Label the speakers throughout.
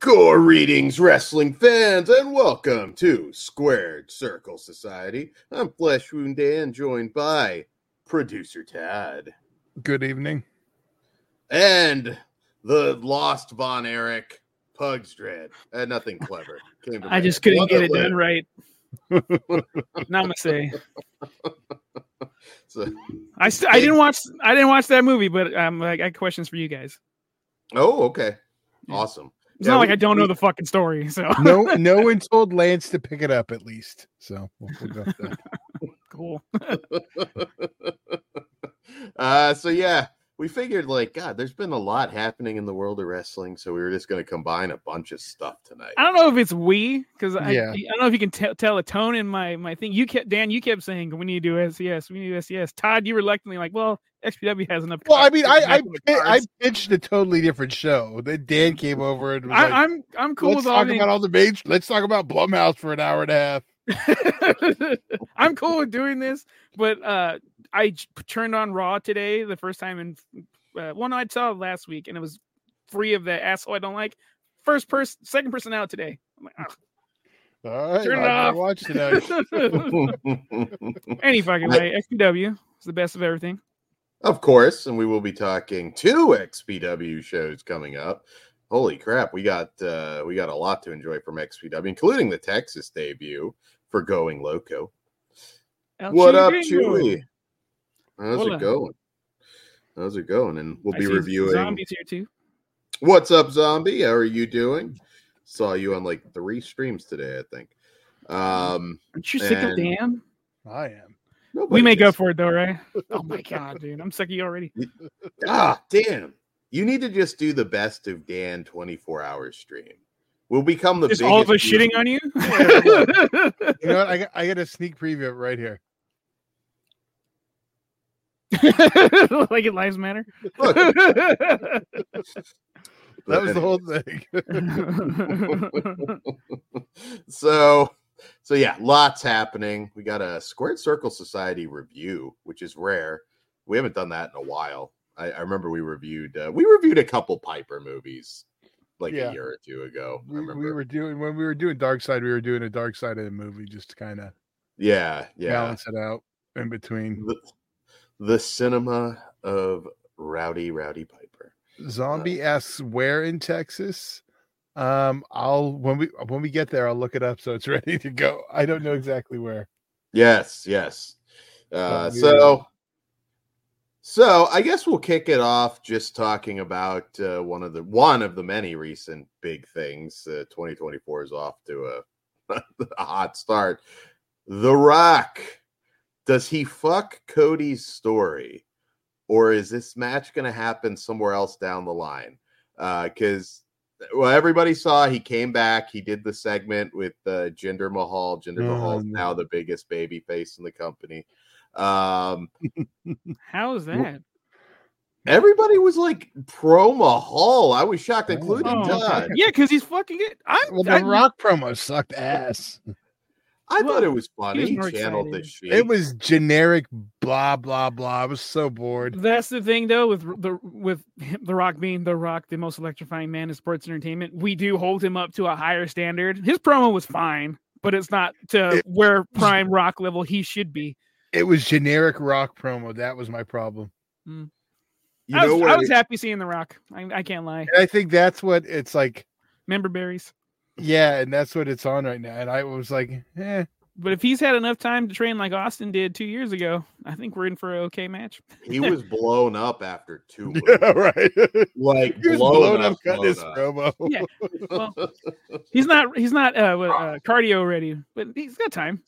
Speaker 1: Greetings, wrestling fans, and welcome to Squared Circle Society. I'm Flesh Wound Dan, joined by producer Tad
Speaker 2: Good evening.
Speaker 1: and the lost Von Erich Pugs Dread. I had nothing clever. Came to
Speaker 3: I
Speaker 1: mind.
Speaker 3: just couldn't
Speaker 1: Love
Speaker 3: get it
Speaker 1: when-
Speaker 3: done right. Namaste.
Speaker 1: so-
Speaker 3: I st- I didn't watch I didn't watch that movie, but I'm like I have questions for you guys.
Speaker 1: oh, okay,
Speaker 3: Yeah.
Speaker 1: awesome.
Speaker 3: It's
Speaker 1: Yeah,
Speaker 3: not like
Speaker 1: we-
Speaker 3: I don't know
Speaker 1: we-
Speaker 3: the fucking story. So
Speaker 2: No, no one told Lance to pick it up at least. So we'll, we'll go with that.
Speaker 3: cool.
Speaker 1: uh, so yeah, we figured like God, there's been a lot happening in the world of wrestling, so we were just going to combine a bunch of stuff tonight.
Speaker 3: I don't know if it's we because I,
Speaker 2: Yeah.
Speaker 3: I don't know if you can tell tell a tone in my my thing. You kept Dan, you kept saying we need to do SES, we need to do SES. Todd, you reluctantly like, well, XPW has enough.
Speaker 2: Well, I mean,
Speaker 3: copies to
Speaker 2: I I,
Speaker 3: back up the
Speaker 2: pi- I
Speaker 3: cards.
Speaker 2: pitched a totally different show. Then Dan came over and was like,
Speaker 3: I, am I'm cool
Speaker 2: "Let's
Speaker 3: with all
Speaker 2: talk
Speaker 3: the
Speaker 2: about all the major. Let's talk about Blumhouse for an hour and a half."
Speaker 3: I'm cool with doing this, but uh, I j- turned on Raw today the first time in. Uh, well, no, I saw it last week, and it was free of that asshole I don't like. First person, second person out today. I'm like, "Ugh."
Speaker 2: All right,
Speaker 3: Turn
Speaker 2: I'm
Speaker 3: it
Speaker 2: gonna
Speaker 3: off.
Speaker 2: watch tonight.
Speaker 3: "Oh." Any fucking way, XPW is the best of everything.
Speaker 1: Of course, and we will be talking two XPW shows coming up. Holy crap, we got uh, we got a lot to enjoy from XPW, including the Texas debut for Going Loco.
Speaker 3: El
Speaker 1: what up,
Speaker 3: Chiringo.
Speaker 1: Chewy? How's
Speaker 3: Hola.
Speaker 1: it going? How's it going? And we'll
Speaker 3: I
Speaker 1: be
Speaker 3: see
Speaker 1: reviewing.
Speaker 3: zombies here too.
Speaker 1: What's up, zombie? How are you doing? Saw you on like three streams today, I think.
Speaker 3: Mm-hmm.
Speaker 1: Um,
Speaker 3: Aren't you sick of
Speaker 1: And-
Speaker 3: Dan?
Speaker 2: I am.
Speaker 3: We
Speaker 1: nobody
Speaker 3: may go
Speaker 1: is-
Speaker 3: for it though, right? Oh my god, dude, I'm sick of you already.
Speaker 1: ah, damn. You need to just do the best of Dan 24 hour stream. We'll become the
Speaker 3: Just
Speaker 1: biggest
Speaker 3: all of us
Speaker 1: YouTube-
Speaker 3: shitting on you.
Speaker 2: You know what? I got, I got a sneak preview of it right here.
Speaker 3: like it lives matter.
Speaker 1: Look,
Speaker 2: That was the whole thing.
Speaker 1: so so yeah lots happening we got a squared circle society review which is rare we haven't done that in a while i, I remember we reviewed uh, we reviewed a couple piper movies like
Speaker 2: Yeah.
Speaker 1: a year or two ago i
Speaker 2: We,
Speaker 1: remember
Speaker 2: we were doing when we were doing Dark Side. We were doing a Dark Side of the movie just to kind of
Speaker 1: yeah yeah
Speaker 2: balance it out in between
Speaker 1: the, the cinema of rowdy rowdy piper
Speaker 2: Zombie asks where in Texas. Um, I'll when we when we get there, I'll look it up so it's ready to go. I don't know exactly where.
Speaker 1: yes yes uh,
Speaker 2: we
Speaker 1: so So I guess we'll kick it off just talking about uh, one of the one of the many recent big things. Uh, 2024 is off to a, a hot start. The Rock, does he fuck Cody's story, or is this match going to happen somewhere else down the line? Because well, everybody saw he came back. He did the segment with uh, Jinder Mahal. Jinder
Speaker 2: Oh,
Speaker 1: Mahal is
Speaker 2: no.
Speaker 1: now the biggest baby face in the company. Um,
Speaker 3: How is that?
Speaker 1: Everybody was like pro Mahal. I was shocked, including
Speaker 2: Oh, okay.
Speaker 1: Todd.
Speaker 3: Yeah, because he's fucking it. I'm
Speaker 2: Well, the
Speaker 3: I-
Speaker 2: rock promo sucked ass.
Speaker 1: I
Speaker 3: Well,
Speaker 1: thought it was funny.
Speaker 3: was
Speaker 1: He
Speaker 3: more
Speaker 1: channeled
Speaker 3: excited.
Speaker 1: this shit.
Speaker 2: It was generic blah blah blah. I was so bored.
Speaker 3: That's the thing though with r- the with him- the Rock being the Rock, the most electrifying man in sports entertainment. We do hold him up to a higher standard. His promo was fine, but it's not to
Speaker 2: It-
Speaker 3: where prime Rock level he should be.
Speaker 2: It was generic rock promo. That was my problem.
Speaker 1: you
Speaker 3: I
Speaker 1: know
Speaker 3: was,
Speaker 1: what?
Speaker 3: I was
Speaker 1: it-
Speaker 3: happy seeing the Rock. I, I can't lie.
Speaker 2: And I think that's what it's like.
Speaker 3: Member berries.
Speaker 2: Yeah, and that's what it's on right now. And I was like, eh.
Speaker 3: But if he's had enough time to train like Austin did two years ago, I think we're in for an okay match.
Speaker 1: he was blown up after two.
Speaker 2: Yeah,
Speaker 1: moves.
Speaker 2: right. he
Speaker 1: Like
Speaker 2: was
Speaker 1: blown,
Speaker 2: blown
Speaker 1: up,
Speaker 2: up cutting
Speaker 1: blown
Speaker 2: his
Speaker 1: up.
Speaker 2: promo.
Speaker 3: Yeah. He's not he's not uh, what, uh cardio ready, but he's got time.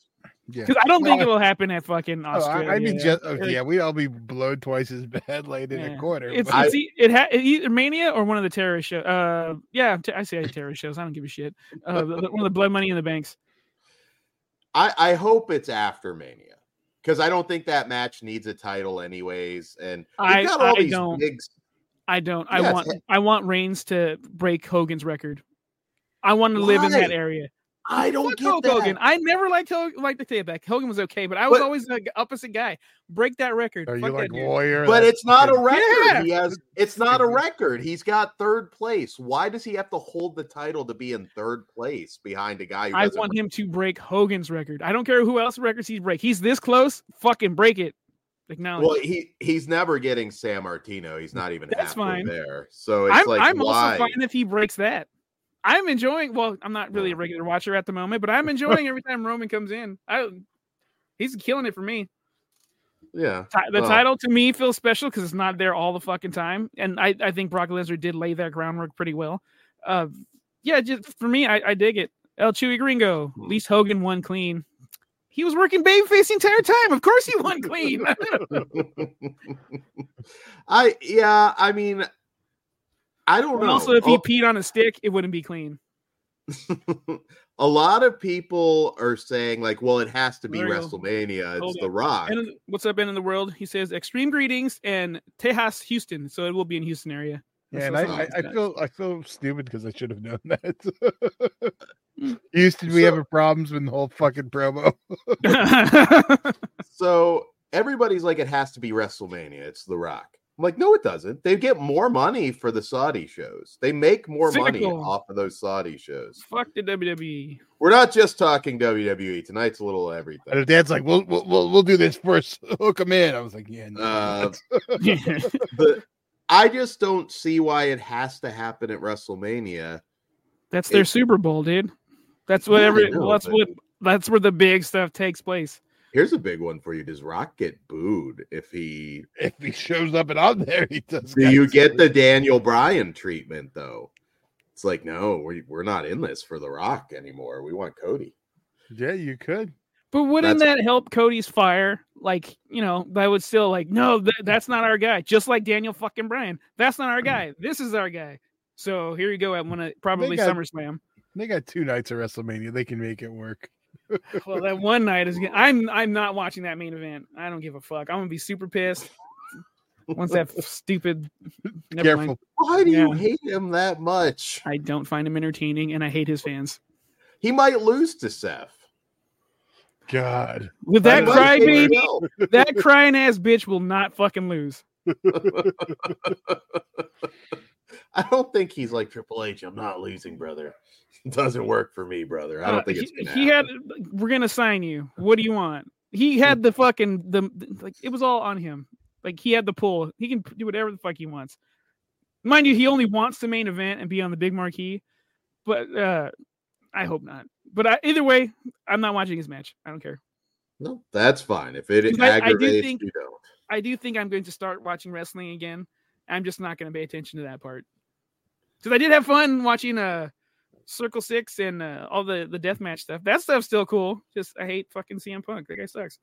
Speaker 2: Yeah.
Speaker 3: Because I don't
Speaker 2: No,
Speaker 3: think
Speaker 2: I-
Speaker 3: it will happen at fucking
Speaker 2: Oh, I-
Speaker 3: Australia.
Speaker 2: I mean, just oh,
Speaker 3: Like,
Speaker 2: yeah, we'd all be blown twice as bad late in a
Speaker 3: Yeah.
Speaker 2: quarter.
Speaker 3: It's,
Speaker 2: but-
Speaker 3: it's e- it ha- it either Mania or one of the terrorist shows. Uh, yeah, t- I say terrorist shows. I don't give a shit. Uh, the- the- one of the Blood Money in the Banks.
Speaker 1: I, I hope it's after Mania because I don't think that match needs a title, anyways. And we've
Speaker 3: I-
Speaker 1: got all
Speaker 3: I
Speaker 1: these
Speaker 3: don't.
Speaker 1: big
Speaker 3: I don't. I
Speaker 1: Yes.
Speaker 3: want I want Reigns to break Hogan's record. I want to live in that
Speaker 1: Why?
Speaker 3: area.
Speaker 1: I don't
Speaker 3: Fuck
Speaker 1: get
Speaker 3: Hulk
Speaker 1: that.
Speaker 3: Hogan. I never liked Hul- liked the Tayback. Hogan was okay, but I was
Speaker 1: But-
Speaker 3: always the opposite guy. Break that record.
Speaker 2: Are
Speaker 3: Fuck
Speaker 2: you
Speaker 3: that
Speaker 2: like
Speaker 3: dude.
Speaker 2: lawyer?
Speaker 1: But
Speaker 2: That's
Speaker 1: it's not a
Speaker 2: stupid.
Speaker 1: record.
Speaker 3: Yeah.
Speaker 1: He has. It's not a record. He's got third place. Why does he have to hold the title to be in third place behind a guy who
Speaker 3: I
Speaker 1: doesn't
Speaker 3: want him to break Hogan's record. I don't care who else records he break. He's this close. Fucking break it. Acknowledge.
Speaker 1: Well, he he's never getting San Martino. He's not even
Speaker 3: That's
Speaker 1: halfway
Speaker 3: fine.
Speaker 1: there. So it's
Speaker 3: I'm,
Speaker 1: like
Speaker 3: I'm
Speaker 1: why?
Speaker 3: also fine if he breaks that. I'm enjoying. Well, I'm not really a regular watcher at the moment, but I'm enjoying every time Roman comes in. I, he's killing it for me.
Speaker 1: Yeah.
Speaker 3: Ti- The
Speaker 1: Well.
Speaker 3: title to me feels special because it's not there all the fucking time, and I, I think Brock Lesnar did lay that groundwork pretty well. Uh, yeah, just for me, I, I dig it. El Chewy Gringo,
Speaker 1: Hmm.
Speaker 3: at least Hogan won clean. He was working babyface the entire time. Of course, he won clean.
Speaker 1: I yeah. I mean, I don't know.
Speaker 3: Also, if he
Speaker 1: Oh.
Speaker 3: peed on a stick, it wouldn't be clean.
Speaker 1: a lot of people are saying like, well, it has to be
Speaker 3: There you go.
Speaker 1: WrestleMania. It's
Speaker 3: Hold
Speaker 1: The Rock.
Speaker 3: And what's up, end of the world? He says, "Extreme greetings and Tejas, Houston." So it will be in Houston area.
Speaker 2: Yeah, and I,
Speaker 3: That's
Speaker 1: what
Speaker 2: I,
Speaker 3: it's
Speaker 2: I
Speaker 3: about.
Speaker 2: feel I feel stupid because I should have known that.
Speaker 3: Mm.
Speaker 2: Houston, we
Speaker 1: So-
Speaker 2: having problems with the whole fucking promo.
Speaker 1: So everybody's like, it has to be WrestleMania. It's The Rock. I'm like, no, it doesn't. They get more money for the Saudi shows. They make more money
Speaker 3: Cynical.
Speaker 1: off of those Saudi shows.
Speaker 3: Fuck the WWE.
Speaker 1: We're not just talking WWE tonight's a little everything.
Speaker 2: And if Dad's like, "We'll we'll we'll, we'll do this first. Hook him in." I was like, "Yeah, no,
Speaker 1: Uh,
Speaker 2: that's-
Speaker 3: E.
Speaker 1: the I just don't see why it has to happen at WrestleMania.
Speaker 3: that's their
Speaker 1: It-
Speaker 3: Super Bowl, dude. That's whatever.
Speaker 1: I know,
Speaker 3: well, that's
Speaker 1: but
Speaker 3: what. That's where the big stuff takes place.
Speaker 1: Here's a big one for you. Does Rock get booed if he?
Speaker 2: if he shows up and I'm there, he does."
Speaker 1: Do
Speaker 2: got
Speaker 1: you
Speaker 2: to
Speaker 1: get
Speaker 2: see
Speaker 1: the
Speaker 2: it."
Speaker 1: Daniel Bryan treatment though? It's like no, we we're not in this for The Rock anymore. We want Cody.
Speaker 2: Yeah, you could.
Speaker 3: But wouldn't
Speaker 1: That's-
Speaker 3: that help Cody's fire? Like, you know, that would still like, no, th- that's not our guy. Just like Daniel fucking Bryan, that's not our guy. This is our guy. So here you go. I'm gonna probably
Speaker 2: got-
Speaker 3: SummerSlam.
Speaker 2: They got two nights at WrestleMania. They can make it work.
Speaker 3: Well, that one night is. gonna- I'm I'm not watching that main event. I don't give a fuck. I'm gonna be super pissed once that stupid. Never
Speaker 2: Careful.
Speaker 3: mind.
Speaker 1: Why do you
Speaker 3: Yeah.
Speaker 1: hate him that much?
Speaker 3: I don't find him entertaining, and I hate his fans.
Speaker 1: He might lose to Seth.
Speaker 2: God.
Speaker 3: With
Speaker 1: He
Speaker 3: that
Speaker 1: might
Speaker 3: cry
Speaker 1: figure it
Speaker 3: baby,
Speaker 1: out.
Speaker 3: that crying ass bitch will not fucking lose.
Speaker 1: I don't think he's like Triple H. I'm not losing, brother. It doesn't work for me, brother. I don't
Speaker 3: Uh,
Speaker 1: think it's
Speaker 3: he,
Speaker 1: gonna
Speaker 3: he
Speaker 1: happen.
Speaker 3: had. We're gonna sign you. What do you want? He had the fucking the like. It was all on him. Like he had the pull. He can do whatever the fuck he wants. Mind you, he only wants the main event and be on the big marquee. But uh I hope not. But I, either way, I'm not watching his match. I don't care.
Speaker 1: No, that's fine. If it
Speaker 3: Because I- I do
Speaker 1: aggravates
Speaker 3: think-
Speaker 1: you, don't.
Speaker 3: I do think I'm going to start watching wrestling again. I'm just not going to pay attention to that part because I did have fun watching uh Circle Six and uh, all the the deathmatch stuff. That stuff's still cool. Just I hate fucking CM Punk. That guy sucks.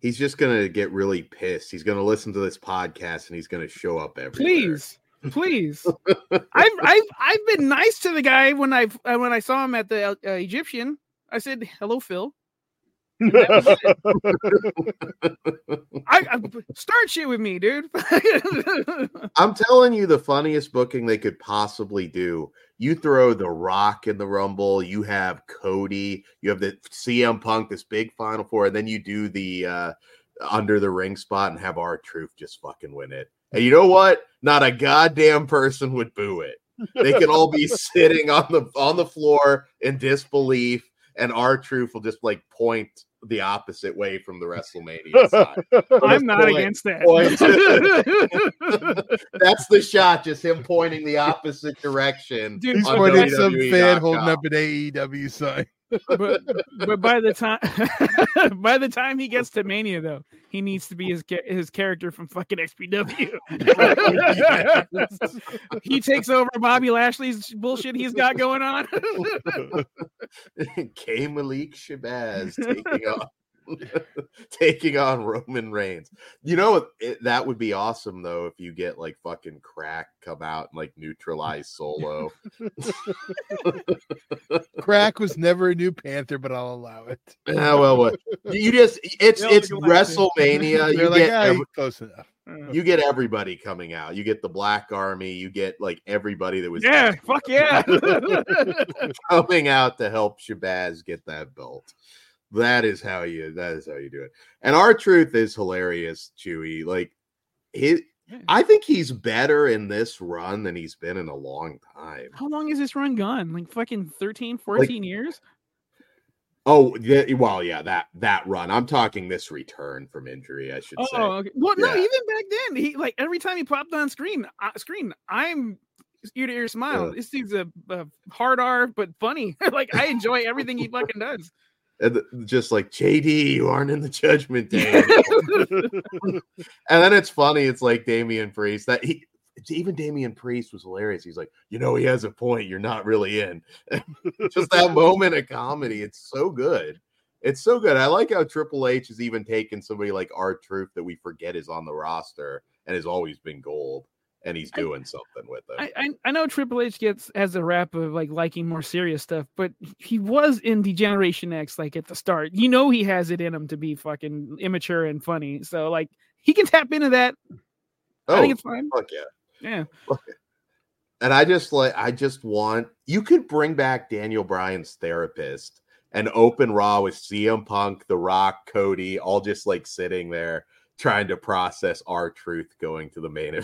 Speaker 1: He's just gonna get really pissed. He's gonna listen to this podcast and he's gonna show up everywhere.
Speaker 3: Please, please. I've I've I've been nice to the guy when I've uh, when I saw him at the uh, Egyptian. I said hello, Phil. I, I start shit with me, dude.
Speaker 1: I'm telling you, the funniest booking they could possibly do. You throw The Rock in the Rumble. You have Cody. You have the CM Punk, this big Final Four, and then you do the uh, under the ring spot and have our truth just fucking win it. And you know what? Not a goddamn person would boo it. They could all be sitting on the on the floor in disbelief, and our truth will just like point the opposite way from the WrestleMania side.
Speaker 3: I'm not
Speaker 1: Point,
Speaker 3: against that.
Speaker 1: That's the shot, just him pointing the opposite direction.
Speaker 3: Dude,
Speaker 2: He's
Speaker 1: on
Speaker 2: pointing at some fan
Speaker 1: WWE.com.
Speaker 2: holding up an AEW sign.
Speaker 3: but but by the time by the time he gets to Mania though, he needs to be his cha- his character from fucking XPW. he takes over Bobby Lashley's bullshit he's got going on.
Speaker 1: K Malik Shabazz taking on taking on Roman Reigns. You know it, that would be awesome though if you get like fucking crack come out and like neutralize Solo.
Speaker 2: Crack was never a new Panther, but I'll allow it.
Speaker 1: Ah, well, what you just it's
Speaker 3: They'll
Speaker 1: it's
Speaker 3: make it last, dude.
Speaker 1: WrestleMania. Uh, You
Speaker 2: They're like, "Ah,
Speaker 1: get
Speaker 2: yeah,
Speaker 1: every-
Speaker 2: close enough.
Speaker 3: Uh,
Speaker 1: you get everybody coming out. You get the Black Army. You get like everybody that was
Speaker 3: yeah, fuck yeah.
Speaker 1: coming out to help Shabazz get that belt. That is how you. That is how you do it. And our truth is hilarious, Chewy. Like his, I think he's better in this run than he's been in a long time.
Speaker 3: How long is this run gone? Like fucking 13, 14 years?
Speaker 1: Oh, yeah, well, yeah, that that run. I'm talking this return from injury. I should
Speaker 3: Oh,
Speaker 1: say.
Speaker 3: okay. Well, no,
Speaker 1: Yeah.
Speaker 3: even back then, he like every time he popped on screen, uh, screen, I'm ear to ear smile.
Speaker 1: Yeah.
Speaker 3: This dude's a, a hard R, but funny. like I enjoy everything he fucking does.
Speaker 1: And th- just like JD, you aren't in the judgment day. and then it's funny. It's like Damian Priest that he. it's Even Damian Priest was hilarious. He's like, you know, he has a point. You're not really in. Just that moment of comedy. It's so good. It's so good. I like how Triple H has even taken somebody like our Truth that we forget is on the roster and has always been gold, and he's
Speaker 3: I-
Speaker 1: doing something with it.
Speaker 3: I, I I know Triple H gets as a rap of like liking more serious stuff, but he was in Degeneration X like at the start. You know he has it in him to be fucking immature and funny. So like he can tap into that. I think
Speaker 1: oh,
Speaker 3: it's fine.
Speaker 1: fuck yeah.
Speaker 3: Yeah.
Speaker 1: And I just like I just want you could bring back Daniel Bryan's therapist and open Raw with CM Punk, The Rock, Cody, all just like sitting there trying to process our truth going to the main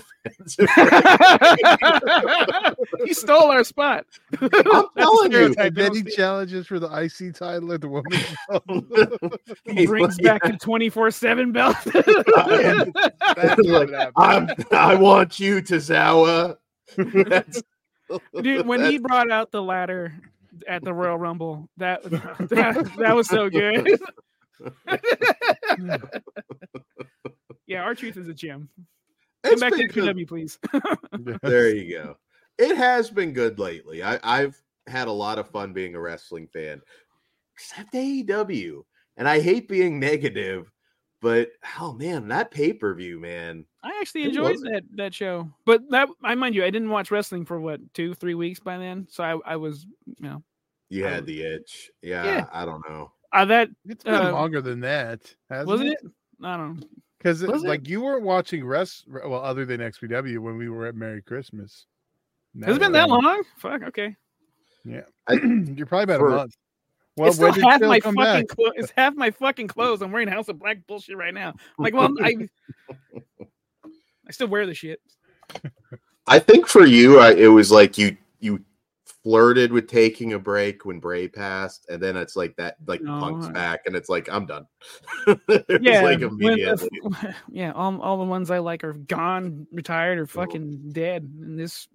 Speaker 1: event.
Speaker 3: he stole our spot.
Speaker 1: I'm telling you,
Speaker 2: And then he
Speaker 3: Stereotype.
Speaker 2: challenges for the IC title at the woman's belt.
Speaker 1: he's
Speaker 3: brings
Speaker 1: like,
Speaker 3: back the 24 7 belt.
Speaker 2: That's
Speaker 1: Like, "Ah,
Speaker 2: what happened.
Speaker 1: I'm, I want you, Tozawa. That's-
Speaker 3: Dude, when he brought out the ladder at the Royal Rumble, that that, that was so good. yeah, our truth is a gem. Come
Speaker 1: It's
Speaker 3: back to
Speaker 1: been good.
Speaker 3: PW, please.
Speaker 1: there you go. It has been good lately. I, I've had a lot of fun being a wrestling fan, except AEW. And I hate being negative, but oh man, that pay per view, man.
Speaker 3: I actually
Speaker 1: It
Speaker 3: enjoyed
Speaker 1: wasn't.
Speaker 3: that that show, but that I mind you, I didn't watch wrestling for what two, three weeks by then, so I, I was you know
Speaker 1: You
Speaker 3: I
Speaker 1: had
Speaker 3: would-
Speaker 1: the itch. Yeah,
Speaker 3: Yeah.
Speaker 1: I don't know.
Speaker 3: uh, that
Speaker 2: It's been
Speaker 3: Uh,
Speaker 2: longer than that, hasn't
Speaker 3: wasn't it. I don't know.
Speaker 2: Because
Speaker 3: was it?
Speaker 2: like you weren't watching rest, well, other than XPW when we were at Merry Christmas.
Speaker 3: Has it been that long? Fuck. Okay.
Speaker 2: You're probably about
Speaker 1: For-
Speaker 2: a month. Well,
Speaker 3: it's still
Speaker 2: when did
Speaker 3: half
Speaker 2: Phil
Speaker 3: my
Speaker 2: come
Speaker 3: fucking
Speaker 2: back?
Speaker 3: clo- it's half my fucking clothes. I'm wearing House of Black bullshit right now. I'm like, well, I I still wear the shit.
Speaker 1: I think for you, I, it was like you you flirted with taking a break when Bray passed, and then it's like that, like
Speaker 3: No,
Speaker 1: Punk's
Speaker 3: I-
Speaker 1: back, and it's like I'm done. it
Speaker 3: Yeah,
Speaker 1: was like
Speaker 3: when the-
Speaker 1: immediately.
Speaker 3: yeah. All all the ones I like are gone, retired, or fucking dead. And this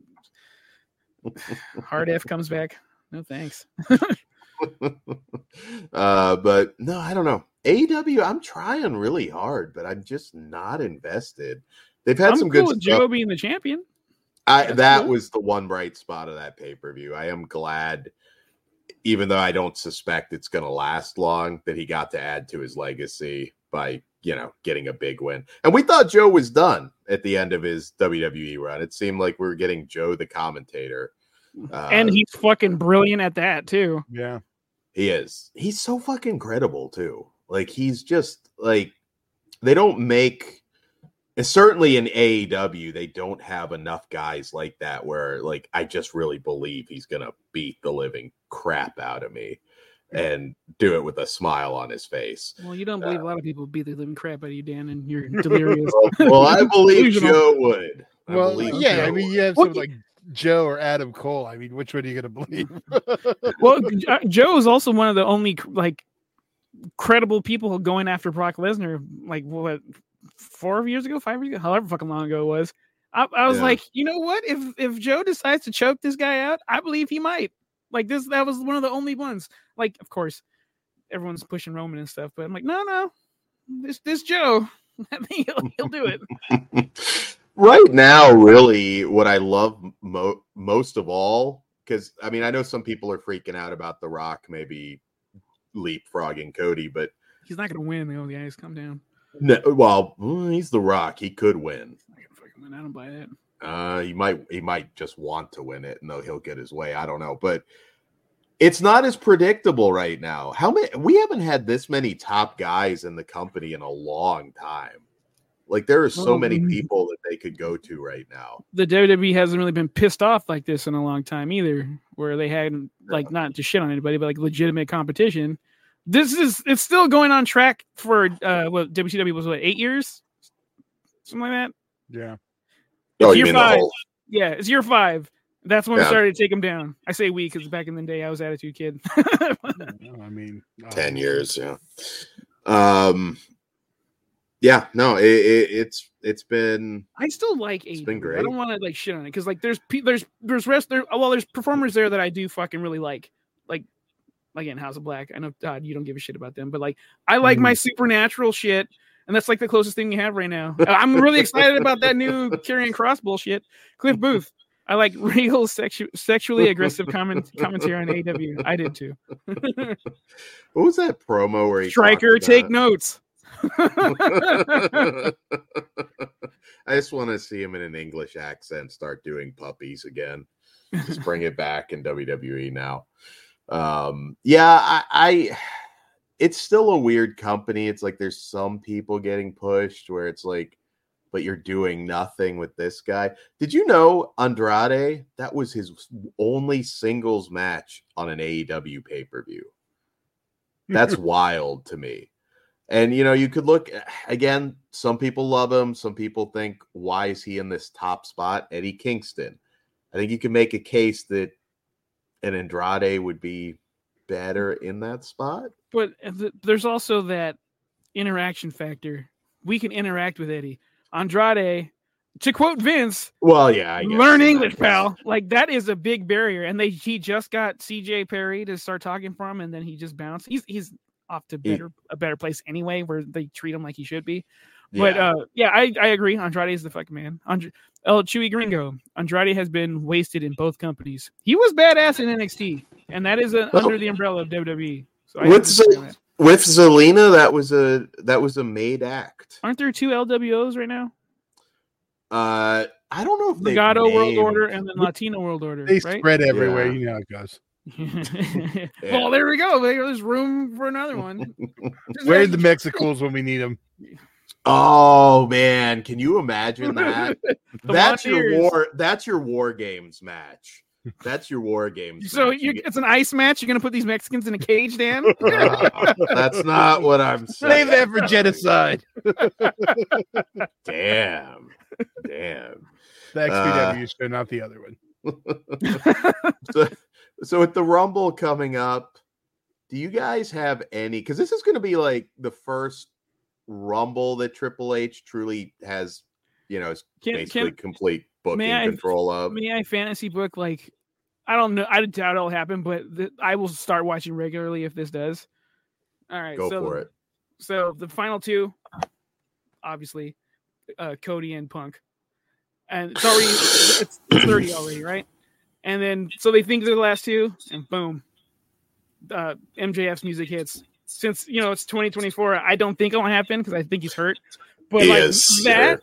Speaker 3: hard F comes back. No thanks.
Speaker 1: uh, but no, I don't know. AEW, I'm trying really hard, but I'm just not invested. They've had
Speaker 3: I'm
Speaker 1: some
Speaker 3: cool
Speaker 1: good
Speaker 3: with
Speaker 1: stuff.
Speaker 3: Joe being the champion.
Speaker 1: I, that
Speaker 3: cool.
Speaker 1: was the one bright spot of that pay per view. I am glad, even though I don't suspect it's going to last long, that he got to add to his legacy by you know getting a big win. And we thought Joe was done at the end of his WWE run. It seemed like we were getting Joe the commentator, uh,
Speaker 3: and he's fucking brilliant at that too.
Speaker 2: Yeah,
Speaker 1: He is. He's so fucking credible too. Like he's just like they don't make and certainly in AEW they don't have enough guys like that where like I just really believe he's going to beat the living crap out of me and do it with a smile on his face.
Speaker 3: Well, you don't
Speaker 1: uh,
Speaker 3: believe a lot of people beat the living crap out of you, Dan, and you're delirious.
Speaker 1: Well, I believe
Speaker 3: Delusional.
Speaker 1: Joe would. I
Speaker 2: well,
Speaker 1: believe
Speaker 2: yeah. I
Speaker 1: Joe
Speaker 2: mean,
Speaker 1: would.
Speaker 2: you have
Speaker 3: Well,
Speaker 2: someone like Joe or Adam Cole. I mean, which one are you gonna believe?
Speaker 3: well, Jo- Joe is also one of the only like credible people going after Brock Lesnar. Like what, four years ago, five years ago, however fucking long ago it was. I, I was
Speaker 1: Yeah.
Speaker 3: like, you know what? If if Joe decides to choke this guy out, I believe he might. Like this, that was one of the only ones. Like, of course, everyone's pushing Roman and stuff, but I'm like, no, no, this this Joe, he'll, he'll do it.
Speaker 1: right now, really, what I love mo- most of all, because I mean, I know some people are freaking out about The Rock maybe leapfrogging Cody, but
Speaker 3: He's not gonna win. Oh, the eyes come down.
Speaker 1: no, well, mm, he's The Rock. He could win.
Speaker 3: He's not gonna fucking win. I don't buy that.
Speaker 1: Uh, he might. He might just want to win it, and though he'll get his way. I don't know, but it's not as predictable right now. How many? We haven't had this many top guys in the company in a long time. Like there are so
Speaker 3: Oh,
Speaker 1: many
Speaker 3: mhm.
Speaker 1: people that they could go to right now.
Speaker 3: the WWE hasn't really been pissed off like this in a long time either, where they hadn't like not to shit on anybody, but like legitimate competition. This is it's still going on track for uh what WCW was what eight years, something like that.
Speaker 2: Yeah.
Speaker 1: Oh,
Speaker 3: Tier
Speaker 1: you mean the
Speaker 3: five.
Speaker 1: whole?
Speaker 3: Yeah, it's year five. That's when we
Speaker 1: Yeah.
Speaker 3: started to take them down. I say we because back in the day I was attitude kid.
Speaker 2: No, I mean, uh,
Speaker 1: 10 years yeah um yeah no it, it, it's it's been
Speaker 3: I still like AEW.
Speaker 1: been
Speaker 3: I
Speaker 1: great.
Speaker 3: don't want to like shit on it because like there's pe- there's there's rest there. Well, there's performers there that I do fucking really like, like like in House of Black. I know Todd, you don't give a shit about them, but like I like
Speaker 1: Mm-hmm.
Speaker 3: my supernatural shit, and that's like the closest thing we have right now. And I'm really excited about that new Carrying Cross bullshit. Cliff Booth. I like real sexu- sexually aggressive comment- commentary on AEW. I did too.
Speaker 1: what was that promo where he
Speaker 3: Striker,
Speaker 1: talked
Speaker 3: take
Speaker 1: about-
Speaker 3: notes.
Speaker 1: i just want to see him in an english accent start doing puppies again just bring it back in wwe now um yeah i i it's still a weird company it's like there's some people getting pushed where it's like but you're doing nothing with this guy Did you know Andrade? That was his only singles match on an E AEW pay per view. That's wild to me. And you know, you could look eh, again. Some people love him. Some people think, "Why is he in this top spot?" Eddie Kingston. I think you can make a case that an Andrade would be better in that spot.
Speaker 3: but th- there's also that interaction factor. We can interact with Eddie Andrade. To quote Vince,
Speaker 1: Well, yeah, I guess in
Speaker 3: learn
Speaker 1: that
Speaker 3: English,
Speaker 1: case.
Speaker 3: pal. Like that is a big barrier, and they he just got CJ Perry to start talking for him, and then he just bounced. He's he's off to
Speaker 1: He-
Speaker 3: better a better place anyway, where they treat him like he should be.
Speaker 1: Yeah.
Speaker 3: But uh, yeah, I, I agree. Andrade is the fucking man. Andr- El Chewy Gringo. Andrade has been wasted in both companies. He was badass in NXT, and that is uh
Speaker 1: Well-
Speaker 3: under the umbrella of WWE. So I
Speaker 1: What's-
Speaker 3: understand that.
Speaker 1: with Zelina, that was a that was a made act.
Speaker 3: Aren't there two LWOs right now?
Speaker 1: Uh, I don't know if they
Speaker 3: Legato World Order
Speaker 1: named-
Speaker 3: and then Latino World Order,
Speaker 2: They
Speaker 3: right?
Speaker 2: spread everywhere.
Speaker 1: Yeah.
Speaker 2: You know how it goes.
Speaker 3: Well, there we go. There's room for another one. Just
Speaker 2: Where are
Speaker 3: ask-
Speaker 2: the Mexicals when we need them?
Speaker 1: Oh man, can you imagine that?
Speaker 3: The
Speaker 1: that's your
Speaker 3: Mountaineers.
Speaker 1: war. That's your war games match. That's your war games.
Speaker 3: So
Speaker 1: match.
Speaker 3: you,
Speaker 1: get-
Speaker 3: it's an ice match. You're gonna put these Mexicans in a cage, Dan?
Speaker 1: Ah, that's not what I'm saying.
Speaker 2: Save that for genocide.
Speaker 1: Damn, damn.
Speaker 2: The XPW
Speaker 1: Uh,
Speaker 2: show, not the other one.
Speaker 1: So, so with the Rumble coming up, do you guys have any? Because this is going to be like the first Rumble that Triple H truly has, you know, is
Speaker 3: Can,
Speaker 1: basically
Speaker 3: can
Speaker 1: complete booking
Speaker 3: I-
Speaker 1: control of.
Speaker 3: may I fantasy book like? I don't know. I doubt it'll happen, but th- I will start watching regularly if this does. All right,
Speaker 1: Go
Speaker 3: so
Speaker 1: for it.
Speaker 3: So the final two, obviously, uh, Cody and Punk, and it's already it's, it's thirty already, right? And then so they think they're the last two, and boom, uh, MJF's music hits. Since you know it's 2024, I don't think it'll happen because I think he's hurt. But like that,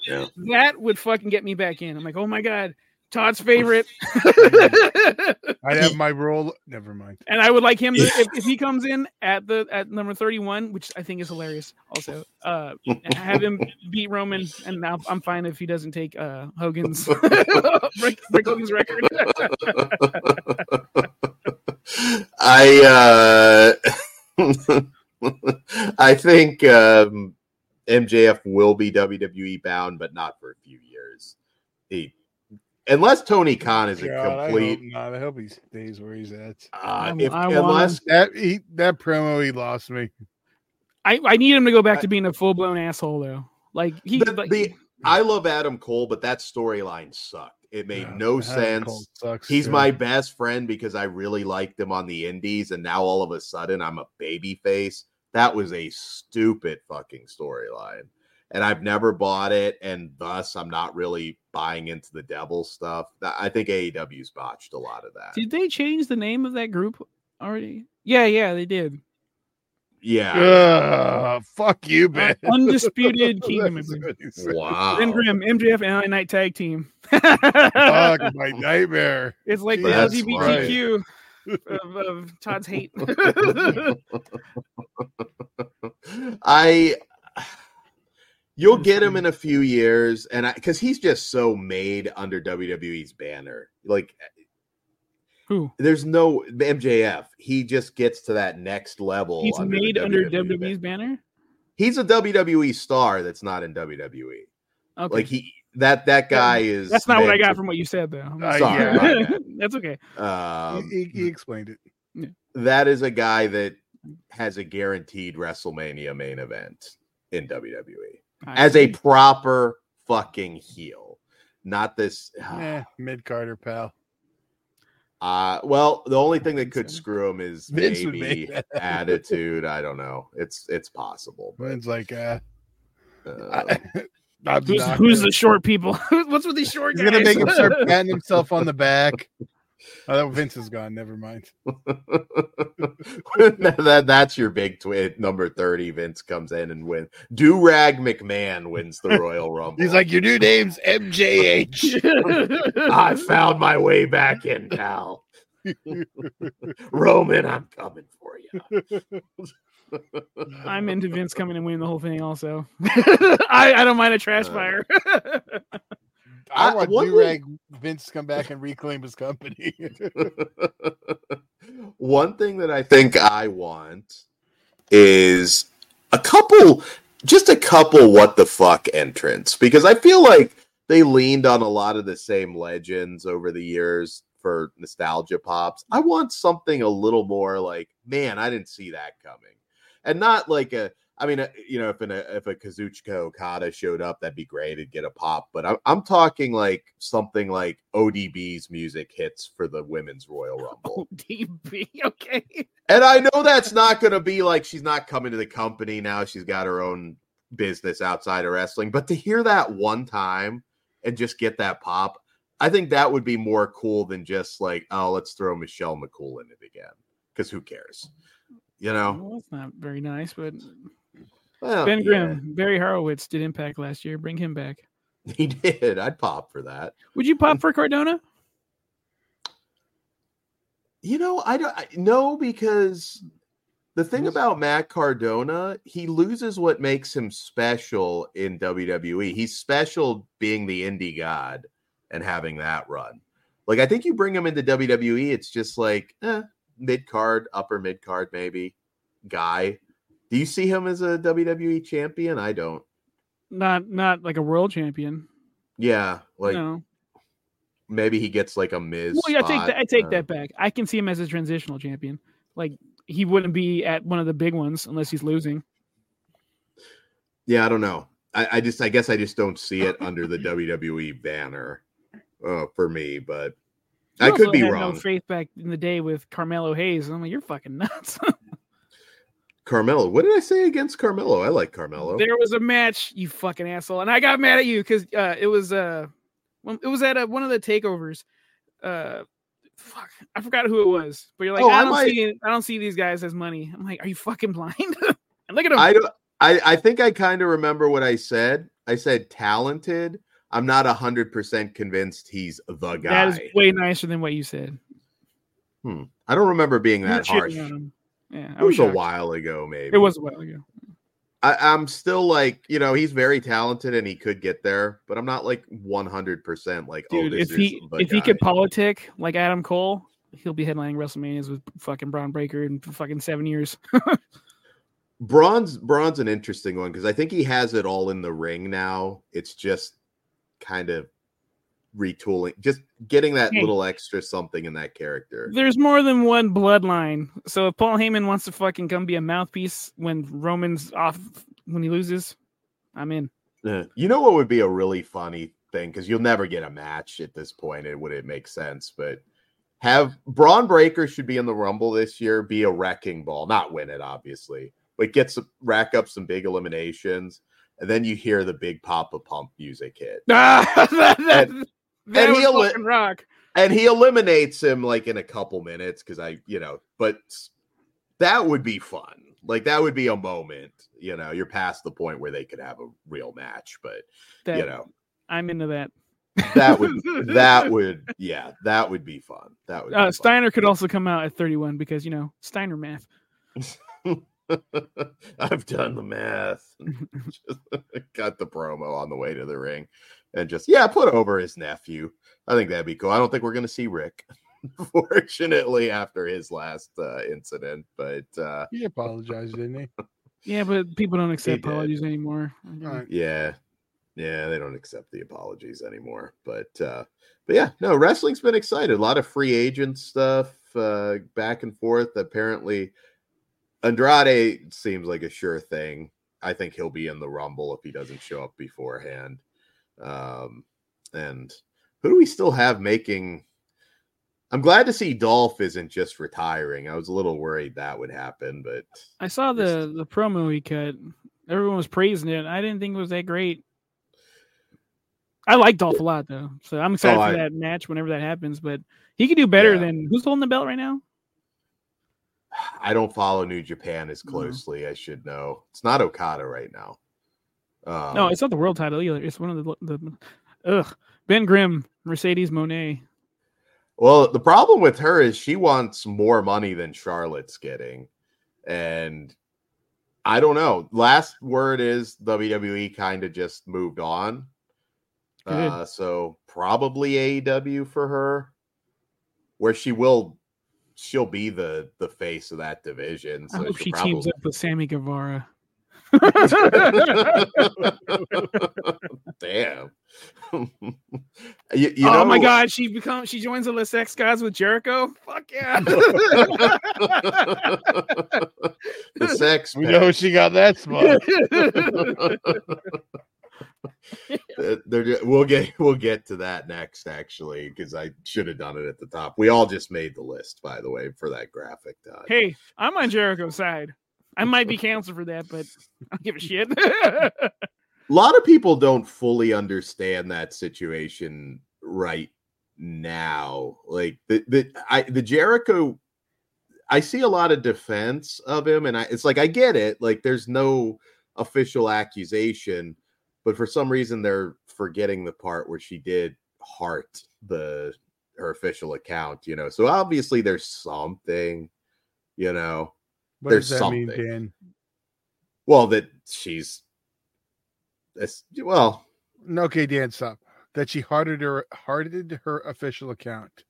Speaker 3: that would fucking get me back in. I'm like, oh my god, Todd's favorite,
Speaker 2: I'd have my role. Never mind.
Speaker 3: and I would like him to, if, if he comes in at the at number 31, which I think is hilarious. Also, uh, and have him beat Roman, and I'll, I'm fine if he doesn't take uh, Hogan's break, break Hogan's record.
Speaker 1: I uh I think um MJF will be WWE bound, but not for a few years. He unless Tony Khan is a
Speaker 2: God, I hope
Speaker 1: complete
Speaker 2: not. I hope he stays where he's at.
Speaker 1: uh,
Speaker 3: I'm-
Speaker 1: if,
Speaker 3: I want
Speaker 1: unless
Speaker 2: That he, that promo, he lost me.
Speaker 3: I, I need him to go back to being a full blown asshole though. Like he,
Speaker 1: the,
Speaker 3: like,
Speaker 1: the- I love Adam Cole, but that storyline sucked. It made
Speaker 2: Yeah,
Speaker 1: no
Speaker 2: Adam
Speaker 1: sense.
Speaker 2: Cole sucks,
Speaker 1: He's
Speaker 2: too.
Speaker 1: my best friend because I really liked him on the indies, and now all of a sudden I'm a baby face. That was a stupid fucking storyline. And I've never bought it, and thus I'm not really buying into the devil stuff. Th- I think AEW's botched a lot of that.
Speaker 3: did they change the name of that group already? Yeah, yeah, they did.
Speaker 1: Yeah.
Speaker 2: Ugh, fuck you,
Speaker 3: Uh,
Speaker 2: man.
Speaker 3: undisputed kingdom.
Speaker 2: That's
Speaker 3: member.
Speaker 2: what he said.
Speaker 1: Wow.
Speaker 3: Ben Grimm, MJF, and LA Knight tag team.
Speaker 2: Fuck my nightmare.
Speaker 3: It's like the
Speaker 1: That's
Speaker 3: LGBTQ of, of Todd's hate.
Speaker 1: I You'll get him in a few years, and because he's just so made under WWE's banner, like
Speaker 3: Who?
Speaker 1: there's no MJF. He just gets to that next level.
Speaker 3: He's
Speaker 1: the
Speaker 3: made under E
Speaker 1: WWE
Speaker 3: WWE's
Speaker 1: banner.
Speaker 3: banner.
Speaker 1: He's a WWE star that's not in WWE.
Speaker 3: Okay,
Speaker 1: Like he that that guy is.
Speaker 3: that's not what I
Speaker 1: meant
Speaker 3: got
Speaker 1: to-
Speaker 3: from what you said, though. I'm
Speaker 2: Uh,
Speaker 3: sorry.
Speaker 2: yeah,
Speaker 1: my bad.
Speaker 3: that's okay.
Speaker 1: Um,
Speaker 2: he, he explained it.
Speaker 1: that is a guy that has a guaranteed WrestleMania main event in WWE
Speaker 3: I
Speaker 1: as a
Speaker 3: see.
Speaker 1: proper fucking heel, not this.
Speaker 2: Nah, mid Carter pal.
Speaker 1: Uh, well, the only thing that could
Speaker 3: Vince
Speaker 1: screw him is
Speaker 2: Vince would
Speaker 1: maybe
Speaker 2: make that.
Speaker 1: attitude. I don't know. It's it's possible, but
Speaker 2: Vince like uh,
Speaker 1: uh,
Speaker 2: I, I'm
Speaker 3: Who's,
Speaker 2: not
Speaker 3: who's
Speaker 2: gonna-
Speaker 3: the short people? What's with these short
Speaker 2: He's
Speaker 3: guys?
Speaker 2: gonna make him start patting himself on the back. Oh, Vince is gone. Never mind.
Speaker 1: that, that- that's your big twin number thirty. Vince comes in and win. Do rag McMahon wins the Royal Rumble.
Speaker 2: He's like, your new name's MJH.
Speaker 1: I found my way back in now. Roman, I'm coming for you.
Speaker 3: I'm into Vince coming and winning the whole thing. Also, I, I don't mind a trash
Speaker 1: Uh,
Speaker 3: fire.
Speaker 2: I
Speaker 1: I-
Speaker 2: want
Speaker 1: one
Speaker 2: do rag Vince to come back and reclaim his company.
Speaker 1: One thing that I think I want is a couple, just a couple what the fuck entrants, because I feel like they leaned on a lot of the same legends over the years for nostalgia pops. I want something a little more like, man, I didn't see that coming. And not like a, I mean, uh, you know, if an, if a Kazuchika Okada showed up, that'd be great. It'd get a pop. But I'm, I'm talking like something like ODB's music hits for the women's Royal Rumble.
Speaker 3: DB, Oh, okay.
Speaker 1: And I know that's not going to be like she's not coming to the company now. She's got her own business outside of wrestling. But to hear that one time and just get that pop, I think that would be more cool than just like, oh, let's throw Michelle McCool in it again. Because who cares? You know?
Speaker 3: Well, that's not very nice, but
Speaker 1: Well,
Speaker 3: Ben
Speaker 1: Oh. yeah,
Speaker 3: Grimm, Barry Horowitz did Impact last year. Bring him back.
Speaker 1: He did. I'd pop for that.
Speaker 3: Would you
Speaker 1: Mm.
Speaker 3: pop for Cardona?
Speaker 1: You know, I don't I, no because the thing about Matt Cardona, he loses what makes him special in WWE. He's special being the indie god and having that run. Like I think you bring him into WWE, it's just like eh, mid card, upper mid card, maybe guy. Do you see him as a WWE champion? I don't.
Speaker 3: Not not like a world champion.
Speaker 1: Yeah, like
Speaker 3: no.
Speaker 1: maybe he gets like a Miz.
Speaker 3: Well, yeah, I take
Speaker 1: spot,
Speaker 3: that. I take
Speaker 1: uh,
Speaker 3: that back. I can see him as a transitional champion. Like he wouldn't be at one of the big ones unless he's losing.
Speaker 1: Yeah, I don't know. I, I just, I guess, I just don't see it under the WWE banner uh, for me. But I
Speaker 3: You
Speaker 1: could
Speaker 3: also
Speaker 1: be
Speaker 3: had
Speaker 1: wrong.
Speaker 3: No faith back in the day with Carmelo Hayes. I'm like, you're fucking nuts.
Speaker 1: Carmelo, what did I say against Carmelo? I like Carmelo.
Speaker 3: there was a match, you fucking asshole, and I got mad at you because uh, it was uh, when, it was at uh one of the takeovers. Uh, fuck, I forgot who it was, but you're like,
Speaker 1: Oh,
Speaker 3: I
Speaker 1: I
Speaker 3: don't
Speaker 1: might-
Speaker 3: see, I don't see these guys as money. I'm like, are you fucking blind? and look at him.
Speaker 1: I don't. I, I think I kind of remember what I said. I said talented. I'm not hundred percent convinced he's the guy.
Speaker 3: that is way nicer than what you said.
Speaker 1: I don't remember being
Speaker 3: You were
Speaker 1: that
Speaker 3: shitting
Speaker 1: harsh.
Speaker 3: on him. Yeah, I
Speaker 1: It was a
Speaker 3: shocked.
Speaker 1: while ago, maybe.
Speaker 3: It was a while ago.
Speaker 1: I, I'm still like, you know, he's very talented and he could get there, but I'm not like 100 percent like, oh,
Speaker 3: Dude,
Speaker 1: this
Speaker 3: if
Speaker 1: is
Speaker 3: he
Speaker 1: the
Speaker 3: if he
Speaker 1: guy.
Speaker 3: could politic like Adam Cole, he'll be headlining WrestleManias with fucking Braun Breaker in fucking seven years.
Speaker 1: Braun's Braun's an interesting one because I think he has it all in the ring now. It's just kind of retooling, just getting that
Speaker 3: Hey.
Speaker 1: little extra something in that character.
Speaker 3: There's more than one bloodline. So if Paul Heyman wants to fucking come be a mouthpiece when Roman's off when he loses, I'm in.
Speaker 1: Uh, You know what would be a really funny thing because you'll never get a match at this point. It would it make sense, but have Braun Breaker should be in the Rumble this year. Be a wrecking ball, not win it, obviously, but get some rack up some big eliminations, and then you hear the big Papa Pump music hit.
Speaker 3: Ah, that that,
Speaker 1: And-
Speaker 3: that
Speaker 1: and
Speaker 3: would
Speaker 1: he'll-
Speaker 3: fucking rock.
Speaker 1: and he eliminates him like in a couple minutes because I, you know, but s- that would be fun. Like that would be a moment. You know, you're past the point where they could have a real match, but
Speaker 3: That,
Speaker 1: you know,
Speaker 3: I'm into that.
Speaker 1: that would that would yeah, that would be fun. That would be
Speaker 3: Uh,
Speaker 1: fun.
Speaker 3: Steiner could also come out at 31 because you know Steiner math.
Speaker 1: I've done the math. just got the promo on the way to the ring, and just yeah, put over his nephew. I think that'd be cool. I don't think we're gonna see Rick, fortunately, after his last uh, incident. But uh,
Speaker 2: He apologized, didn't he?
Speaker 3: Yeah, but people don't accept
Speaker 1: did.
Speaker 3: apologies anymore.
Speaker 2: Alright.
Speaker 1: yeah, yeah, they don't accept the apologies anymore. But uh, but yeah, no, wrestling's been excited. A lot of free agent stuff uh, back and forth. Apparently, Andrade seems like a sure thing. I think he'll be in the Rumble if he doesn't show up beforehand. Um, and who do we still have making? I'm glad to see Dolph isn't just retiring. I was a little worried that would happen, but
Speaker 3: I saw the the promo he cut. Everyone was praising it. I didn't think it was that great. I like Dolph a lot though, so I'm excited
Speaker 1: Oh,
Speaker 3: for
Speaker 1: I-
Speaker 3: that match whenever that happens. But he could do better
Speaker 1: Yeah.
Speaker 3: than who's holding the belt right now?
Speaker 1: I don't follow New Japan as
Speaker 3: No.
Speaker 1: closely. I should know. It's not Okada right now. Um,
Speaker 3: no, it's not the world title either. It's one of the the ugh Ben Grimm, Mercedes Monet.
Speaker 1: well, the problem with her is she wants more money than Charlotte's getting, and I don't know. Last word is WWE kind of just moved on,
Speaker 3: Good.
Speaker 1: uh, so probably AEW for her, where she will she'll be the the face of that division. So
Speaker 3: I hope
Speaker 1: she'll
Speaker 3: she
Speaker 1: probably...
Speaker 3: teams up with Sammy Guevara.
Speaker 1: Damn. you, you know,
Speaker 3: oh my god, she becomes she joins the List X guys with Jericho. Fuck yeah.
Speaker 1: the sex.
Speaker 2: We know she got that spot.
Speaker 1: uh, They're, they're- we'll get we'll get to that next actually because I should have done it at the top. We all just made the list by the way for that graphic. Todd.
Speaker 3: hey, I'm on Jericho's side. I might be canceled for that, but I don't give a shit.
Speaker 1: a lot of people don't fully understand that situation right now like the the i the jericho i see a lot of defense of him and i it's like i get it like there's no official accusation but for some reason they're forgetting the part where she did heart the her official account you know so obviously there's something you know
Speaker 2: What
Speaker 1: There's
Speaker 2: does that mean,
Speaker 1: something.
Speaker 2: Dan?
Speaker 1: well that she's that's well
Speaker 2: No, okay, Dan, stop. That she hearted her hearted her official account.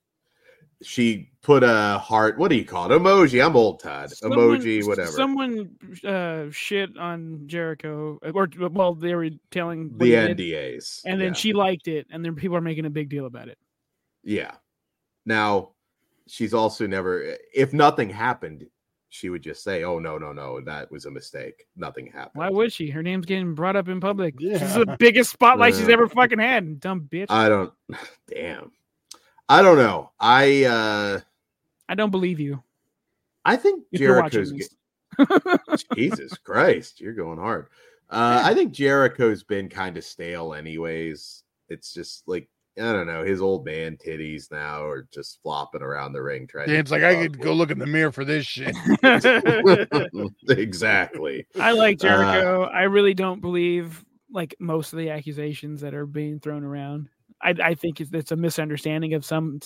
Speaker 1: she put a heart. What do you call it? Emoji. I'm old, Todd.
Speaker 3: Someone-
Speaker 1: Emoji, whatever.
Speaker 3: Someone uh, shit on Jericho, uh, or well, they were telling what
Speaker 1: the
Speaker 3: he did,
Speaker 1: NDAs.
Speaker 3: and then she liked it, and then people are making a big deal about it.
Speaker 1: yeah. yeah. Now, she's also never. If nothing happened, she would just say, "Oh no, no, no, that was a mistake. Nothing happened."
Speaker 3: Why would she? Her name's getting brought up in public. This is
Speaker 2: Yeah.
Speaker 3: the biggest spotlight she's
Speaker 1: Yeah.
Speaker 3: ever fucking had. Dumb bitch. I,
Speaker 1: I don't. Damn. I don't know. I uh
Speaker 3: don't believe you.
Speaker 1: I think
Speaker 3: If you're watching
Speaker 1: Jericho's.
Speaker 3: this.
Speaker 1: Jesus Christ, you're going hard. Uh, I think Jericho's been kind of stale, anyways. It's just like I don't know, his old man titties now are just flopping around the ring trying.
Speaker 2: Dan's like, I could go look in the mirror for this shit.
Speaker 1: go. exactly.
Speaker 3: I
Speaker 2: Uh,
Speaker 3: like Jericho. I really don't believe like most of the accusations that are being thrown around. I, I think it's, it's a misunderstanding of some.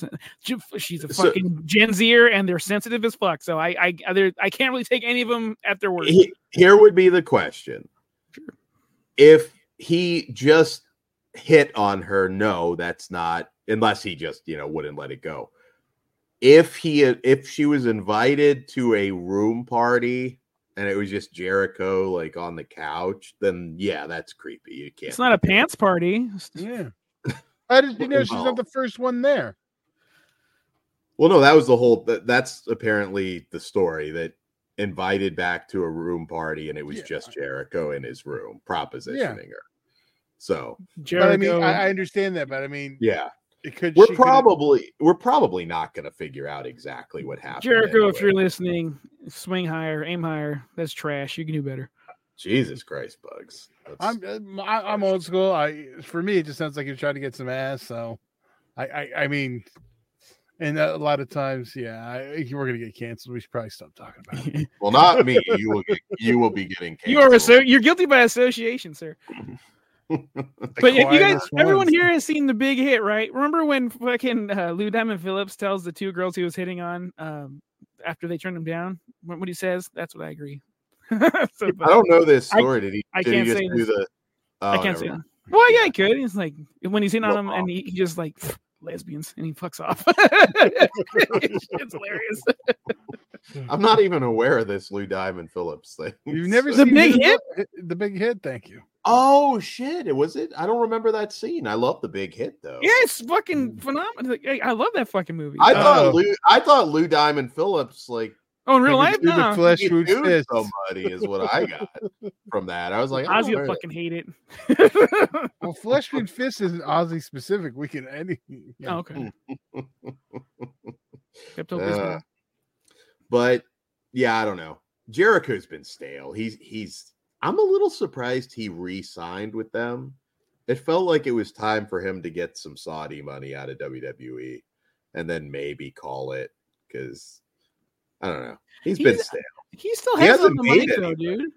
Speaker 3: She's a
Speaker 1: So-
Speaker 3: fucking Gen Zer, and they're sensitive as fuck. So I I I, there- I can't really take any of them at their word.
Speaker 1: He- here would be the question: If he just hit on her, no, that's not. Unless he just you know wouldn't let it go. If he if she was invited to a room party and it was just Jericho like on the couch, then yeah, that's creepy. You can't.
Speaker 3: It's not a pants party.
Speaker 2: Yeah. How did you know she's
Speaker 1: Well-
Speaker 2: not the first one there?
Speaker 1: Well, no, that was the whole. that- That's apparently the story that invited back to a room party, and it was
Speaker 2: Yeah.
Speaker 1: just Jericho in his room propositioning her. So
Speaker 2: But I
Speaker 3: Jericho.
Speaker 2: mean, I, I understand that, but I mean,
Speaker 1: yeah,
Speaker 2: it could.
Speaker 1: we're
Speaker 2: she could've-
Speaker 1: probably we're probably not going to figure out exactly what happened.
Speaker 3: Jericho, if
Speaker 1: anyway.
Speaker 3: you're listening, swing higher, aim higher. That's trash. You can do better.
Speaker 1: Jesus Christ, bugs. That's-
Speaker 2: I'm I'm- I- I'm old school. I for me, it just sounds like you're trying to get some ass. So, I I, I mean, and a lot of times, yeah, I, if we're gonna get canceled. We should probably stop talking about it.
Speaker 1: well, not me. You will get, you will be getting
Speaker 3: You are so
Speaker 1: canceled.
Speaker 3: you're guilty by association, sir.
Speaker 2: The
Speaker 3: But if you guys,
Speaker 2: quietest
Speaker 3: everyone
Speaker 2: ones.
Speaker 3: here has seen the big hit, right? Remember when fucking uh, Lou Diamond Phillips tells the two girls he was hitting on um, after they turned him down? What, what he says? That's what I agree. so,
Speaker 1: I
Speaker 3: but-
Speaker 1: don't know this
Speaker 3: I-
Speaker 1: story. did he?
Speaker 3: I
Speaker 1: did he
Speaker 3: can't
Speaker 1: just
Speaker 3: say
Speaker 1: do
Speaker 3: this.
Speaker 1: the? Oh,
Speaker 3: I can't
Speaker 1: never
Speaker 3: say.
Speaker 1: mind.
Speaker 3: Well, yeah, I could. It's like when he's in on
Speaker 1: Well,
Speaker 3: him, and he, he just like lesbians, and he fucks off. it's hilarious.
Speaker 1: I'm not even aware of this Lou Diamond Phillips thing.
Speaker 2: You've never
Speaker 1: So-
Speaker 3: The
Speaker 2: seen
Speaker 3: Big
Speaker 2: Hidden
Speaker 3: Hit?
Speaker 2: Lo- The big hit. Thank you.
Speaker 1: Oh shit! It was it. I don't remember that scene. I love the big hit though.
Speaker 3: Yeah, it's fucking phenomenal. Like, I- I love that fucking movie.
Speaker 1: I
Speaker 3: Uh,
Speaker 1: thought
Speaker 2: Oh.
Speaker 1: Lou. I thought Lou Diamond Phillips like
Speaker 3: oh, in real
Speaker 2: Like,
Speaker 3: life,
Speaker 2: do the
Speaker 3: no.
Speaker 2: flesh
Speaker 1: he
Speaker 2: food
Speaker 1: knew
Speaker 2: fist.
Speaker 1: somebody is what I got from that. I was like, I
Speaker 3: Ozzy
Speaker 1: don't
Speaker 3: will
Speaker 1: know.
Speaker 3: fucking hate it.
Speaker 2: Well, flesh food fist isn't Aussie specific. We can any. you
Speaker 3: oh,
Speaker 2: know.
Speaker 3: okay.
Speaker 1: Uh,
Speaker 3: Pepto-Bismol.
Speaker 1: but yeah, I don't know. Jericho's been stale. He's he's. I'm a little surprised he re-signed with them. It felt like it was time for him to get some Saudi money out of WWE, and then maybe call it because I don't know. he's been
Speaker 3: He's-
Speaker 1: stale.
Speaker 3: he still
Speaker 1: he
Speaker 3: has all the
Speaker 1: hasn't
Speaker 3: money
Speaker 1: made
Speaker 3: though,
Speaker 1: anything.
Speaker 3: dude.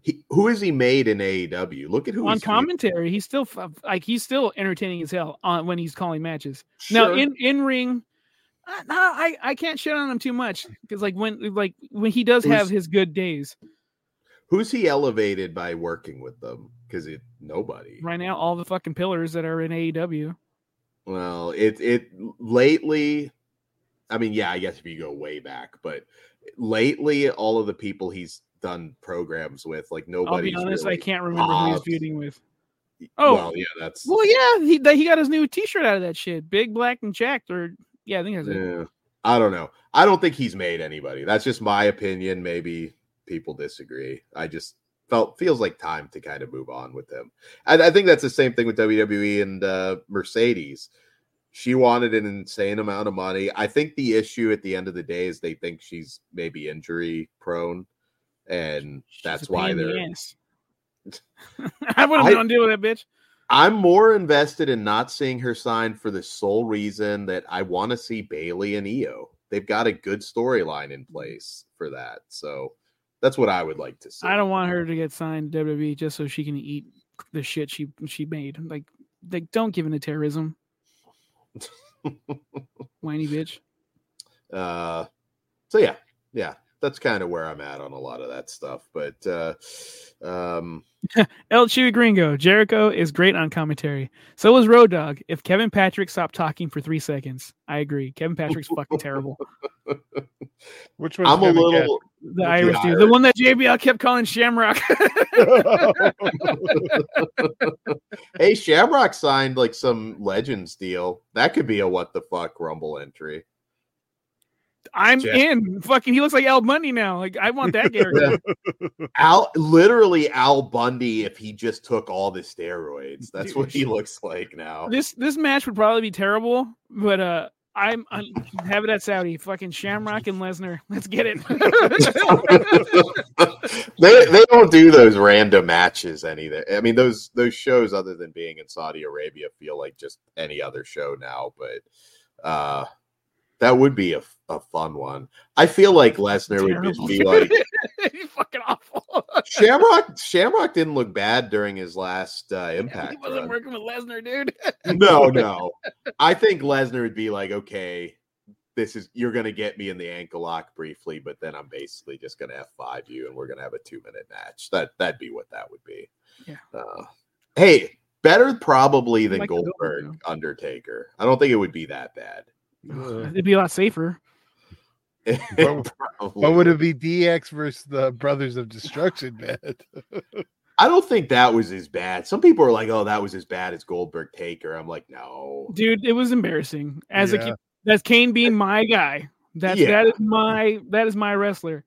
Speaker 1: He, who has he made in AEW? Look at who
Speaker 3: on
Speaker 1: he's
Speaker 3: commentary, he's still f- like he's still entertaining as hell on when he's calling matches. Now in in ring, I, no, I I can't shit on him too much because like when like when he does
Speaker 1: Who's-
Speaker 3: have his good days
Speaker 1: Who's he elevated by working with them? Because it nobody.
Speaker 3: right now, all the fucking pillars that are in E AEW.
Speaker 1: Well, it it lately. I mean, yeah, I guess if you go way back, but lately, all of the people he's done programs with, like
Speaker 3: I'll
Speaker 1: nobody's.
Speaker 3: be honest,
Speaker 1: really,
Speaker 3: I can't remember who he's
Speaker 1: Bob's.
Speaker 3: feuding with.
Speaker 1: Oh,
Speaker 3: oh.
Speaker 1: well, yeah, that's
Speaker 3: Well, yeah, he that- he got his new T-shirt out of that shit, big black and jacked, or yeah, I think that's it.
Speaker 1: yeah. I don't know. I don't think he's made anybody. That's just my opinion. Maybe people disagree. I just felt feels like time to kind of move on with him. And I think that's the same thing with WWE and uh, Mercedes. She wanted an insane amount of money. I think the issue at the end of the day is they think she's maybe injury prone, and
Speaker 3: She's
Speaker 1: that's
Speaker 3: a
Speaker 1: why
Speaker 3: pain in
Speaker 1: they're
Speaker 3: the ass. I wouldn't
Speaker 1: I-
Speaker 3: want to deal with that bitch.
Speaker 1: I'm more invested in not seeing her sign for the sole reason that I want to see Bailey and Io. They've got a good storyline in place for that. So that's what I would like to see.
Speaker 3: I don't want her to get signed to WWE just so she can eat the shit she she made. Like, like don't give in to terrorism, whiny bitch.
Speaker 1: Uh, so yeah, yeah, that's kind of where I'm at on a lot of that stuff. But uh, um,
Speaker 3: El Chewy Gringo, Jericho is great on commentary. So was Road Dog. If Kevin Patrick stopped talking for three seconds, I agree. Kevin Patrick's fucking terrible.
Speaker 2: Which one's
Speaker 1: I'm a
Speaker 2: Kevin Gatt?
Speaker 1: little.
Speaker 3: The
Speaker 1: The
Speaker 3: Irish dude, the
Speaker 1: Irish.
Speaker 3: one that JBL kept calling Shamrock.
Speaker 1: Hey, Shamrock signed like some Legends deal. That could be a what the fuck Rumble entry.
Speaker 3: I'm
Speaker 1: Yeah.
Speaker 3: in. Fucking, he looks like El Bundy now. Like, I want that character.
Speaker 1: Al literally Al Bundy if he just took all the steroids. That's what he looks like now.
Speaker 3: This this match would probably be terrible, but uh, I'm, I'm have it at Saudi. Fucking Shamrock and Lesnar. Let's get it.
Speaker 1: they they don't do those random matches any there. I mean those those shows other than being in Saudi Arabia feel like just any other show now, but uh that would be a, f- a fun one. I feel like Lesnar would just
Speaker 3: Terrible.
Speaker 1: be like
Speaker 3: He's fucking awful.
Speaker 1: Shamrock Shamrock didn't look bad during his last uh,
Speaker 3: he
Speaker 1: impact.
Speaker 3: wasn't
Speaker 1: run.
Speaker 3: working with Lesnar, dude.
Speaker 1: no, no. I think Lesnar would be like, okay, this is you're gonna get me in the ankle lock briefly, but then I'm basically just gonna F five you and we're gonna have a two minute match. That that'd be what that would be.
Speaker 3: Yeah.
Speaker 1: Uh, hey, better probably than
Speaker 3: like the building,
Speaker 1: Goldberg Undertaker. I don't think it would be that bad.
Speaker 2: Uh,
Speaker 3: It'd be a lot safer.
Speaker 2: What-
Speaker 1: Probably.
Speaker 2: What would it be? DX versus the Brothers of Destruction, man.
Speaker 1: I don't think that was as bad. Some people are like, oh, that was as bad as Goldberg Taker. I'm like, no.
Speaker 3: dude it was embarrassing as a
Speaker 2: Yeah.
Speaker 3: kid that's kane being my guy that's
Speaker 1: Yeah.
Speaker 3: that is my that is my wrestler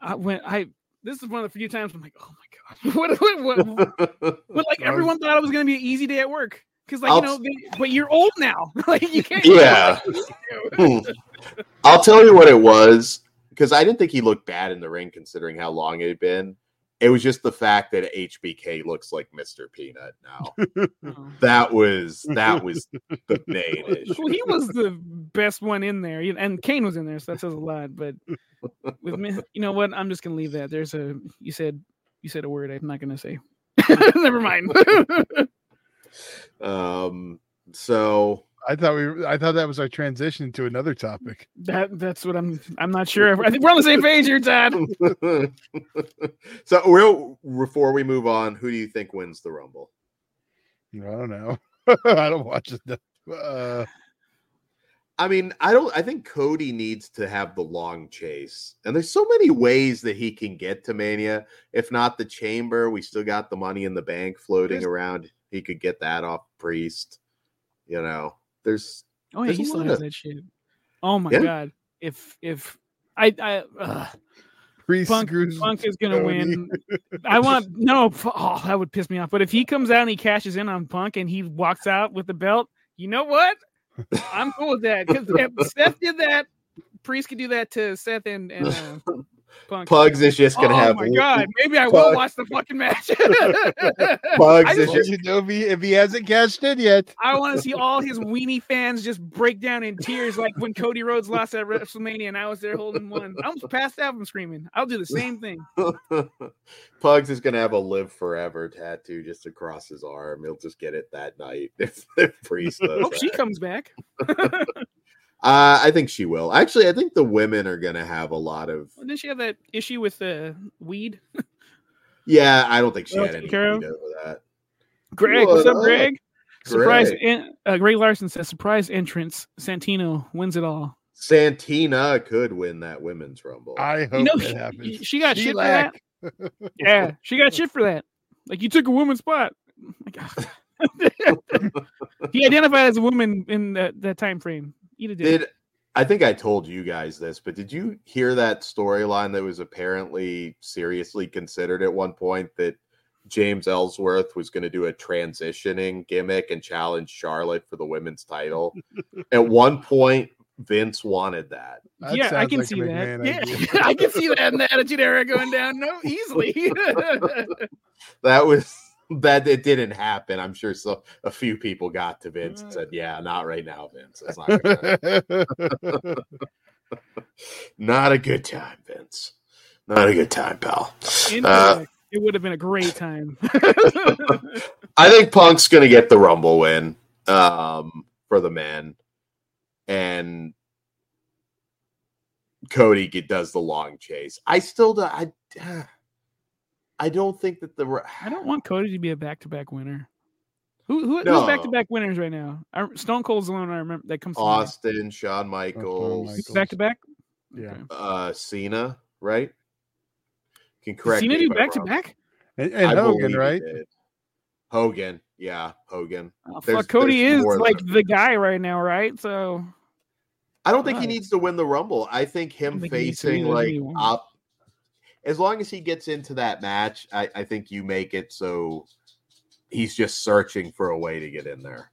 Speaker 3: i went i this is one of the few times i'm like oh my god what, what, what, but like
Speaker 2: I was-
Speaker 3: everyone thought it was gonna be an easy day at work because like
Speaker 1: I'll-
Speaker 3: you know they, but you're old now like you can't
Speaker 1: Yeah. Hmm. I'll tell you what it was because I didn't think he looked bad in the ring considering how long it had been. It was just the fact that HBK looks like Mr. Peanut now.
Speaker 3: well
Speaker 1: That was that was the main issue.
Speaker 3: he was the best one in there you- and kane was in there so that says a lot but with me you know what i'm just gonna leave that there's a you said you said a word i'm not gonna say never mind
Speaker 1: Um, so
Speaker 2: I thought we. were- I thought that was our transition to another topic.
Speaker 3: That that's what I'm. I'm not sure. if- I think we're on the same page here, Todd.
Speaker 1: so we'll before we move on, who do you think wins the rumble?
Speaker 2: I don't know. I don't watch it. Uh,
Speaker 1: I mean, I don't I think Cody needs to have the long chase. And there's so many ways that he can get to Mania. If not the chamber, we still got the money in the bank floating
Speaker 2: There's-
Speaker 1: around. He could get that off Priest. You know, there's
Speaker 3: Oh yeah,
Speaker 1: There's
Speaker 3: he
Speaker 1: a
Speaker 3: still
Speaker 1: lot
Speaker 3: has
Speaker 1: of-
Speaker 3: that shit. Oh my
Speaker 1: Yeah.
Speaker 3: god. If if I I ugh,
Speaker 2: Priest
Speaker 3: Punk-
Speaker 2: screws-
Speaker 3: Punk is gonna
Speaker 2: Cody.
Speaker 3: win. I want no. f- Oh, that would piss me off. But if he comes out and he cashes in on Punk and he walks out with the belt, you know what? I'm cool with that because Seth did that. Priest could do that to Seth and and uh, Punk.
Speaker 1: Pugs is just gonna
Speaker 3: oh
Speaker 1: have
Speaker 3: my god! Maybe I will
Speaker 1: Punk.
Speaker 3: watch the fucking match. I
Speaker 1: Pugs is
Speaker 3: just-
Speaker 1: just
Speaker 2: You know, if, he, if he hasn't cashed in yet,
Speaker 3: I want to see all his weenie fans just break down in tears, like when Cody Rhodes lost at WrestleMania and I was there holding one. I almost passed out from screaming. I'll do the same thing.
Speaker 1: Pugs is gonna have a live forever tattoo just across his arm. He'll just get it that night if, if Priest does
Speaker 3: Hope Oh, she
Speaker 1: that.
Speaker 3: comes back.
Speaker 1: Uh, I think she will. Actually, I think the women are gonna have a lot of.
Speaker 3: Well, didn't she have that issue with the weed?
Speaker 1: Yeah, I don't think she
Speaker 3: They'll
Speaker 1: had
Speaker 3: take
Speaker 1: any
Speaker 3: care of-
Speaker 1: lead over that.
Speaker 3: Greg, what's up,
Speaker 1: What up?
Speaker 3: Greg? Surprise!
Speaker 1: Greg.
Speaker 3: En- uh, Greg Larson says surprise entrance. Santino wins it all.
Speaker 1: Santina could win that women's rumble.
Speaker 2: I hope
Speaker 3: You know,
Speaker 2: that
Speaker 3: he-
Speaker 2: happens.
Speaker 3: she got shit for
Speaker 2: Shellac.
Speaker 3: that. Yeah, she got shit for that. Like you took a woman's spot. Like, ugh. he identified as a woman in that, that time frame. Eat a dick.
Speaker 1: did I think I told you guys this, but did you hear that storyline that was apparently seriously considered at one point that James Ellsworth was going to do a transitioning gimmick and challenge Charlotte for the women's title? at one point, Vince wanted that.
Speaker 2: That
Speaker 3: yeah, I
Speaker 2: sounds
Speaker 3: can
Speaker 2: like a
Speaker 3: see that.
Speaker 2: McMahon idea.
Speaker 3: Yeah, I can see that in the attitude era going down no easily.
Speaker 1: That was that it didn't happen. I'm sure so a few people got to Vince and said, Yeah, not right now, Vince. That's not gonna happen." not a good time, Vince. Not a good time, pal. Uh,
Speaker 3: Indirect, it would have been a great time.
Speaker 1: I think Punk's gonna get the Rumble win um, for the men, and Cody get, does the long chase. I still do, I I don't think that the
Speaker 3: I don't want Cody to be a back-to-back winner. Who, who
Speaker 1: No.
Speaker 3: who's back-to-back winners right now? I, Stone Cold's the one I remember that comes to mind.
Speaker 1: Austin, Shawn Michaels,
Speaker 2: Michaels.
Speaker 3: back-to-back.
Speaker 2: Yeah.
Speaker 3: Okay.
Speaker 1: uh, Cena, right? Can
Speaker 3: Does
Speaker 1: correct
Speaker 3: Cena
Speaker 1: me
Speaker 3: do
Speaker 1: if I'm wrong.
Speaker 3: back-to-back?
Speaker 2: and, and
Speaker 1: I believe
Speaker 2: Hogan,
Speaker 1: he
Speaker 2: right?
Speaker 1: did. Hogan, yeah, Hogan.
Speaker 3: Oh,
Speaker 1: There's-
Speaker 3: fuck, Cody
Speaker 1: there's
Speaker 3: is
Speaker 1: more than
Speaker 3: like
Speaker 1: a-
Speaker 3: the guy right now, right? So
Speaker 1: I don't think he
Speaker 3: Right.
Speaker 1: needs to win the Rumble. I think him
Speaker 3: don't think he needs to
Speaker 1: facing
Speaker 3: either,
Speaker 1: like
Speaker 3: do you?
Speaker 1: up, as long as he gets into that match, I, I think you make it so he's just searching for a way to get in there.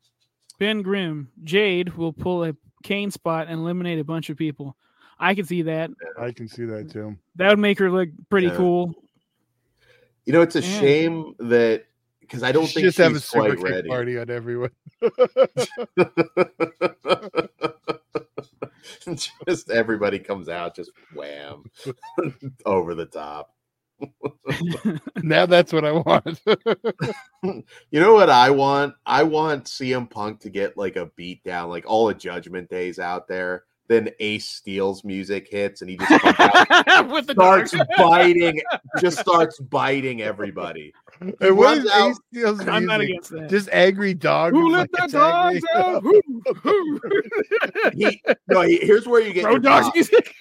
Speaker 3: Ben Grimm, Jade will pull a Kane spot and eliminate a bunch of people. I can see that.
Speaker 2: I can see that too.
Speaker 3: That would make her look pretty
Speaker 1: Yeah.
Speaker 3: cool.
Speaker 1: You know, it's a
Speaker 3: Yeah.
Speaker 1: shame that because I don't
Speaker 2: She
Speaker 1: think
Speaker 2: just have a
Speaker 1: she's
Speaker 2: super
Speaker 1: quite
Speaker 2: kick
Speaker 1: ready.
Speaker 2: party on everyone.
Speaker 1: just everybody comes out, just wham, over the top.
Speaker 2: now that's what I want.
Speaker 1: You know what I want? I want CM Punk to get like a beat down, like all the Judgment Days out there. Then Ace Steel's music hits, and he just comes out,
Speaker 3: With the dark.
Speaker 1: starts biting, just starts biting everybody.
Speaker 2: and what
Speaker 1: runs
Speaker 2: is
Speaker 1: out-
Speaker 2: Ace Steel's
Speaker 3: I'm not
Speaker 2: music?
Speaker 3: against that.
Speaker 2: Just angry dog.
Speaker 3: Who
Speaker 2: is,
Speaker 3: let
Speaker 2: like,
Speaker 3: the dogs
Speaker 2: attacking-
Speaker 3: out? Who? Who?
Speaker 1: He, no, he- here's where you get
Speaker 3: Road
Speaker 1: your
Speaker 3: dogs
Speaker 1: pop.
Speaker 3: music.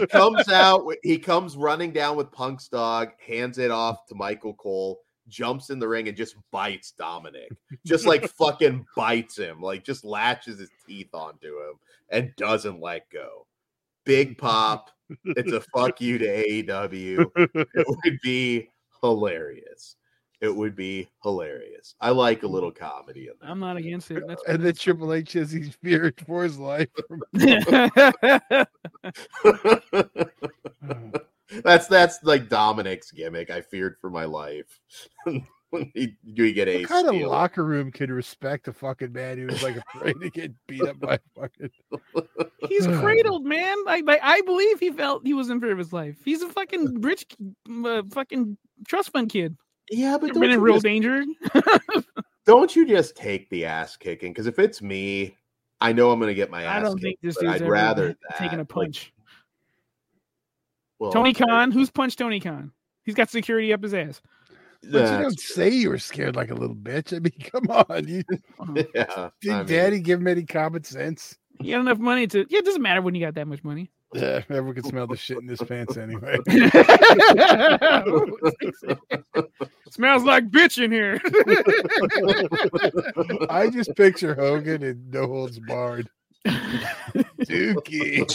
Speaker 1: He comes out, with- he comes running down with Punk's dog, hands it off to Michael Cole, jumps in the ring, and just bites Dominic. Just like fucking bites him, like just latches his teeth onto him and doesn't let go. Big pop. It's a fuck you to AEW. It would be hilarious. It would be hilarious. I like a little comedy in that.
Speaker 3: I'm not against it. That's
Speaker 2: and then Triple H says he's feared for his life. Oh,
Speaker 1: that's that's like Dominic's gimmick. I feared for my life. when he, you get a
Speaker 2: What kind of
Speaker 1: steal.
Speaker 2: locker room can respect a fucking man who's like afraid to get beat up by a fucking?
Speaker 3: He's cradled, man. Like, like, I believe he felt he was in fear of his life. He's a fucking rich, uh, fucking trust fund kid.
Speaker 1: Yeah, but
Speaker 3: Been
Speaker 1: don't
Speaker 3: in
Speaker 1: you
Speaker 3: real
Speaker 1: just-
Speaker 3: danger.
Speaker 1: Don't you just take the ass kicking? Because if it's me, I know I'm going to get my ass.
Speaker 3: I don't
Speaker 1: kicked,
Speaker 3: think this
Speaker 1: but
Speaker 3: dude's
Speaker 1: I'd
Speaker 3: ever
Speaker 1: rather
Speaker 3: taking a
Speaker 1: that.
Speaker 3: punch.
Speaker 1: Well,
Speaker 3: Tony Khan, who's punched Tony Khan? He's got security up his ass.
Speaker 2: But you
Speaker 1: that's-
Speaker 2: don't say you were scared like a little bitch. I mean, come on. You,
Speaker 3: Uh-huh.
Speaker 1: yeah,
Speaker 2: did
Speaker 1: I mean,
Speaker 2: Daddy give him any common sense?
Speaker 3: He had enough money to. Yeah, it doesn't matter when you got that much money.
Speaker 2: Yeah, everyone can smell the shit in his pants anyway.
Speaker 3: Smells like bitch in here.
Speaker 2: I just picture Hogan and No Holds Barred. Dookie.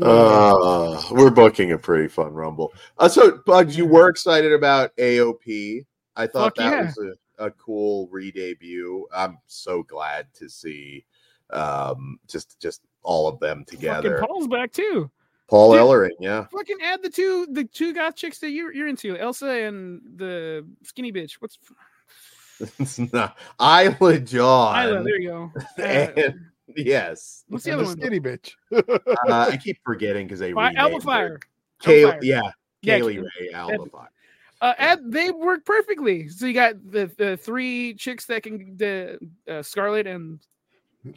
Speaker 1: Uh, we're booking a pretty fun rumble. Uh, so, Bugs, you were excited about AOP. I thought
Speaker 3: Fuck
Speaker 1: that
Speaker 3: yeah.
Speaker 1: was a, a cool re-debut. I'm so glad to see um, just just all of them
Speaker 3: Fucking
Speaker 1: together. Paul,
Speaker 3: Paul's back too. Dude.
Speaker 1: Ellering, yeah.
Speaker 3: Fucking add the two the two goth chicks that you're you're into, Elsa and the skinny bitch. What's
Speaker 1: It's not- Isla John.
Speaker 3: Isla? There you go. Uh,
Speaker 1: and, yes,
Speaker 3: what's the
Speaker 2: And the
Speaker 3: other one?
Speaker 2: skinny bitch.
Speaker 1: uh, I keep forgetting because they
Speaker 3: Fi-
Speaker 1: renamed
Speaker 3: Alba
Speaker 1: her.
Speaker 3: Fire.
Speaker 1: Kay-
Speaker 3: Alba Fire.
Speaker 1: yeah,
Speaker 3: Yeah,
Speaker 1: Kaylee
Speaker 3: Kay-
Speaker 1: Ray Alba Fire.
Speaker 3: Uh, and they work perfectly. So you got the, the three chicks that can the uh, Scarlet and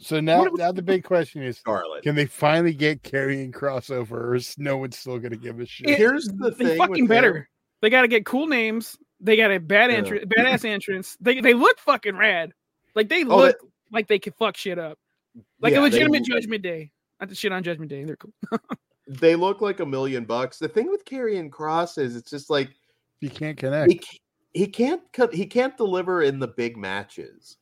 Speaker 2: So now,
Speaker 3: What-
Speaker 2: now the big question is
Speaker 1: Scarlet.
Speaker 2: can they finally get carrying crossover or is no one's still going to give a shit?
Speaker 3: It-
Speaker 1: Here's the
Speaker 3: they
Speaker 1: thing.
Speaker 3: fucking
Speaker 1: with them.
Speaker 3: better. They got to get cool names. They got a bad
Speaker 1: Yeah.
Speaker 3: entrance, badass entrance. They they look fucking rad. Like they
Speaker 1: Oh,
Speaker 3: look like they could fuck shit up. Like
Speaker 1: Yeah,
Speaker 3: a
Speaker 1: they-
Speaker 3: legitimate Judgment Day. Not the shit on Judgment Day. They're cool.
Speaker 1: they look like a million bucks. The thing with Karrion Cross is it's just like
Speaker 2: You can't connect.
Speaker 1: he, ca- he can't cut he can't deliver in the big matches.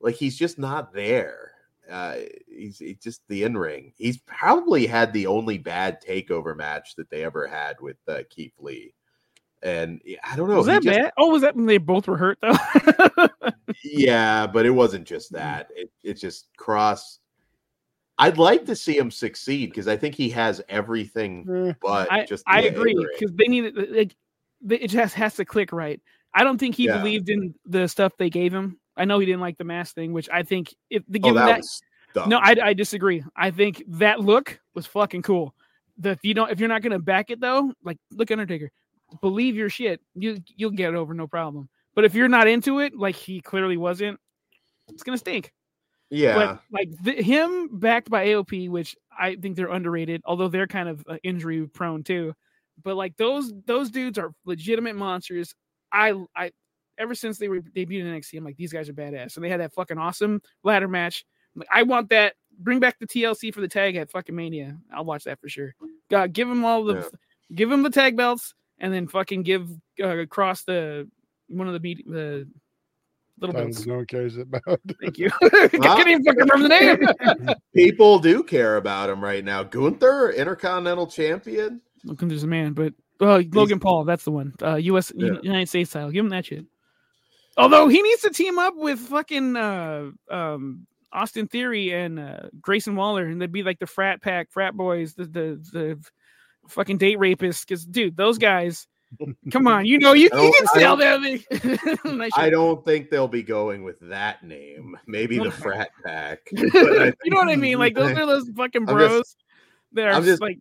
Speaker 1: Like he's just not there. Uh, he's, he's just the in ring. He's probably had the only bad takeover match that they ever had with uh, Keith Lee. And yeah, I don't know.
Speaker 3: was
Speaker 1: he
Speaker 3: that
Speaker 1: just-
Speaker 3: bad? Oh, was that when they both were hurt though?
Speaker 1: Yeah, but it wasn't just that. It, it's just Cross. I'd like to see him succeed because I think he has everything,
Speaker 2: Eh,
Speaker 1: but
Speaker 3: Mm, I,
Speaker 1: just
Speaker 3: I
Speaker 1: the
Speaker 3: agree
Speaker 1: in-ring.
Speaker 3: because they need like they- it just has to click right. I don't think he
Speaker 1: Yeah.
Speaker 3: believed in the stuff they gave him. I know he didn't like the mask thing, which I think if they
Speaker 1: Oh,
Speaker 3: give him
Speaker 1: that,
Speaker 3: that,
Speaker 1: was dumb.
Speaker 3: no, I, I disagree. I think that look was fucking cool. The, if you don't, if you're not gonna back it though, like look Undertaker, believe your shit. You you'll get it over no problem. But if you're not into it, like he clearly wasn't, it's gonna stink.
Speaker 1: yeah.
Speaker 3: But like th- him backed by AOP, which I think they're underrated, although they're kind of uh, injury prone too. But like those those dudes are legitimate monsters. I I ever since they were debuted in NXT, I'm like these guys are badass, and they had that fucking awesome ladder match. I'm like I want that. Bring back the TLC for the tag at fucking Mania. I'll watch that for sure. God, give him all the,
Speaker 1: Yeah.
Speaker 3: give him the tag belts, and then fucking give uh, across the one of the beat the little belts.
Speaker 2: no one cares about.
Speaker 3: Thank you. I can't even fucking remember the name.
Speaker 1: people do care about him right now. Gunther, Intercontinental Champion.
Speaker 3: Look, there's a man, but uh, Logan Paul, that's the one. Uh, U.S.
Speaker 1: Yeah.
Speaker 3: United States style. Give him that shit. Although he needs to team up with fucking uh, um, Austin Theory and uh, Grayson Waller, and they'd be like the frat pack, frat boys, the the, the fucking date rapists. Because dude, those guys, come on, you know you,
Speaker 1: I
Speaker 3: you
Speaker 1: don't-
Speaker 3: can
Speaker 1: I
Speaker 3: sell them. Nice
Speaker 1: I
Speaker 3: shit.
Speaker 1: don't think they'll be going with that name. Maybe the
Speaker 3: Okay.
Speaker 1: Frat Pack. But I
Speaker 3: you know what I mean? Like those are those fucking
Speaker 1: I'm just-
Speaker 3: bros that are
Speaker 1: I'm
Speaker 3: just
Speaker 1: just-
Speaker 3: like.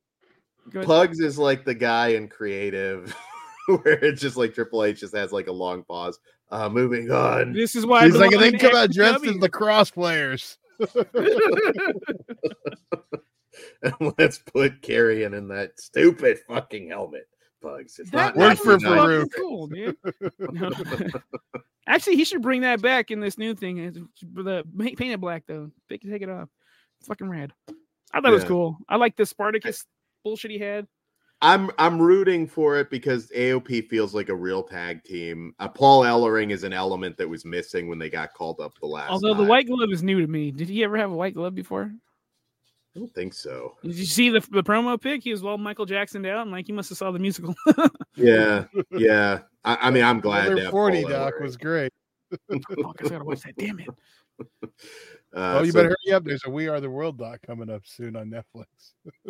Speaker 3: Go ahead.
Speaker 1: Pugs is like the guy in creative, where it's just like Triple H just has like a long pause. Uh, moving on.
Speaker 3: This is why
Speaker 2: He's
Speaker 3: belong
Speaker 2: like, they
Speaker 3: in
Speaker 2: come out dressed
Speaker 3: XPW.
Speaker 2: as lacrosse players.
Speaker 1: and let's put Carrion in that stupid fucking helmet. Bugs. It's
Speaker 3: That
Speaker 1: not
Speaker 2: Work for
Speaker 3: was fucking
Speaker 1: 1990s.
Speaker 2: Farouk.
Speaker 3: Cool, dude. No. Actually, he should bring that back in this new thing. It's The paint paint it black though. They can take it off. Fucking rad. I thought it was
Speaker 1: Yeah.
Speaker 3: cool. I like the Spartacus bullshit he had.
Speaker 1: I'm I'm rooting for it because AOP feels like a real tag team. Uh, Paul Ellering is an element that was missing when they got called up the last.
Speaker 3: Although the
Speaker 1: time.
Speaker 3: white glove is new to me. Did he ever have a white glove before?
Speaker 1: I don't think so.
Speaker 3: Did you see the, the promo pic? He was all Michael Jackson down. Like he must have saw the musical.
Speaker 1: Yeah, yeah. I, I mean, I'm glad
Speaker 2: Their
Speaker 1: to have
Speaker 2: 40
Speaker 1: Paul
Speaker 2: doc
Speaker 1: Ellering.
Speaker 2: was great.
Speaker 3: Fuck, I gotta watch that. Damn it.
Speaker 1: Uh,
Speaker 2: Oh, you
Speaker 1: so-
Speaker 2: better hurry up. There's a We Are the World doc coming up soon on Netflix.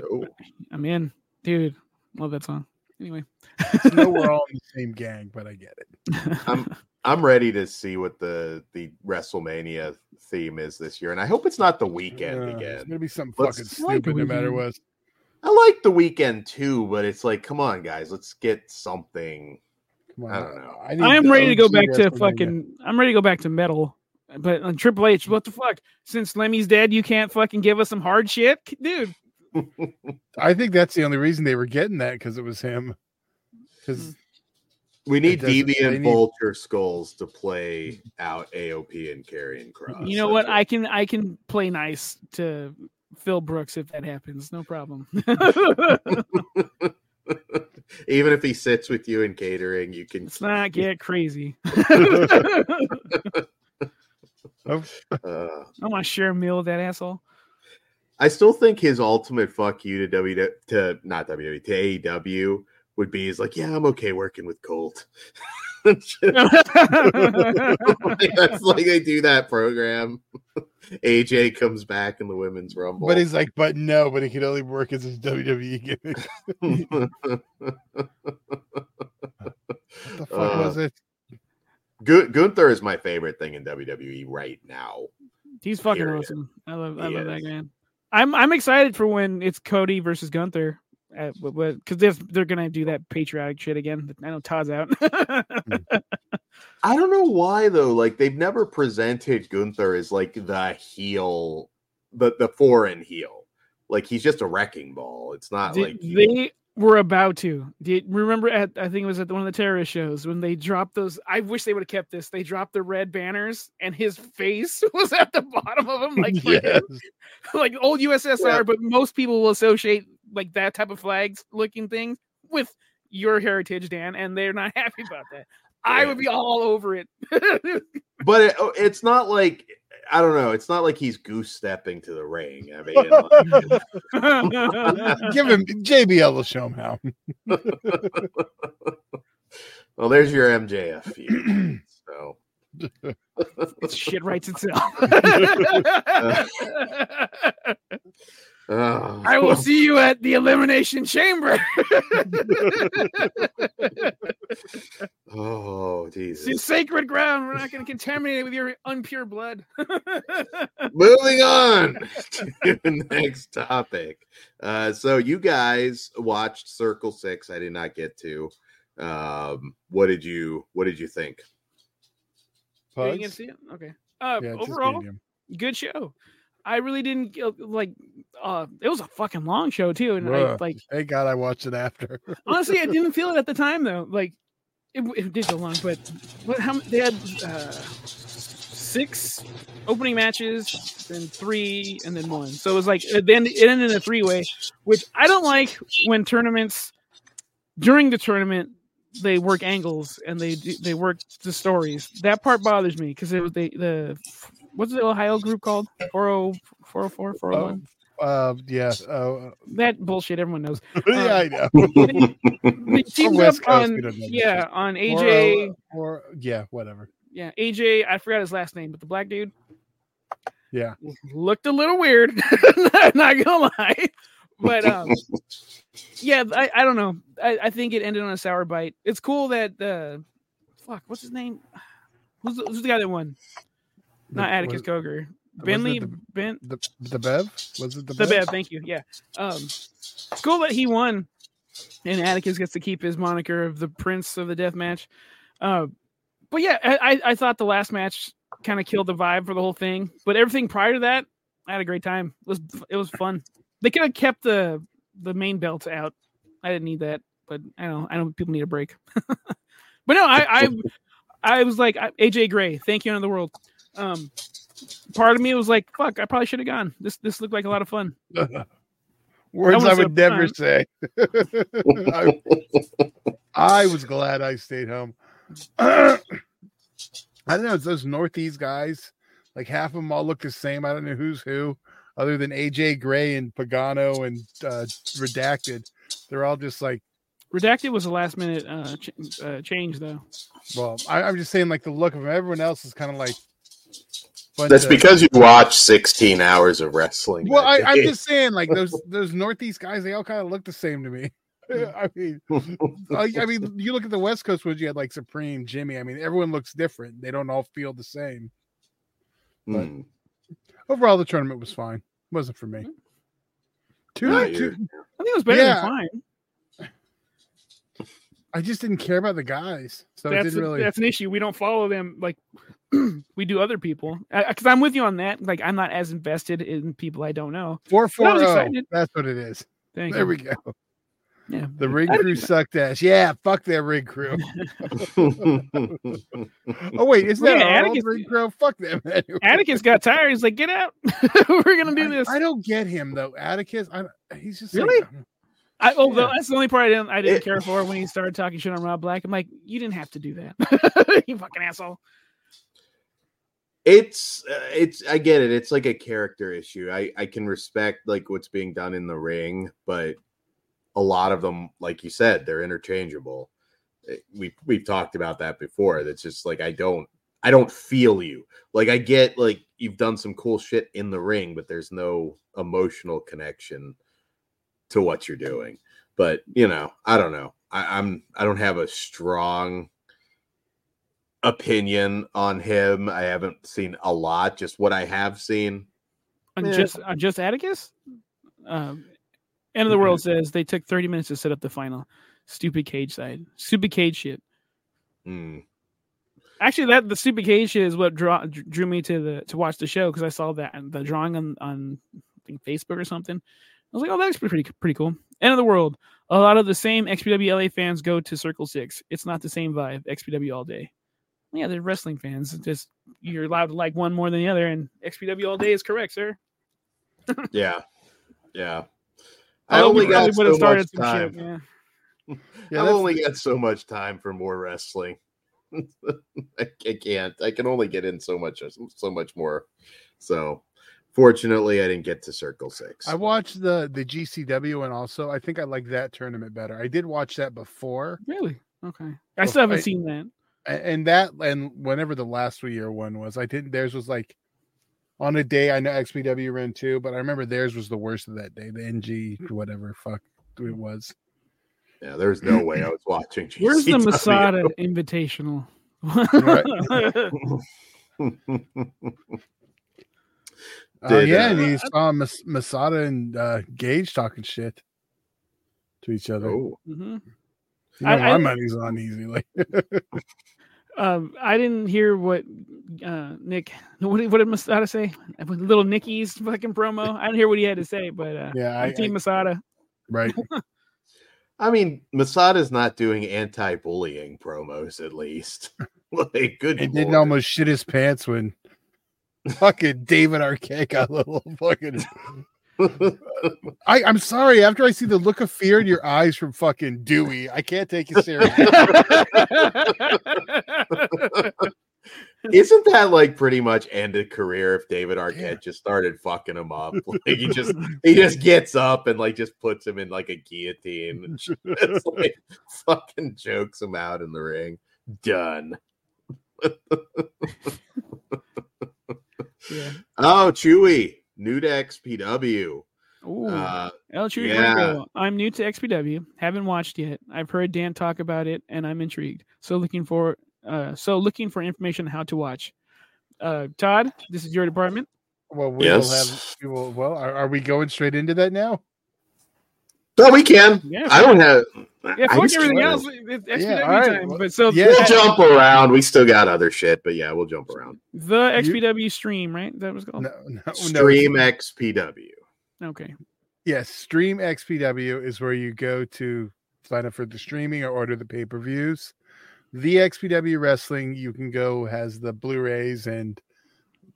Speaker 1: oh,
Speaker 3: I'm in, dude. Love that song. Anyway,
Speaker 2: I know we're all in the same gang, but I get it.
Speaker 1: I'm I'm ready to see what the the WrestleMania theme is this year, and I hope it's not the weekend
Speaker 2: Uh, It's
Speaker 1: again.
Speaker 2: gonna be something
Speaker 1: Let's-
Speaker 2: fucking
Speaker 3: I like the
Speaker 2: stupid, no matter
Speaker 3: weekend.
Speaker 2: what.
Speaker 1: I like the weekend too, but it's like, come on, guys, let's get something.
Speaker 2: Come
Speaker 1: I don't know.
Speaker 2: need
Speaker 3: I am
Speaker 2: the
Speaker 3: ready to go
Speaker 2: OG
Speaker 3: back to
Speaker 2: WrestleMania.
Speaker 3: fucking. I'm ready to go back to metal. But on Triple H, what the fuck? Since Lemmy's dead, you can't fucking give us some hard shit, dude.
Speaker 2: I think that's the only reason they were getting that because it was him. Because
Speaker 1: We need
Speaker 2: doesn't-
Speaker 1: Deviant
Speaker 2: they
Speaker 1: and
Speaker 2: need-
Speaker 1: Vulture Skulls to play out AOP and Carrion
Speaker 2: Uh,
Speaker 1: Cross.
Speaker 3: You know
Speaker 1: That's
Speaker 3: what? I can I can play nice to Phil Brooks if that happens. No problem.
Speaker 1: Even if he sits with you in catering, you can.
Speaker 3: Let's not get crazy.
Speaker 1: Uh,
Speaker 3: I want to share a meal with that asshole.
Speaker 1: I still think his ultimate fuck you to W to not WWE to AEW would be is like, yeah, I'm okay working with Colt. That's like they do that program. AJ comes back in the women's rumble.
Speaker 2: but he's like, but no, but he could only work as his WWE E gimmick. What the fuck
Speaker 1: Uh,
Speaker 2: was it?
Speaker 1: Gun- Gunther is my favorite thing in WWE right now.
Speaker 3: He's fucking
Speaker 1: Period.
Speaker 3: awesome. I love I
Speaker 1: He
Speaker 3: love that
Speaker 1: is.
Speaker 3: man. I'm I'm excited for when it's Cody versus Gunther. Because they're, they're gonna do that patriotic shit again. I know Todd's out.
Speaker 1: I don't know why though. Like they've never presented Gunther as like the heel, the the foreign heel. Like he's just a wrecking ball. It's not
Speaker 3: Did-
Speaker 1: like he-
Speaker 3: they were about to. Did remember at I think it was at one of the terrorist shows when they dropped those. I wish they would have kept this. They dropped the red banners and his face was at the bottom of them, like for
Speaker 2: Yes.
Speaker 3: him. like old USSR.
Speaker 1: Yeah.
Speaker 3: But most people will associate like that type of flags looking things with your heritage, Dan, and they're not happy about that. I would be all over it.
Speaker 1: but it, oh, it's not like I don't know. It's not like he's goose stepping to the ring. I mean, like,
Speaker 2: Give him JBL will show him how.
Speaker 1: well, there's your MJF. feud. so
Speaker 3: It's shit writes itself.
Speaker 1: uh,
Speaker 3: I will see you at the elimination chamber.
Speaker 1: Oh Jesus!
Speaker 3: It's in sacred ground. We're not going to contaminate it with your unpure blood.
Speaker 1: Moving on to the next topic. Uh, so you guys watched Circle Six. I did not get to. Um, what did you What did you think?
Speaker 3: Are you gonna
Speaker 2: Pugs?
Speaker 3: see it? Okay. Uh,
Speaker 2: Yeah, just
Speaker 3: overall,
Speaker 2: medium.
Speaker 3: good show. I really didn't uh, like. Uh, it was a fucking long show too, and I
Speaker 2: Bruh.
Speaker 3: like
Speaker 2: Thank God I watched it after.
Speaker 3: honestly, I didn't feel it at the time though. Like it, it did go long, but what? How m- they had uh, six opening matches, then three, and then one. So it was like uh, then it ended in a three way, which I don't like when tournaments during the tournament they work angles and they do, they work the stories. That part bothers me because it was they the what's the Ohio group called oh, 40 404 401?
Speaker 2: Uh, yeah. Oh,
Speaker 3: That bullshit everyone knows.
Speaker 2: yeah, I know.
Speaker 3: They teamed up
Speaker 2: West Coast,
Speaker 3: on
Speaker 2: we don't know this
Speaker 3: yeah on
Speaker 2: Or, uh,
Speaker 3: AJ.
Speaker 2: or yeah, whatever.
Speaker 3: yeah, AJ. I forgot his last name, but the black dude
Speaker 2: Yeah.
Speaker 3: looked a little weird. not, not gonna lie, but um, yeah, I, I don't know. I, I think it ended on a sour bite. It's cool that uh, fuck, what's his name? Who's the, who's the guy that won? Not
Speaker 2: The-
Speaker 3: Atticus
Speaker 2: was-
Speaker 3: Koger.
Speaker 2: it
Speaker 3: Bentley
Speaker 2: the-
Speaker 3: Ben
Speaker 2: The, the Bev was it the,
Speaker 3: the Bev. Thank you. Yeah. Um, it's cool that he won, and Atticus gets to keep his moniker of the Prince of the Death Match. Uh, but yeah, I, I- I thought the last match kind of killed the vibe for the whole thing. But everything prior to that, I had a great time. It was it was fun. They could have kept the the main belt out. I didn't need that, but I don't. I don't. People need a break. but no, I I, I was like I- AJ Gray. Thank you, end of the world. Um, part of me was like, fuck, I probably should have gone. This this looked like a lot of fun.
Speaker 2: Words
Speaker 3: That
Speaker 2: I
Speaker 3: was a
Speaker 2: would never
Speaker 3: pun.
Speaker 2: say. I, I was glad I stayed home. I don't know. It's those Northeast guys. Like half of them all look the same. I don't know who's who, other than AJ Gray and Pagano and uh, Redacted. They're all just like.
Speaker 3: Redacted was a last minute uh, ch- uh, change, though.
Speaker 2: Well, I, I'm just saying, like the look of 'em. Everyone else is kind of like. bunch
Speaker 1: That's
Speaker 2: of-
Speaker 1: because you watched 16 hours of wrestling.
Speaker 2: Well, I,
Speaker 1: that
Speaker 2: I'm
Speaker 1: day.
Speaker 2: just saying, like those those Northeast guys, they all kind of look the same to me. I mean, I, I mean, you look at the West Coast ones. You had like Supreme, Jimmy. I mean, everyone looks different. They don't all feel the same.
Speaker 1: Hmm.
Speaker 2: Overall, the tournament was fine. wasn't for
Speaker 3: Mm-hmm.
Speaker 2: me. Two,
Speaker 1: No,
Speaker 2: two
Speaker 1: you're-
Speaker 3: I think it was better
Speaker 2: Yeah.
Speaker 3: than fine.
Speaker 2: I just didn't care about the guys, so it
Speaker 3: that's
Speaker 2: didn't really.
Speaker 3: that's an issue. We don't follow them like we do other people. Because I'm with you on that. Like I'm not as invested in people I don't know.
Speaker 2: Four four zero.
Speaker 3: excited.
Speaker 2: That's what it is.
Speaker 3: Thank
Speaker 2: There
Speaker 3: you.
Speaker 2: we go.
Speaker 3: Yeah.
Speaker 2: The rig
Speaker 3: I-
Speaker 2: crew sucked ass. Yeah, fuck that rig crew.
Speaker 1: Hmm.
Speaker 2: Oh wait, is
Speaker 3: Look
Speaker 2: that
Speaker 3: at
Speaker 2: our old
Speaker 3: Atticus.
Speaker 2: rig crew? Fuck them. Anyway.
Speaker 3: Atticus got tired. He's like, get out. We're gonna do
Speaker 2: I-
Speaker 3: this.
Speaker 2: I, don't get him though, Atticus. I, he's just
Speaker 3: Really?
Speaker 2: Like,
Speaker 3: I, oh, though,
Speaker 2: Yeah.
Speaker 3: that's the only part I didn't I didn't
Speaker 1: It-
Speaker 3: care for when he started talking shit on Rob Black. I'm like, you didn't have to do that, you fucking asshole.
Speaker 1: it's uh, it's i get it it's like a character issue i i can respect like what's being done in the ring but a lot of them like you said they're interchangeable It- we we've talked about that before that's just like i don't i don't feel you like i get like you've done some cool shit in the ring but there's no emotional connection to what you're doing but you know i don't know I, i'm i don't have a strong opinion on him. I haven't seen a lot, just what I have seen.
Speaker 3: On
Speaker 1: Yeah.
Speaker 3: just on just Atticus. Um, End of the world says they took 30 minutes to set up the final. Stupid cage side. Stupid cage shit.
Speaker 1: Hmm.
Speaker 3: Actually, that the stupid cage shit is what draw, drew me to the to watch the show because I saw that and the drawing on on I think Facebook or something. I was like, oh, that's pretty pretty cool. End of the world. A lot of the same XPW LA fans go to Circle Six. It's not the same vibe. XPW all day. Yeah, they're wrestling fans. It's just you're allowed to like one more than the other, and XPW all day is correct, sir.
Speaker 1: Yeah. Yeah.
Speaker 3: Although we
Speaker 1: only got
Speaker 3: probably would've
Speaker 1: so much time.
Speaker 3: shit, yeah.
Speaker 2: Yeah,
Speaker 1: I've
Speaker 2: that's-
Speaker 1: only got so much time for more wrestling. I I can't. I can only get in so much, so much more. So, fortunately, I didn't get to Circle Six.
Speaker 2: I watched the the GCW and also I think I like that tournament better. I did watch that before,
Speaker 3: Really? Okay. I
Speaker 2: Oh,
Speaker 3: still haven't
Speaker 2: I-
Speaker 3: seen that.
Speaker 2: a- and that and whenever the last year one was, I didn't. Theirs was like on a day. I know XPW ran too, but I remember theirs was the worst of that day. The NG whatever fuck it was.
Speaker 1: yeah, there's no way I was watching.
Speaker 3: Where's the
Speaker 1: GCW.
Speaker 3: Masada Invitational? Mm-hmm.
Speaker 2: Oh
Speaker 1: Did,
Speaker 2: yeah, and
Speaker 1: uh,
Speaker 2: you saw Mas- Masada and uh, Gage talking shit to each other.
Speaker 1: oh,
Speaker 3: Mhm.
Speaker 2: You know,
Speaker 3: I-
Speaker 2: my
Speaker 3: I-
Speaker 2: money's on easy. Like
Speaker 3: Um, I didn't hear what uh, Nick. What did, what did Masada say? Little Nicky's fucking promo. I didn't hear what he had to say, but uh,
Speaker 2: yeah, I,
Speaker 3: I'm Team
Speaker 2: I-
Speaker 3: Masada.
Speaker 2: right.
Speaker 1: I mean, Masada's not doing anti-bullying promos, at least. like, good.
Speaker 2: He didn't
Speaker 1: lord.
Speaker 2: almost shit his pants when fucking David Arquette got a little fucking. I, I'm sorry. After I see the look of fear in your eyes from fucking Dewey, I can't take you serious.
Speaker 1: Isn't that like pretty much end a career if David Arquette just started fucking him up? Like he just he just gets up and like just puts him in like a guillotine and just like fucking jokes him out in the ring. Done.
Speaker 3: yeah.
Speaker 1: Oh, Chewy, new to XPW.
Speaker 3: Ooh.
Speaker 1: Uh,
Speaker 3: El Chirico.
Speaker 1: yeah.
Speaker 3: I'm new to XPW. Haven't watched yet. I've heard Dan talk about it, and I'm intrigued. So looking for, uh, so looking for information on how to watch. Uh, Todd, this is your department.
Speaker 2: well, we will have.
Speaker 1: Yes.
Speaker 2: We will, well, are, are we going straight into that now?
Speaker 1: so we can.
Speaker 3: Yeah.
Speaker 1: I don't have.
Speaker 3: Yeah,
Speaker 1: I
Speaker 3: fuck
Speaker 1: just
Speaker 3: everything
Speaker 1: wanna-
Speaker 3: else. It's XPW
Speaker 2: all right.
Speaker 3: time. But so
Speaker 2: Yeah.
Speaker 1: We'll
Speaker 3: the,
Speaker 1: jump around. We still got other shit, but yeah, we'll jump around.
Speaker 3: the XPW stream, right? That was called.
Speaker 2: No, no, Oh, no.
Speaker 1: Stream XPW.
Speaker 3: Okay.
Speaker 2: Yes, Stream XPW is where you go to sign up for the streaming or order the pay per views. The XPW Wrestling you can go has the Blu rays and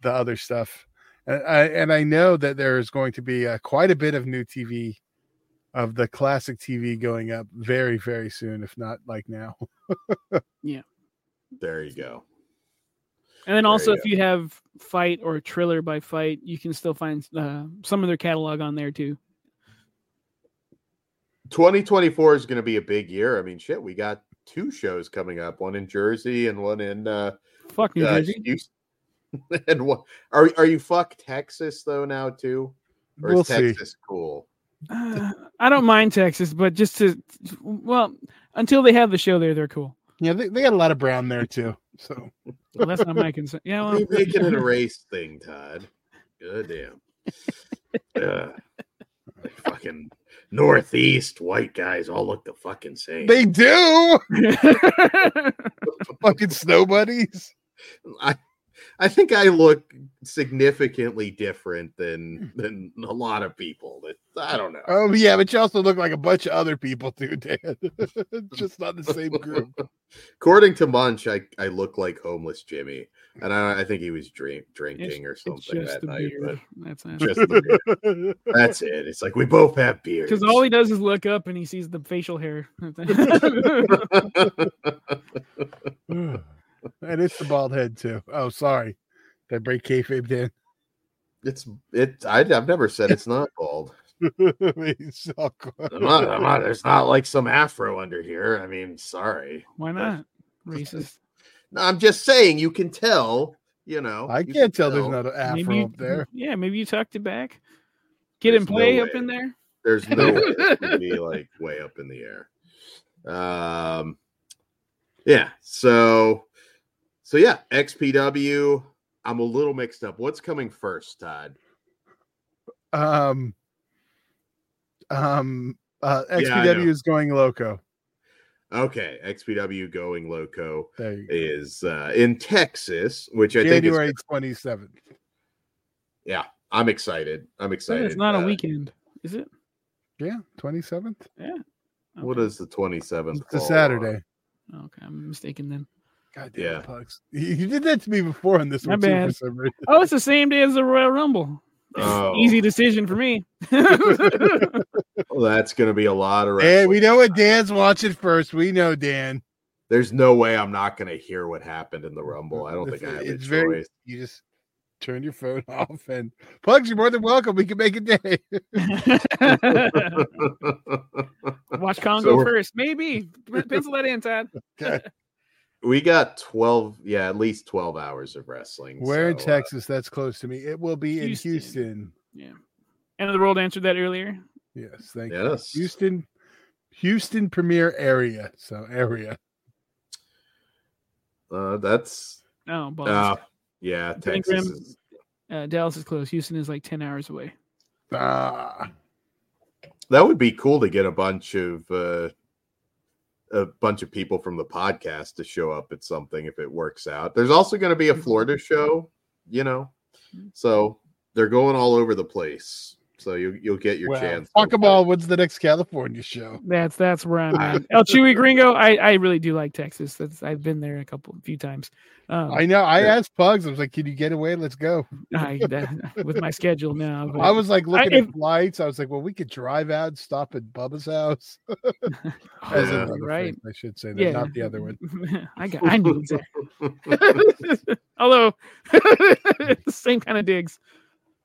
Speaker 2: the other stuff. And I, and I know that there is going to be uh, quite a bit of new TV, of the classic TV going up very, very soon, if not like now.
Speaker 1: There you go.
Speaker 3: And then
Speaker 1: There
Speaker 3: also,
Speaker 1: you
Speaker 3: if you have Fight or Triller by Fight, you can still find uh, some of their catalog on there too.
Speaker 1: 2024 is going to be a big year. I mean, shit, we got two shows coming up, one in Jersey and one in uh,
Speaker 3: Fuck New
Speaker 1: uh
Speaker 3: Jersey.
Speaker 1: Houston. and one, are are you fuck Texas though now too? Or
Speaker 2: We'll
Speaker 1: is
Speaker 2: see.
Speaker 1: Texas cool?
Speaker 3: Uh, I don't mind Texas, but just to well, until they have the show there, they're cool.
Speaker 2: Yeah, they, they got a lot of brown there too. So
Speaker 3: Well, that's not my concern. Yeah, well,
Speaker 1: You're making it a race thing, Todd. Good damn. Ugh. I fucking Northeast white guys all look the fucking same.
Speaker 2: They do fucking snow buddies.
Speaker 1: I, I think I look significantly different than
Speaker 2: Hmm.
Speaker 1: than a lot of people. That I don't know.
Speaker 2: Oh yeah, but you also look like a bunch of other people too, Dan. Just not the same group.
Speaker 1: According to Munch, I, I look like homeless Jimmy, and I, I think he was dream, drinking or something that
Speaker 3: the
Speaker 1: night.
Speaker 3: beard.
Speaker 1: But
Speaker 3: That's it.
Speaker 1: just the beer. that's it. It's like we both have beards.
Speaker 3: Because all he does is look up and he sees the facial hair.
Speaker 2: and it's the bald head too. Oh, sorry. Did I break kayfabe, Dan?
Speaker 1: it's it. I, I've never said it's not bald.
Speaker 2: It's all
Speaker 1: I'm
Speaker 2: good.
Speaker 1: not, I'm not, there's not like some afro under here. I mean, sorry.
Speaker 3: Why not? Racist.
Speaker 1: No, I'm just saying you can tell. You know,
Speaker 2: I
Speaker 1: you can
Speaker 2: can't tell there's not an
Speaker 3: Maybe
Speaker 2: afro
Speaker 3: you-
Speaker 2: up there.
Speaker 3: Yeah, maybe you tucked it back. Get in
Speaker 1: There's no
Speaker 3: play up
Speaker 1: way.
Speaker 3: in there.
Speaker 1: There's no way it could be like way up in the air. Um, yeah. So, so yeah, XPW. I'm a little mixed up. What's coming first, Todd?
Speaker 2: Um, um, uh,
Speaker 1: I know.
Speaker 2: XPW is going loco.
Speaker 1: Okay, XPW going loco
Speaker 2: There you go.
Speaker 1: is uh, in Texas, which I think
Speaker 2: January
Speaker 1: is,
Speaker 2: twenty seventh.
Speaker 1: I'm excited. I'm excited.
Speaker 3: It's not
Speaker 1: Uh,
Speaker 3: a weekend, is it?
Speaker 2: Yeah, twenty seventh.
Speaker 1: What
Speaker 3: Okay.
Speaker 1: is the 27th?
Speaker 2: It's a
Speaker 1: fall on?
Speaker 2: Saturday.
Speaker 3: Okay, I'm mistaken then.
Speaker 2: God
Speaker 1: damn it, Yeah.
Speaker 2: pucks. You you did that to me before on this
Speaker 3: My
Speaker 2: one too, for
Speaker 3: bad.
Speaker 2: some reason.
Speaker 3: Oh, it's the same day as the Royal Rumble.
Speaker 1: Oh.
Speaker 3: Easy decision for me. That's
Speaker 1: Well, that's going to be a lot of
Speaker 2: Hey,
Speaker 1: wrestling.
Speaker 2: we know what Dan's watching first. We know Dan.
Speaker 1: There's no way I'm not going to hear what happened in the Rumble. I don't think I have a
Speaker 2: It's very-
Speaker 1: choice.
Speaker 2: You just turn your phone off and plugs. You're more than welcome. We can make a day.
Speaker 3: Watch Congo
Speaker 1: So-
Speaker 3: first, maybe. Pencil that in, Todd.
Speaker 1: we got 12, yeah, at least 12 hours of wrestling.
Speaker 2: Where in
Speaker 1: so, uh,
Speaker 2: Texas? That's close to me. It will be
Speaker 3: Houston.
Speaker 2: in Houston.
Speaker 3: End of the world answered that earlier.
Speaker 2: Yes, thank you.
Speaker 1: yes.
Speaker 2: Houston, Houston premier area. So area.
Speaker 1: Uh, that's,
Speaker 3: No, balls.
Speaker 1: uh, yeah,
Speaker 3: Benny
Speaker 1: Texas.
Speaker 3: Grimm.
Speaker 1: Is,
Speaker 3: Uh, Dallas is close. Houston is like ten hours away.
Speaker 2: Ah,
Speaker 1: that would be cool to get a bunch of, uh, a bunch of people from the podcast to show up at something if it works out. There's also going to be a Florida show, you know, so they're going all over the place. So you, you'll get your
Speaker 2: well,
Speaker 1: chance.
Speaker 2: Talk about what's the next California show?
Speaker 3: That's that's where I'm at. El Chewy Gringo. I, I really do like Texas. That's I've been there a couple few times. Um,
Speaker 2: I know. I
Speaker 1: Yeah.
Speaker 2: asked Pugs. I was like, "Can you get away? Let's go."
Speaker 3: I- that- with my schedule now. but-
Speaker 2: I was like looking at
Speaker 3: if-
Speaker 2: flights. I was like, "Well, we could drive out, and stop at Bubba's house."
Speaker 3: Oh,
Speaker 2: As
Speaker 1: Yeah.
Speaker 2: another
Speaker 3: right.
Speaker 2: phrase, I should say that,
Speaker 3: Yeah.
Speaker 2: not the other one.
Speaker 3: I got. I knew exactly. Although the same kind of digs.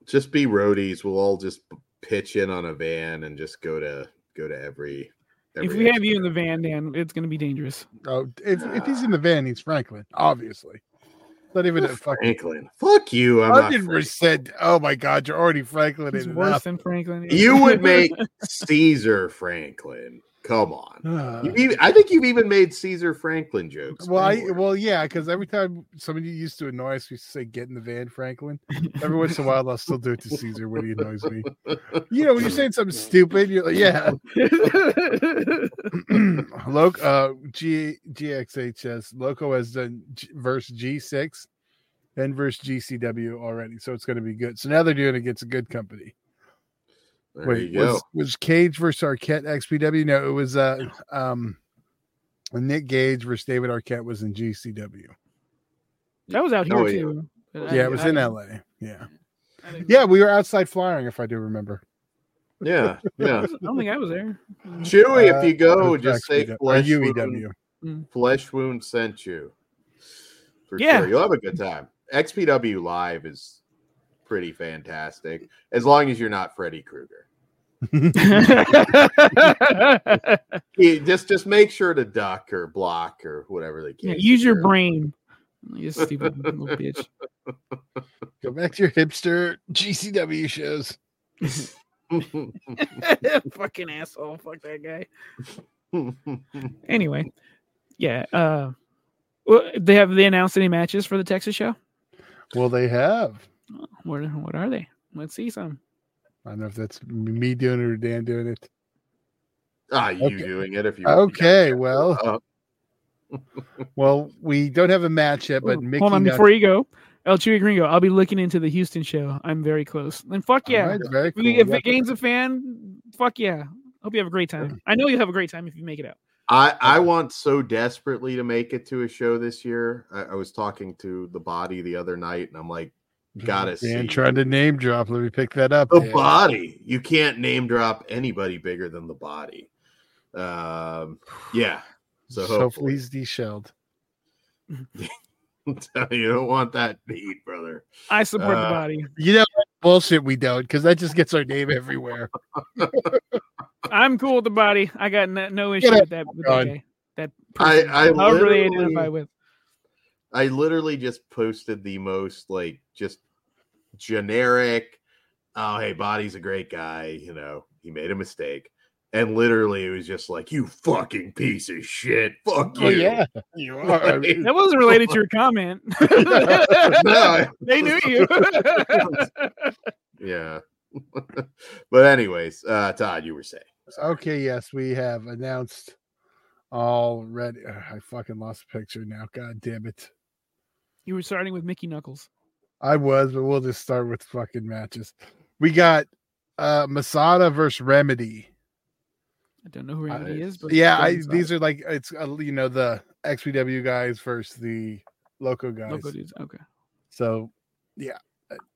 Speaker 1: just be roadies. We'll all just p- pitch in on a van and just go to go to every. every
Speaker 3: If we have you in the van, Dan, it's gonna be dangerous.
Speaker 2: Oh, if, if he's in the van, he's Franklin, obviously. Not even a fucking
Speaker 1: Franklin, fuck you! I'm not.
Speaker 2: hundred
Speaker 1: Frank.
Speaker 2: percent. Oh my God, you're already Franklin
Speaker 3: It's
Speaker 2: in
Speaker 3: worse
Speaker 2: enough.
Speaker 3: than Franklin.
Speaker 1: You would make Caesar Franklin. Come on.
Speaker 2: Ah.
Speaker 1: You've even- I think you've even made Caesar Franklin jokes.
Speaker 2: Well, I,
Speaker 1: before.
Speaker 2: well, yeah, because every time somebody used to annoy us, we used to say, "Get in the van, Franklin." Every once in a while, I'll still do it to Caesar when he annoys me. You know, when you're saying something stupid, you're like, "Yeah." Loc, uh, G GXHS Loco has done G- verse G6 and verse GCW already, so it's going to be good. So now they're doing it against a good company.
Speaker 1: there
Speaker 2: Wait,
Speaker 1: you go.
Speaker 2: was, was Cage versus Arquette XPW? No, it was uh um Nick Gage versus David Arquette was in GCW.
Speaker 3: that was out here
Speaker 1: No, yeah.
Speaker 3: too. but I-
Speaker 2: Yeah, it was in
Speaker 3: I-
Speaker 2: LA. Yeah.
Speaker 3: I didn't-
Speaker 2: Yeah, we were outside flying if I do remember.
Speaker 1: yeah, yeah.
Speaker 3: I don't think I was there.
Speaker 1: Chewy, if
Speaker 2: Uh,
Speaker 1: you go, Oh, just say
Speaker 2: XPW, or E
Speaker 1: flesh wound,
Speaker 2: UEW.
Speaker 1: flesh wound sent you. For
Speaker 3: Yeah.
Speaker 1: sure. You'll have a good time. XPW Live is pretty fantastic. As long as you're not Freddy Krueger. Yeah, just just make sure to duck or block or whatever they
Speaker 3: Yeah,
Speaker 1: can.
Speaker 3: use your brain. You stupid little bitch.
Speaker 2: Go back to your hipster GCW shows.
Speaker 1: brain.
Speaker 3: Fucking asshole. Fuck that guy.
Speaker 1: Ah,
Speaker 3: Anyway, yeah. Uh, well, they have they announced any matches for the Texas show?
Speaker 2: Well, they have.
Speaker 3: Oh, What what are they? Let's see some.
Speaker 2: I don't know if that's me doing it or Dan doing it.
Speaker 1: Ah, you doing it if you
Speaker 2: Okay, well,
Speaker 1: Uh,
Speaker 2: well, we don't have a match yet, but
Speaker 3: Ooh,
Speaker 2: Mickey
Speaker 3: hold on
Speaker 2: got-
Speaker 3: before you go, El Chewy Gringo. I'll be looking into the Houston show. I'm very close. And fuck
Speaker 2: All
Speaker 3: yeah,
Speaker 2: right, very
Speaker 3: if, we-
Speaker 2: cool.
Speaker 3: if
Speaker 2: We got-
Speaker 3: it gains a fan, fuck yeah. Hope you have a great time. I know you'll have a great time if you make it out.
Speaker 1: I, I want so desperately to make it to a show this year. I, I was talking to the body the other night, and I'm like, gotta
Speaker 2: Dan
Speaker 1: see.
Speaker 2: tried Oh, to name drop. Let me pick that up.
Speaker 1: the
Speaker 2: Dan.
Speaker 1: body. You can't name drop anybody bigger than the body. Um, yeah. So
Speaker 2: So,
Speaker 1: hopefully,
Speaker 2: he's deshelled.
Speaker 1: you don't want that to eat, brother.
Speaker 3: I support the
Speaker 1: Uh,
Speaker 3: body.
Speaker 2: You know what? bullshit we don't because that just gets our name everywhere.
Speaker 3: I'm cool with the body. I got no, no issue
Speaker 2: out
Speaker 3: with that. With that,
Speaker 2: God.
Speaker 3: guy, that
Speaker 1: I-
Speaker 3: person.
Speaker 1: I
Speaker 3: however they
Speaker 1: literally-
Speaker 3: identify with.
Speaker 1: I literally just posted the most like just generic. Oh, hey, body's a great guy. You know, he made a mistake, and literally it was just like, "You fucking piece of shit, fuck you."
Speaker 2: Oh yeah, you are. I mean,
Speaker 3: That wasn't related to your comment.
Speaker 1: no,
Speaker 3: they knew you.
Speaker 1: yeah. but anyways, uh Todd, you were saying.
Speaker 2: okay, yes, we have announced already. Ugh, I fucking lost the picture now. God damn it.
Speaker 3: you were starting with Mickey Knuckles.
Speaker 2: I was, but we'll just start with fucking matches. We got uh Masada versus Remedy.
Speaker 3: I don't know who Remedy
Speaker 1: I-
Speaker 3: is, but
Speaker 2: Yeah, I,
Speaker 3: Jones on
Speaker 2: these are like it's uh, you know the XPW guys versus the Loco
Speaker 3: it.
Speaker 2: guys.
Speaker 3: Loco dudes. Okay.
Speaker 2: So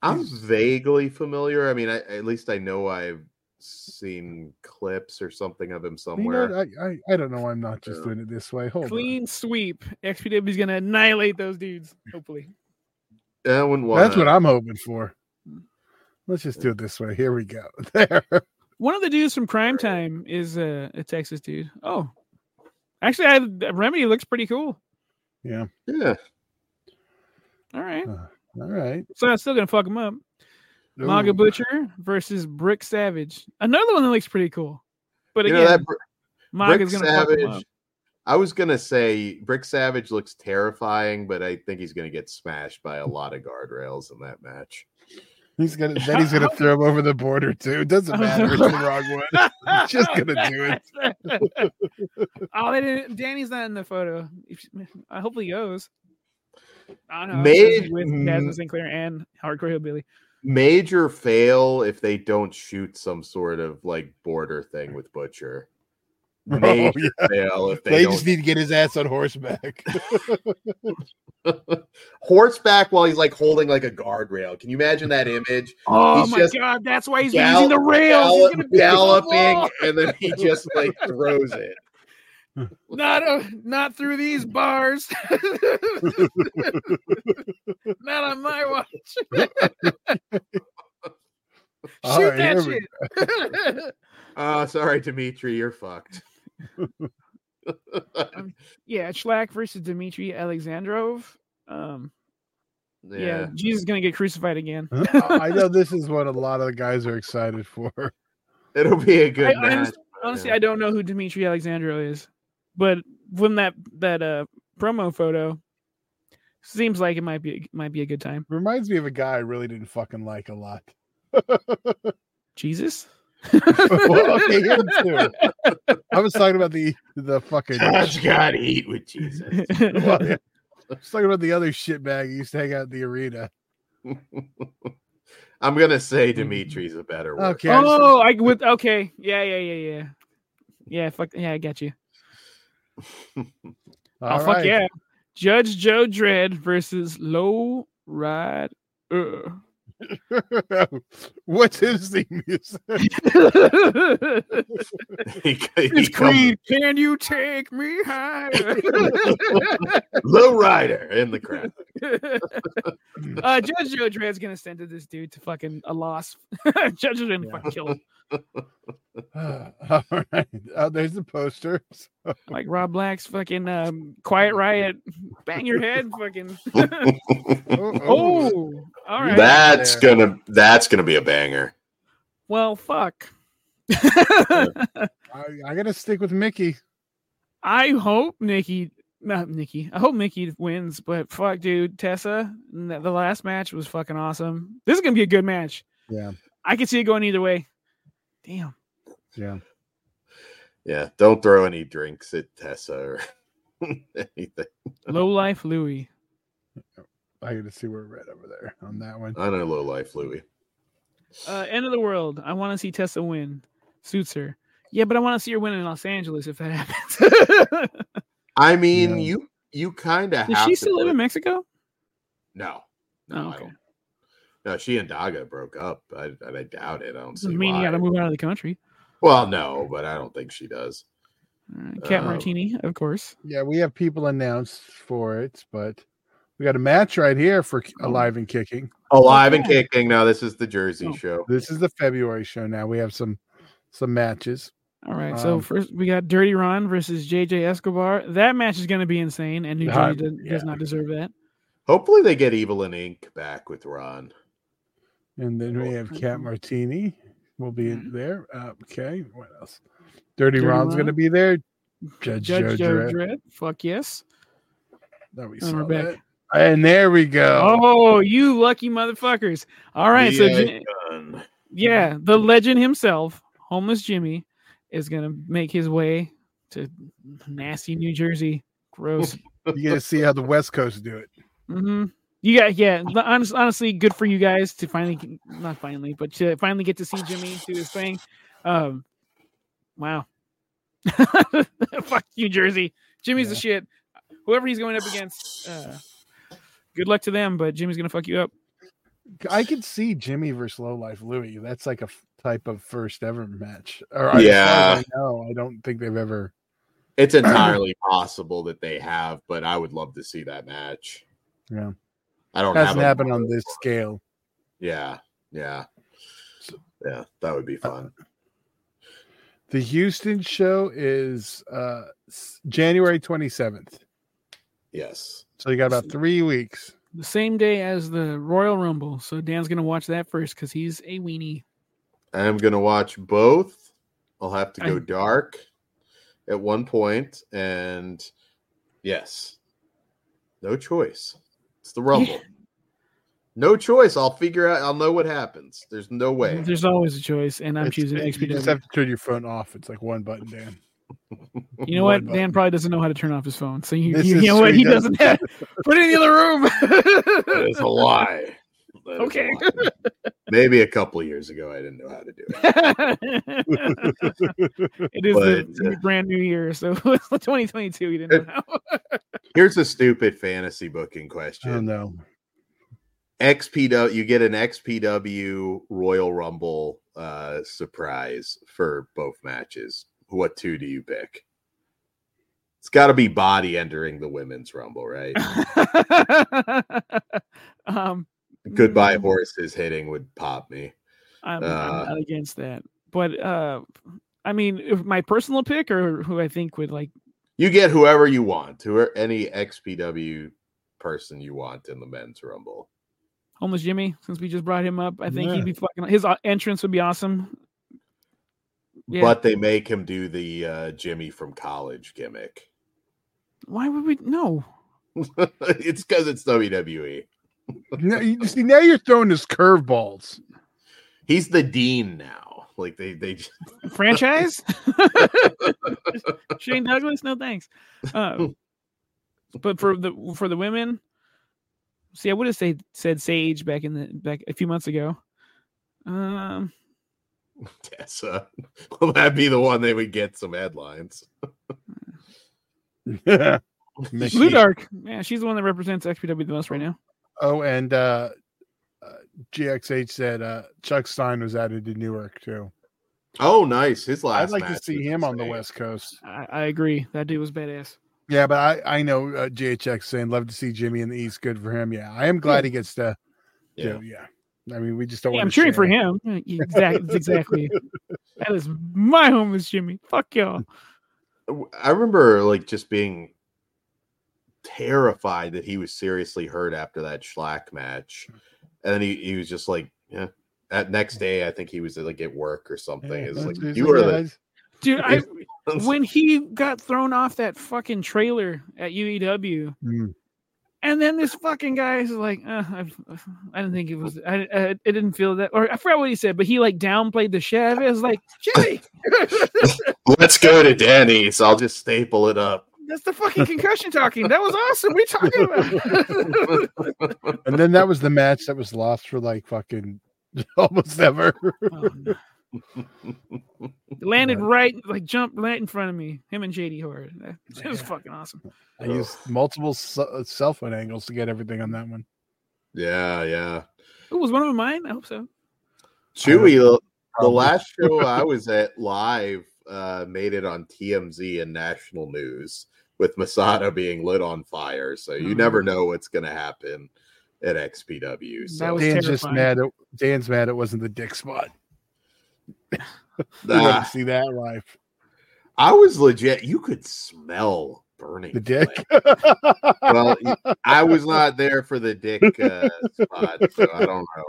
Speaker 1: I'm
Speaker 2: He's-
Speaker 1: vaguely familiar. I mean, I, at least I know I've seen clips or something of him
Speaker 2: you
Speaker 1: somewhere.
Speaker 2: know, I, I I don't know why I'm not just
Speaker 1: Yeah.
Speaker 2: doing it this way.
Speaker 1: Oh,
Speaker 2: Hold on.
Speaker 3: Clean sweep. XPW is going to annihilate those dudes, hopefully.
Speaker 1: I wouldn't want
Speaker 2: That's what I'm hoping for. Let's just do it this way. Here we go. There.
Speaker 3: One of the dudes from Crime Time is uh, a Texas dude. Oh. Actually, I, Remedy looks pretty cool.
Speaker 1: Yeah.
Speaker 3: All right.
Speaker 2: All right.
Speaker 3: So I'm still going to fuck him up. Maga
Speaker 2: Ooh.
Speaker 3: Butcher versus Brick Savage. Another one that looks pretty cool. But
Speaker 1: You know
Speaker 3: again,
Speaker 1: that Br- Brick
Speaker 3: Maga's going to fuck him up.
Speaker 1: Savage. I was gonna say Brick Savage looks terrifying, but I think he's gonna get smashed by a lot of guardrails in that match.
Speaker 2: He's gonna then he's gonna throw him over the border too. It
Speaker 3: Oh,
Speaker 2: doesn't matter. It's the wrong one. He's just gonna do
Speaker 3: it. oh, they didn't, Danny's not in the photo. If she- I hope he goes. I don't know.
Speaker 1: May-
Speaker 3: Maybe with Jasmine Sinclair and Hardcore Hillbilly.
Speaker 1: Major fail if they don't shoot some sort of like border thing with Butcher.
Speaker 2: Oh,
Speaker 1: Major
Speaker 2: yeah.
Speaker 1: fail if they,
Speaker 2: They
Speaker 1: don't
Speaker 2: just need to get his ass on horseback.
Speaker 1: horseback while he's like holding like a guardrail. Can you imagine that image?
Speaker 3: Oh
Speaker 1: He's
Speaker 3: my
Speaker 1: just
Speaker 3: god, that's why he's been
Speaker 1: gal-
Speaker 3: using the rails. He's
Speaker 1: Gallop,
Speaker 3: gonna Oh, beat the
Speaker 1: galloping,
Speaker 3: wall.
Speaker 1: and then he just like throws it.
Speaker 3: Not a, not through these bars. not on my watch. Shoot
Speaker 2: All right,
Speaker 3: that
Speaker 2: here we-
Speaker 3: shit.
Speaker 1: Uh sorry, Dimitri, you're fucked.
Speaker 3: yeah, Schlack versus Dmitry Alexandrov. Um, yeah. Jesus is gonna get crucified again.
Speaker 2: I know this is what a lot of the guys are excited for.
Speaker 1: it'll be a
Speaker 3: I
Speaker 1: good match.
Speaker 3: honestly, honestly,
Speaker 1: yeah.
Speaker 3: I don't know who Dimitri Alexandro is, but from that that uh promo photo, seems like it might be a- might be a good time.
Speaker 2: Reminds me of a guy I really didn't fucking like a lot.
Speaker 3: Jesus.
Speaker 2: Well, okay, him too. I was talking about the the fucking
Speaker 1: God's got heat with Jesus.
Speaker 2: well, yeah. I was talking about the other shitbag who used to hang out at the arena.
Speaker 1: I'm gonna say Dimitri's a better word.
Speaker 2: Mm-hmm. Okay. I just-
Speaker 3: oh, I with okay, yeah, yeah, yeah, yeah, yeah. Fuck yeah, I got you.
Speaker 2: All
Speaker 3: oh fuck
Speaker 2: right.
Speaker 3: yeah, Judge Joe Dredd versus Low Ride. Uh.
Speaker 2: What's his theme music?
Speaker 3: it's
Speaker 1: He- he comes-
Speaker 3: Creed. Can you take me higher?
Speaker 1: low rider in the crowd.
Speaker 3: uh, Judge Joe Dredd's gonna send to this dude to fucking a loss. Judge is gonna fucking kill him.
Speaker 2: All right. Oh, there's the poster.
Speaker 3: Like Rob Black's fucking um, Quiet Riot, bang your head, fucking.
Speaker 2: Oh, oh.
Speaker 3: oh, all right.
Speaker 1: That's
Speaker 2: There.
Speaker 1: gonna that's gonna be a banger.
Speaker 3: well, fuck.
Speaker 2: I, I gotta stick with Mickey.
Speaker 3: I hope Nikki, not Nikki. I hope Nikki wins, but fuck, dude, Tessa. n- The last match was fucking awesome. This is gonna be a good match.
Speaker 2: Yeah.
Speaker 3: I can see it going either way. Damn.
Speaker 2: Yeah.
Speaker 1: Yeah, don't throw any drinks at Tessa or anything.
Speaker 3: Low life Louis.
Speaker 2: I got to see where we're at over there on that one.
Speaker 1: I know low life Louis.
Speaker 3: Uh, end of the world. I want to see Tessa win. Suits her. Yeah, but I want to see her win in Los Angeles if that happens.
Speaker 1: I mean,
Speaker 2: Yeah.
Speaker 1: you you kind of
Speaker 3: Does
Speaker 1: have
Speaker 3: she
Speaker 1: to
Speaker 3: still live
Speaker 1: break-
Speaker 3: in Mexico?
Speaker 1: No,
Speaker 3: No,
Speaker 1: I
Speaker 3: okay.
Speaker 1: don't. no. She and Daga broke up. I, I doubt it. I don't see
Speaker 3: Doesn't mean
Speaker 1: why.
Speaker 3: you got to move out of the country.
Speaker 1: Well, no, but I don't think she does.
Speaker 3: All right. Uh, Cat
Speaker 2: Oh.
Speaker 1: Um,
Speaker 3: Martini, of course.
Speaker 2: Yeah, we have people announced for it, but we got a match right here for K- Alive and Kicking.
Speaker 1: Alive and
Speaker 3: Okay.
Speaker 1: Oh, kicking. No, this is the Jersey
Speaker 3: Oh.
Speaker 1: show.
Speaker 2: This is the February show now. We have some some matches.
Speaker 3: All right. so
Speaker 2: um,
Speaker 3: first we got Dirty Ron versus JJ Escobar. That match is going to be insane, and New
Speaker 2: Uh,
Speaker 3: Jersey does, does not deserve that.
Speaker 1: Hopefully, they get Evil and Ink back with Ron.
Speaker 2: And then we have Cat
Speaker 3: Mhm.
Speaker 2: Martini will be in
Speaker 3: Mhm.
Speaker 2: there. Uh, okay, what else? Dirty,
Speaker 3: Dirty
Speaker 2: Ron's
Speaker 3: Ron.
Speaker 2: going to be there. Judge,
Speaker 3: Judge
Speaker 2: Joe Oh,
Speaker 3: Joe
Speaker 2: Dredd.
Speaker 3: Dredd. Fuck yes.
Speaker 2: There we
Speaker 3: And
Speaker 2: saw
Speaker 3: we're back.
Speaker 2: that. And there we go.
Speaker 3: Oh, you lucky motherfuckers. All right. so,
Speaker 1: The
Speaker 3: J-
Speaker 1: Icon.
Speaker 3: yeah, the legend himself, Homeless Jimmy, is going to make his way to nasty New Jersey. Gross.
Speaker 2: You get to see how the West Coast do it.
Speaker 3: hmm You got yeah. Honestly, honestly, good for you guys to finally not finally, but to finally get to see Jimmy do his thing. Um, wow. Fuck you, Jersey. Jimmy's the shit. Whoever he's going up against, uh, good luck to them. But Jimmy's gonna fuck you up.
Speaker 2: I could see Jimmy versus Low Life Louis. That's like a f- type of first ever match. Or
Speaker 1: Yeah.
Speaker 2: no, I don't think they've ever.
Speaker 1: It's entirely possible that they have, but I would love to see that match.
Speaker 2: Yeah.
Speaker 1: I don't have
Speaker 2: Hasn't
Speaker 1: a-
Speaker 2: happened on this scale.
Speaker 1: Yeah, yeah,
Speaker 2: So- Uh,
Speaker 1: yeah. That would be fun.
Speaker 2: The Houston show is uh s- January twenty seventh.
Speaker 1: Yes.
Speaker 2: So you got about three weeks.
Speaker 3: The same day as the Royal Rumble, so Dan's gonna watch that first because he's a weenie.
Speaker 1: I'm gonna watch both. I'll have to go
Speaker 3: I-
Speaker 1: dark at one point, and yes, no choice. It's the rumble. No choice. I'll figure out. I'll know what happens. There's no way.
Speaker 3: There's always a choice, and I'm
Speaker 2: It's-
Speaker 3: choosing
Speaker 2: You
Speaker 3: XPW.
Speaker 2: just have to turn your phone off. It's like one button, Dan.
Speaker 3: You know
Speaker 2: one
Speaker 3: what?
Speaker 2: button.
Speaker 3: Dan probably doesn't know how to turn off his phone. So you,
Speaker 2: This
Speaker 3: you,
Speaker 2: is
Speaker 3: know what?
Speaker 2: true,
Speaker 3: He
Speaker 2: he
Speaker 3: doesn't. Have, put it in the other room.
Speaker 1: That is a lie. That is a
Speaker 3: Okay.
Speaker 1: lie. Maybe a couple years ago, I didn't know how to do it.
Speaker 3: it is the
Speaker 1: But, uh,
Speaker 3: brand new year, so it's 2022. You didn't know. how.
Speaker 1: Here's a stupid fantasy booking
Speaker 2: I
Speaker 1: question.
Speaker 2: don't know.
Speaker 1: XPW, you get an XPW Royal Rumble uh surprise for both matches. What two do you pick? It's got to be body entering the women's rumble, right?
Speaker 3: um,
Speaker 1: Goodbye
Speaker 3: mm,
Speaker 1: horses hitting would pop me.
Speaker 3: I'm,
Speaker 1: uh,
Speaker 3: I'm not against that, but uh, I mean, if my personal pick or who I think would like.
Speaker 1: You get whoever you want, who any XPW person you want in the men's rumble.
Speaker 3: Homeless Jimmy, since we just brought him up, I think
Speaker 2: Yeah.
Speaker 3: he'd be fucking. His uh, entrance would be awesome. Yeah.
Speaker 1: But they make him do the uh Jimmy from college gimmick.
Speaker 3: Why would we? No,
Speaker 1: it's because it's E. WWE.
Speaker 2: Now, you see, now you're throwing us curveballs.
Speaker 1: He's the dean now. Like they they just
Speaker 3: franchise? Shane Douglas, no thanks. Uh, but for the for the women, see, I would have said said Sage back in the back a few months ago. Um,
Speaker 1: Tessa. Will that be the one they would get some headlines?
Speaker 2: Mickey.
Speaker 3: Blue Dark, yeah, she's the one that represents XPW the most right now.
Speaker 2: Oh, and uh, uh, GXH said uh, Chuck Stein was added to Newark too.
Speaker 1: Oh, nice. His last.
Speaker 2: I'd like to
Speaker 1: match
Speaker 2: see
Speaker 1: was
Speaker 2: him on the
Speaker 1: insane.
Speaker 2: West Coast.
Speaker 3: I, I agree. That dude was badass.
Speaker 2: Yeah, but I I know uh, GHX saying love to see Jimmy in the East. Good for him. Yeah, I am glad he gets to.
Speaker 1: Yeah.
Speaker 2: do- yeah. I mean, we just don't.
Speaker 3: Yeah,
Speaker 2: want
Speaker 3: I'm cheering for him. Exactly. exactly. That is my homeless Jimmy. Fuck y'all.
Speaker 1: I remember like just being terrified that he was seriously hurt after that Schlack match,
Speaker 2: Hmm.
Speaker 1: and then he, he was just like, yeah. That next day, I think he was uh, like at work or something. It's like you are the
Speaker 3: Dude, I,
Speaker 1: It's-
Speaker 2: Mm.
Speaker 3: when he got thrown off that fucking trailer at UEW, E And then this fucking guy is like, uh, I, I didn't think it was, I, I, it didn't feel that, or I forgot what he said, but he like downplayed the chef. It was like, Jimmy,
Speaker 1: Let's go to Danny's. I'll just staple it up.
Speaker 3: that's the fucking concussion talking. That was awesome. We talking about.
Speaker 2: And then that was the match that was lost for like fucking almost ever.
Speaker 3: Oh, no. Landed right, like jumped right in front of me. Him and JD Horde. It was
Speaker 2: Yeah.
Speaker 3: fucking awesome.
Speaker 2: I used multiple ce- uh, cell phone angles to get everything on that one.
Speaker 1: Yeah, yeah.
Speaker 3: Ooh, was one of them mine? I hope so.
Speaker 1: Chewy, the- the
Speaker 2: Probably.
Speaker 1: last show I was at live uh, made it on TMZ and national news with Masada being lit on fire. So you
Speaker 3: Mhm.
Speaker 1: never
Speaker 2: Mm.
Speaker 1: know what's going to happen at XPW. So
Speaker 3: That was
Speaker 2: Dan's just
Speaker 3: terrifying.
Speaker 2: mad. It, Dan's mad. It wasn't the dick spot. You
Speaker 1: Ah,
Speaker 2: didn't see that live.
Speaker 1: I was legit. You could smell burning
Speaker 2: The dick.
Speaker 1: flesh. Well, I was not there for the dick uh, spot, so I don't know.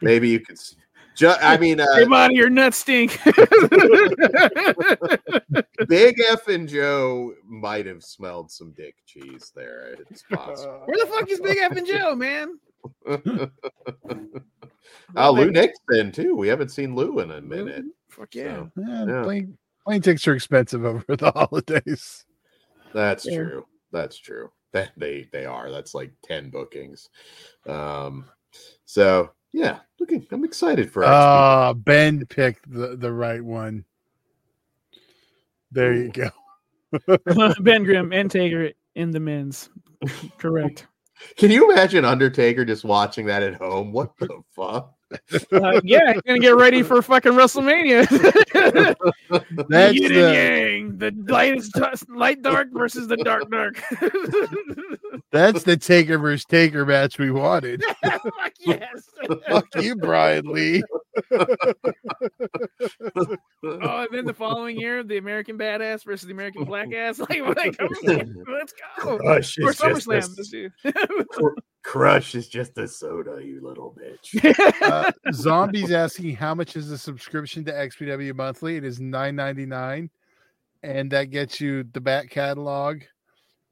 Speaker 1: Maybe you could. s- Ju- I mean,
Speaker 3: Hey,
Speaker 1: uh,
Speaker 3: body, your nuts stink.
Speaker 1: Big F and Joe might have smelled some dick cheese there. It's possible.
Speaker 3: Where the fuck is Big F and Joe, man?
Speaker 1: Oh, Lou Nick's been too. We haven't seen Lou in a
Speaker 3: Lou?
Speaker 1: minute.
Speaker 3: Fuck yeah.
Speaker 1: So,
Speaker 2: Yeah,
Speaker 1: Yeah.
Speaker 2: Plane, plane tickets are expensive over the holidays.
Speaker 1: that's
Speaker 3: Yeah.
Speaker 1: true. That's true. That they they are. That's like ten bookings. Um. So yeah, looking. I'm excited for. XP.
Speaker 2: Ah, Ben picked the, the right one. There you go.
Speaker 3: ben Grimm and Taker in the men's. Correct.
Speaker 1: Can you imagine Undertaker just watching that at home? What the fuck?
Speaker 3: Uh, yeah, he's gonna get ready for fucking WrestMania.
Speaker 2: That's
Speaker 3: Yin
Speaker 2: the-
Speaker 3: and Yang, the light is t- light dark versus the dark dark.
Speaker 2: That's the Taker versus Taker match we wanted.
Speaker 3: Fuck yes.
Speaker 2: Fuck you, Brian Lee.
Speaker 3: Oh, and then the following year, the American Badass versus the American Black Ass. Like, like come on, let's go.
Speaker 1: Crush
Speaker 3: Or
Speaker 1: is just a-
Speaker 3: SummerSlam this year.
Speaker 1: Crush is just a soda, you little bitch.
Speaker 2: Uh, Zombie's asking how much is the subscription to XPW monthly? It is nine ninety nine, and that gets you the back catalog.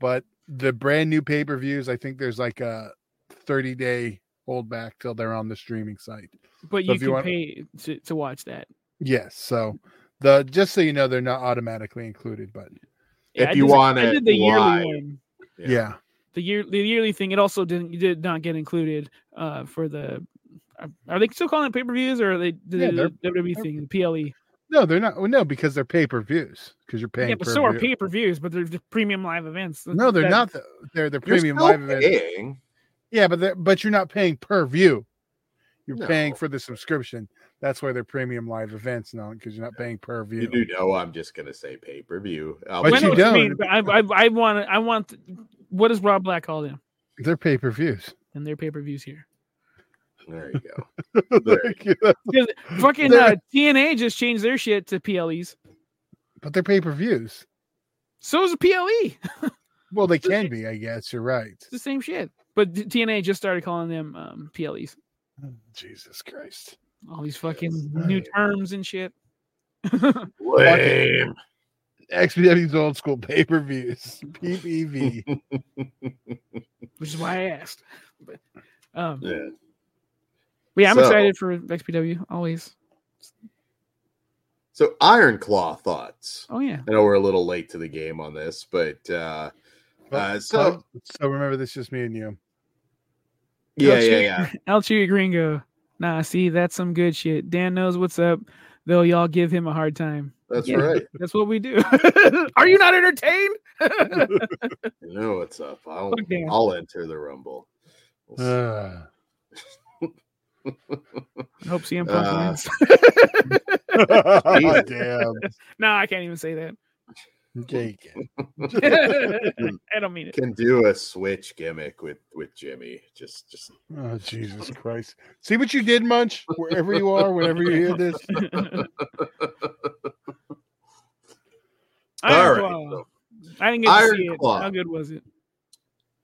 Speaker 2: But the brand new pay per views, I think there's like a thirty day holdback till they're on the streaming site.
Speaker 3: but
Speaker 2: So
Speaker 3: you
Speaker 2: if you
Speaker 3: can
Speaker 2: want-
Speaker 3: pay to, to watch that.
Speaker 2: Yes, so the just so you know, they're not automatically included, but
Speaker 1: If
Speaker 3: I
Speaker 1: you
Speaker 3: did-
Speaker 1: want
Speaker 3: I
Speaker 1: it
Speaker 3: did
Speaker 1: live.
Speaker 3: the yearly one.
Speaker 1: Yeah.
Speaker 2: yeah,
Speaker 3: The year the yearly thing. It also didn't you did not get included uh, for the. are- Are they still calling it pay per views or are they did
Speaker 2: Yeah,
Speaker 3: they
Speaker 2: they're-
Speaker 3: do the WWE
Speaker 2: they're-
Speaker 3: thing the PLE?
Speaker 2: no, they're not. Well, no, because they're pay per views because you're paying.
Speaker 3: Yeah, but
Speaker 2: per
Speaker 3: so are
Speaker 2: view.
Speaker 3: pay per views, but they're the premium live events.
Speaker 2: No, they're
Speaker 3: That-
Speaker 2: not. The, they're the
Speaker 1: You're
Speaker 2: premium
Speaker 1: still
Speaker 2: live event.
Speaker 1: paying.
Speaker 2: Yeah, but they're- but you're not paying per view. You're paying
Speaker 1: No.
Speaker 2: for the subscription. That's why they're premium live events now, because you're not paying per view.
Speaker 1: You do know I'm just gonna say pay per view.
Speaker 2: But
Speaker 3: I know
Speaker 2: you
Speaker 3: what
Speaker 2: don't.
Speaker 3: mean, but I, I, I want I want what does Rob Black call them
Speaker 2: They're pay per views.
Speaker 3: and their pay per views here.
Speaker 1: There you go.
Speaker 2: but
Speaker 3: Because fucking
Speaker 2: They're-
Speaker 3: uh, TNA just changed their shit to PLEs.
Speaker 2: they're pay per views.
Speaker 3: So is the E. PLE. It's
Speaker 2: Well, they can be, I guess. You're right.
Speaker 3: the same shit. But D- TNA just started calling them um, PLEs.
Speaker 2: Oh, Jesus Christ.
Speaker 3: All these fucking new
Speaker 2: Yes.
Speaker 3: terms and shit.
Speaker 1: Lame.
Speaker 2: XPW's old school pay per views. PPV.
Speaker 3: Which is why I asked. But, um,
Speaker 1: Yeah.
Speaker 3: but yeah, I'm
Speaker 1: So-
Speaker 3: excited for XPW always.
Speaker 1: So Iron Claw thoughts.
Speaker 3: Oh yeah,
Speaker 1: I know we're a little late to the game on this, but uh Uh, so-
Speaker 2: so remember, this is just me and you.
Speaker 1: yeah,
Speaker 3: Gotcha.
Speaker 1: yeah, yeah.
Speaker 3: El Chio Gringo. Nah, see, that's some good shit. Dan knows what's up, though. Y'all give him a hard time.
Speaker 1: That's
Speaker 3: Yeah.
Speaker 1: right.
Speaker 3: That's what we do. Are you not entertained?
Speaker 1: I know what's up. I'll
Speaker 3: Fuck Dan.
Speaker 1: I'll enter the rumble. We'll see.
Speaker 2: Uh,
Speaker 3: I hope CM Punk
Speaker 1: Uh,
Speaker 3: wins.
Speaker 2: damn.
Speaker 3: no, I can't even say that.
Speaker 2: Jake.
Speaker 3: I don't mean it.
Speaker 1: Can do a switch gimmick with with Jimmy. Just just
Speaker 2: Oh, Jesus Christ. See what you did, Munch? Wherever you are, whenever you hear this.
Speaker 1: all right.
Speaker 3: Iron Claw.
Speaker 1: so-
Speaker 3: I didn't get to
Speaker 1: Iron
Speaker 3: see it.
Speaker 1: Claw.
Speaker 3: How good was it?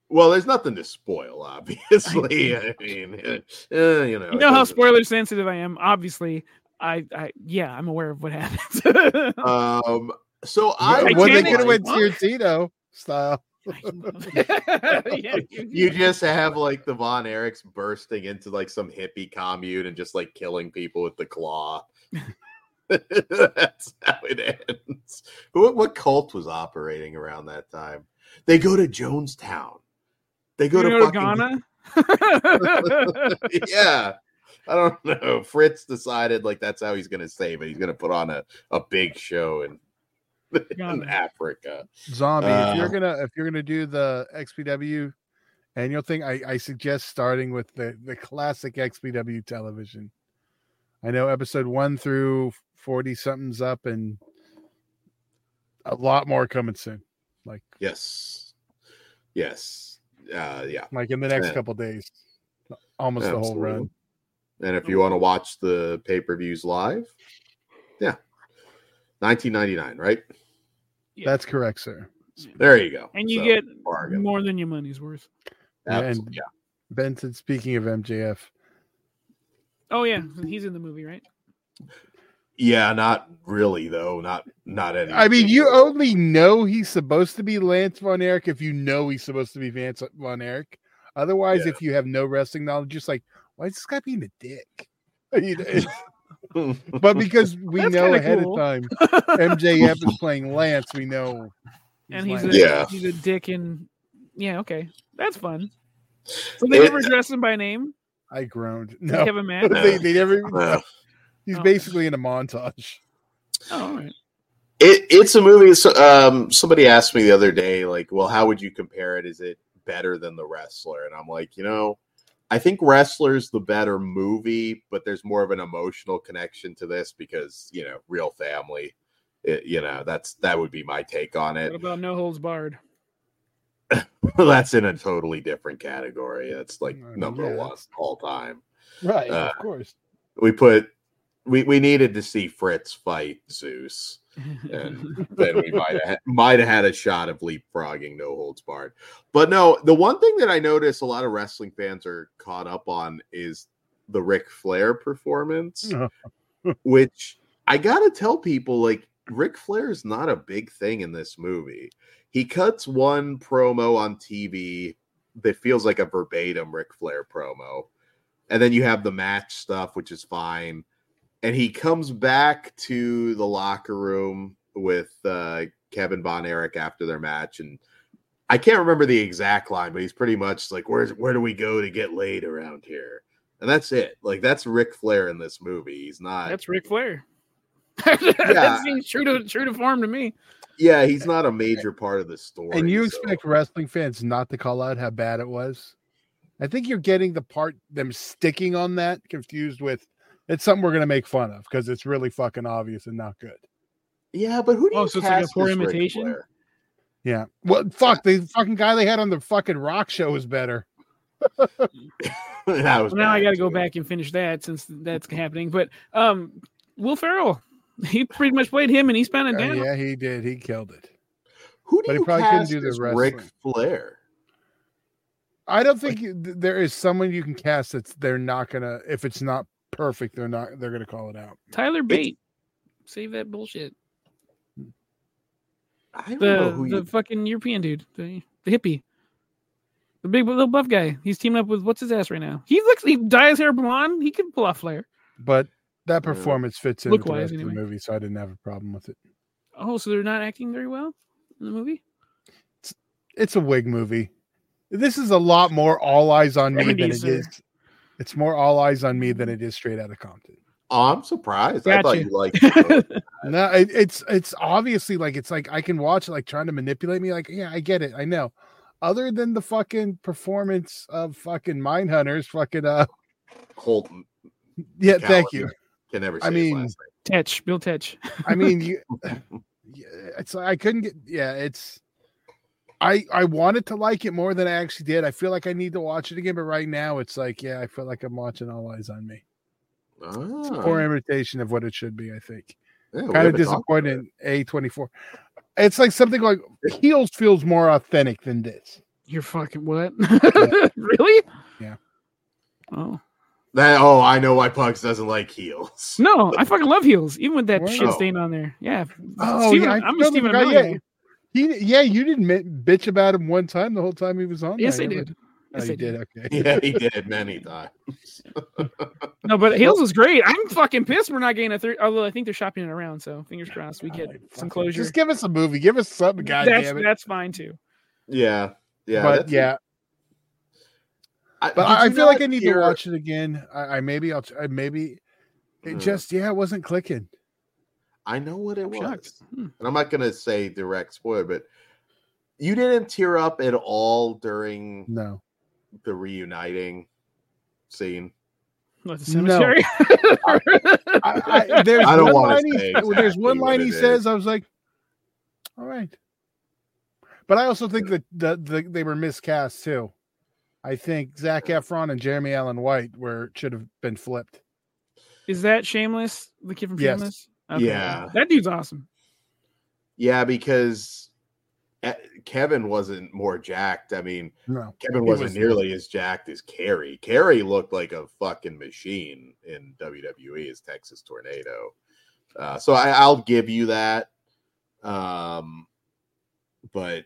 Speaker 1: Well, there's nothing to spoil, obviously. I mean, uh, uh, you know,
Speaker 3: You
Speaker 1: it
Speaker 3: know how
Speaker 1: doesn't-
Speaker 3: spoiler sensitive I am. Obviously, I, I yeah, I'm aware of what happens.
Speaker 1: Um, so I
Speaker 2: what
Speaker 3: Titanic
Speaker 1: would
Speaker 2: they
Speaker 1: like-
Speaker 2: could have went
Speaker 3: Monk?
Speaker 2: Tiertino style.
Speaker 3: yeah,
Speaker 1: You just have like the Von Erichs bursting into like some hippie commune and just like killing people with the claw. That's how it ends. What, what cult was operating around that time? They go to Jonestown. They go
Speaker 3: you
Speaker 1: to,
Speaker 3: know,
Speaker 1: fucking
Speaker 3: Ghana.
Speaker 1: yeah. I don't know. Fritz decided like that's how he's gonna save it. He's gonna put on a, a big show in, in
Speaker 3: Ghana.
Speaker 1: Africa.
Speaker 2: Zombie, if
Speaker 1: Uh,
Speaker 2: you're gonna if you're gonna do the XPW annual thing, I, I suggest starting with the, the classic XPW television. I know episode one through forty something's up and a lot more coming soon. Like
Speaker 1: Yes. Yes. Uh yeah.
Speaker 2: like in the next
Speaker 1: Yeah.
Speaker 2: couple days. Almost the whole run.
Speaker 1: Absolutely. And if you want to watch the pay per views live, yeah. Nineteen ninety nine, right?
Speaker 3: Yeah.
Speaker 2: That's correct, sir.
Speaker 1: There you go.
Speaker 3: and you
Speaker 1: So,
Speaker 3: get
Speaker 1: bargain.
Speaker 3: more than your money's worth.
Speaker 1: Absol-
Speaker 2: and-
Speaker 1: yeah.
Speaker 2: Benson, speaking of MJF,
Speaker 3: Oh yeah, he's in the movie, right?
Speaker 1: yeah, not really though. Not not any
Speaker 2: I mean, you only know he's supposed to be Lance Von Erich if you know he's supposed to be Vance Von Erich. Otherwise,
Speaker 1: Yeah.
Speaker 2: if you have no wrestling knowledge, just like, why is this guy being a dick? You know, but because we
Speaker 3: That's
Speaker 2: know
Speaker 3: kinda
Speaker 2: ahead of
Speaker 3: cool.
Speaker 2: time MJF is playing Lance, we know.
Speaker 3: and he's a,
Speaker 2: Lance.
Speaker 1: Yeah.
Speaker 3: he's a dick and yeah, okay, that's fun. So they
Speaker 1: It-
Speaker 3: never address him by name.
Speaker 2: I groaned.
Speaker 3: They
Speaker 2: No,
Speaker 3: have a match.
Speaker 2: they, they never. even-
Speaker 1: Uh,
Speaker 2: He's
Speaker 3: Oh.
Speaker 2: basically in a montage.
Speaker 3: Oh, all right.
Speaker 1: It, it's a movie. So, um, somebody asked me the other day, like, well, how would you compare it? Is it better than The Wrestler? And I'm like, you know, I think Wrestler's the better movie, but there's more of an emotional connection to this because, you know, real family. It, you know, that's that would be my take on
Speaker 3: What
Speaker 1: it.
Speaker 3: about No Holds Barred?
Speaker 1: that's in a totally different category. It's like
Speaker 2: Uh,
Speaker 1: number
Speaker 2: yeah,
Speaker 1: one
Speaker 2: that's-
Speaker 1: all time.
Speaker 2: Right,
Speaker 1: Uh,
Speaker 2: of course.
Speaker 1: We put we, we needed to see Fritz fight Zeus. and then we might have might have had a shot of leapfrogging no holds barred. But no, the one thing that I notice a lot of wrestling fans are caught up on is the Ric Flair performance, which I gotta tell people like Ric Flair is not a big thing in this movie. He cuts one promo on TV that feels like a verbatim Ric Flair promo. And then you have the match stuff, which is fine and he comes back to the locker room with uh, Kevin Von Erich after their match, and I can't remember the exact line, but he's pretty much like, "Where's where do we go to get laid around here?" And that's it. Like that's Ric Flair in this movie. He's not.
Speaker 3: That's Ric Flair. that seems true to true to form to me.
Speaker 1: yeah, he's not a major part of the story.
Speaker 2: And you
Speaker 1: so-
Speaker 2: expect wrestling fans not to call out how bad it was? I think you're getting the part them sticking on that confused with it's something we're gonna make fun of because it's really fucking obvious and not good.
Speaker 1: yeah, but who do you
Speaker 3: Oh,
Speaker 1: oh,
Speaker 3: so it's like a poor imitation?
Speaker 2: Yeah. Well, fuck the fucking guy they had on the fucking rock show was better.
Speaker 1: that was
Speaker 3: now I
Speaker 1: bad,
Speaker 3: got to go
Speaker 1: too.
Speaker 3: back and finish that since that's happening. But um, Will Ferrell, he pretty much played him, and he's spent it
Speaker 2: Uh,
Speaker 3: down.
Speaker 2: yeah, he did. He killed it.
Speaker 1: Who do
Speaker 2: But he
Speaker 1: you
Speaker 2: probably couldn't
Speaker 1: cast
Speaker 2: do the
Speaker 1: as Ric
Speaker 2: wrestling.
Speaker 1: Flair?
Speaker 2: I don't think you- th- there is someone you can cast that's they're not gonna if it's not perfect, they're not they're gonna call it out.
Speaker 3: Tyler Bate, save that bullshit.
Speaker 1: I don't know
Speaker 3: The
Speaker 1: who
Speaker 3: the
Speaker 1: you
Speaker 3: fucking European dude, the, the hippie, the big little buff guy. He's teaming up with what's his ass right now. He looks he dyes his hair blonde. He can pull off Flair.
Speaker 2: But that
Speaker 1: Yeah.
Speaker 2: performance fits in with the
Speaker 3: Look-wise,
Speaker 2: rest of the
Speaker 3: anyway.
Speaker 2: movie, so I didn't have a problem with it.
Speaker 3: Oh, so they're not acting very well in the movie.
Speaker 2: it's a wig movie. This is a lot more all eyes on me than it
Speaker 3: Ebenezer.
Speaker 2: is. It's more all eyes on me than it is straight out of Compton.
Speaker 1: Oh, I'm surprised. I thought
Speaker 3: Gotcha.
Speaker 1: you liked uh, both.
Speaker 2: No, it, it's it's obviously like it's like I can watch it, like trying to manipulate me. Like yeah, I get it. I know. Other than the fucking performance of fucking Mindhunters, fucking uh
Speaker 1: Holton
Speaker 2: yeah, thank you.
Speaker 1: can never say
Speaker 2: I
Speaker 1: his
Speaker 2: mean,
Speaker 1: last
Speaker 3: Tetch, Bill Tetch.
Speaker 2: I mean, you, yeah, it's I couldn't get. Yeah, it's. I I wanted to like it more than I actually did. I feel like I need to watch it again, but right now it's like, yeah, I feel like I'm watching All Eyes on Me. It's a
Speaker 1: Oh,
Speaker 2: poor imitation of what it should be, I think.
Speaker 1: yeah, we
Speaker 2: Kind of
Speaker 1: haven't talked about
Speaker 2: disappointed in A24. It's like something like Heels feels more authentic than this.
Speaker 3: You're fucking what?
Speaker 2: Yeah.
Speaker 3: really?
Speaker 2: Yeah.
Speaker 3: Oh
Speaker 1: it. That, oh, I know why Pugs doesn't like heels.
Speaker 3: no, I fucking love heels, even with that
Speaker 2: Wow.
Speaker 3: shit stain on there. Yeah.
Speaker 2: Oh,
Speaker 3: Steven-
Speaker 2: yeah, I
Speaker 3: I'm a
Speaker 2: totally
Speaker 3: Steven
Speaker 2: forgot,
Speaker 3: Amell.
Speaker 2: yeah. He, yeah, you didn't mi- bitch about him one time the whole time he was on.
Speaker 3: Yes,
Speaker 2: there.
Speaker 3: I
Speaker 2: You
Speaker 3: did.
Speaker 2: were-
Speaker 3: Yes,
Speaker 2: Oh, you
Speaker 3: I did.
Speaker 2: did. Okay.
Speaker 1: yeah, he did many times.
Speaker 3: No, but Heels was great. I'm fucking pissed we're not getting a third. Although I think they're shopping it around, so fingers crossed we get
Speaker 2: Oh,
Speaker 3: some
Speaker 2: fucking-
Speaker 3: closure.
Speaker 2: Just give us a movie. Give us something. God
Speaker 3: that's
Speaker 2: damn it.
Speaker 3: that's fine too.
Speaker 1: yeah, yeah,
Speaker 2: but
Speaker 1: that's-
Speaker 2: yeah, but
Speaker 1: did
Speaker 2: I, I
Speaker 1: you
Speaker 2: feel like
Speaker 1: not
Speaker 2: I need
Speaker 1: hear-
Speaker 2: to watch it again. I, I maybe I'll I maybe it
Speaker 1: Mm.
Speaker 2: just yeah, it wasn't clicking.
Speaker 1: I know what it
Speaker 3: I'm
Speaker 1: was,
Speaker 3: shocked. Hmm.
Speaker 1: and I'm not going to say direct spoiler, but you didn't tear up at all during
Speaker 2: No,
Speaker 1: the reuniting scene.
Speaker 3: What, the
Speaker 2: No.
Speaker 3: cemetery.
Speaker 2: I, I, there's
Speaker 1: I don't
Speaker 2: one
Speaker 1: wanna
Speaker 2: line he,
Speaker 1: say
Speaker 2: there's
Speaker 1: exactly
Speaker 2: one
Speaker 1: what
Speaker 2: line
Speaker 1: it
Speaker 2: he
Speaker 1: is.
Speaker 2: says. I was like, all right, but I also think that the, the, they were miscast too. I think Zach Efron and Jeremy Allen White were should have been flipped.
Speaker 3: Is that Shameless? The kid from
Speaker 2: Yes.
Speaker 3: Shameless.
Speaker 1: Yeah.
Speaker 3: that dude's awesome.
Speaker 1: Yeah, because eh, Kevin wasn't more jacked. I mean,
Speaker 2: No,
Speaker 1: Kevin
Speaker 2: He
Speaker 1: wasn't
Speaker 2: was-
Speaker 1: nearly as jacked as Kerry. Kerry looked like a fucking machine in WWE as Texas Tornado. Uh, so I, I'll give you that. Um, but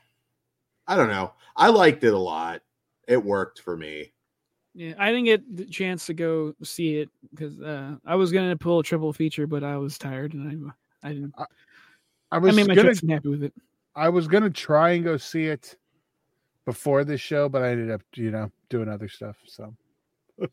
Speaker 1: I don't know. I liked it a lot. It worked for me.
Speaker 3: Yeah, I didn't get the chance to go see it because uh, I was gonna pull a triple feature, but I was tired and I I didn't.
Speaker 2: I
Speaker 3: I
Speaker 2: was
Speaker 3: made my
Speaker 2: gonna
Speaker 3: kids happy with it.
Speaker 2: I was gonna try and go see it before this show, but I ended up you know doing other stuff. So
Speaker 1: Uh,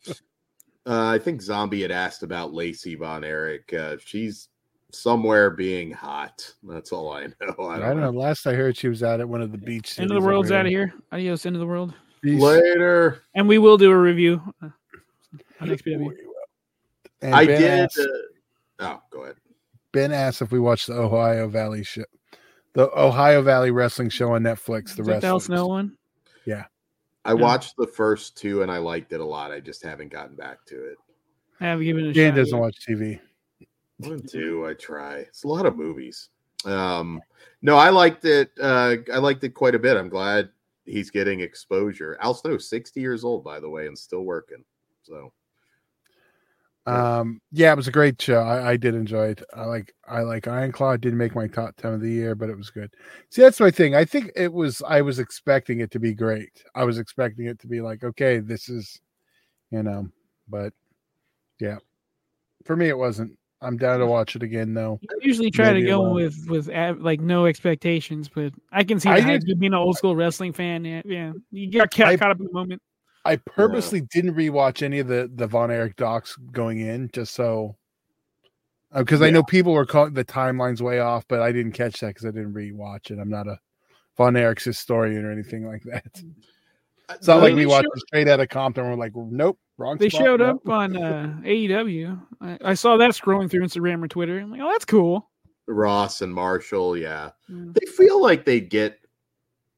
Speaker 1: I think Zombie had asked about Lacey Von Eric. Uh, she's somewhere being hot. That's all I know.
Speaker 2: I don't, know. Last I heard, she was out at one of the beach.
Speaker 3: End of the world's out of here. Adios, end of the world.
Speaker 1: Later.
Speaker 3: And we will do a review uh, on XPW.
Speaker 1: I
Speaker 2: ben
Speaker 1: did.
Speaker 2: Asked,
Speaker 1: Uh, oh, go ahead.
Speaker 2: ben asked if we watched the Ohio Valley show, the Ohio Valley Wrestling show on Netflix. The
Speaker 3: Is that the Al
Speaker 2: wrestlers.
Speaker 3: Snow one?
Speaker 1: I watched the first two and I liked it a lot. I just haven't gotten back to it.
Speaker 3: I haven't given it a
Speaker 2: Dan
Speaker 3: shot.
Speaker 2: doesn't
Speaker 3: yet.
Speaker 2: watch TV.
Speaker 1: One, two, I try. It's a lot of movies. Um, no, I liked it. Uh, I liked it quite a bit. I'm glad he's getting exposure. Al Snow, 60 years old, by the way, and still working. So
Speaker 2: Um, yeah, it was a great show. I, I did enjoy it. I like I like Iron Claw. It Didn't make my top ten of the year, but it was good. See, that's my thing. I think it was. I was expecting it to be great. I was expecting it to be like, okay, this is, you know, but yeah, for me it wasn't. I'm down
Speaker 3: Mm-hmm.
Speaker 2: to watch it again though.
Speaker 3: You usually try to
Speaker 2: Maybe it
Speaker 3: go
Speaker 2: won't.
Speaker 3: with with ab- like no expectations, but I can see
Speaker 2: I
Speaker 3: the hype
Speaker 2: did-
Speaker 3: with being an old school wrestling fan. Yeah, yeah. you get ca-
Speaker 2: I-
Speaker 3: caught up in the moment.
Speaker 2: I purposely didn't rewatch any of the the Von Erich docs going in just so because I
Speaker 1: Yeah.
Speaker 2: know people were calling the timelines way off, but I didn't catch that because I didn't rewatch it. I'm not a Von Erich's historian or anything like that. It's not
Speaker 3: Well,
Speaker 2: like
Speaker 3: they
Speaker 2: we watched
Speaker 3: showed-
Speaker 2: it straight out of Compton. and We're like, nope, wrong.
Speaker 3: They
Speaker 2: spot,
Speaker 3: showed
Speaker 2: nope."
Speaker 3: up on uh, AEW. I, I saw that scrolling through Instagram or Twitter. I'm like, oh, that's cool.
Speaker 1: Ross and Marshall, yeah.
Speaker 2: Mm.
Speaker 3: Yeah.
Speaker 1: they feel like they get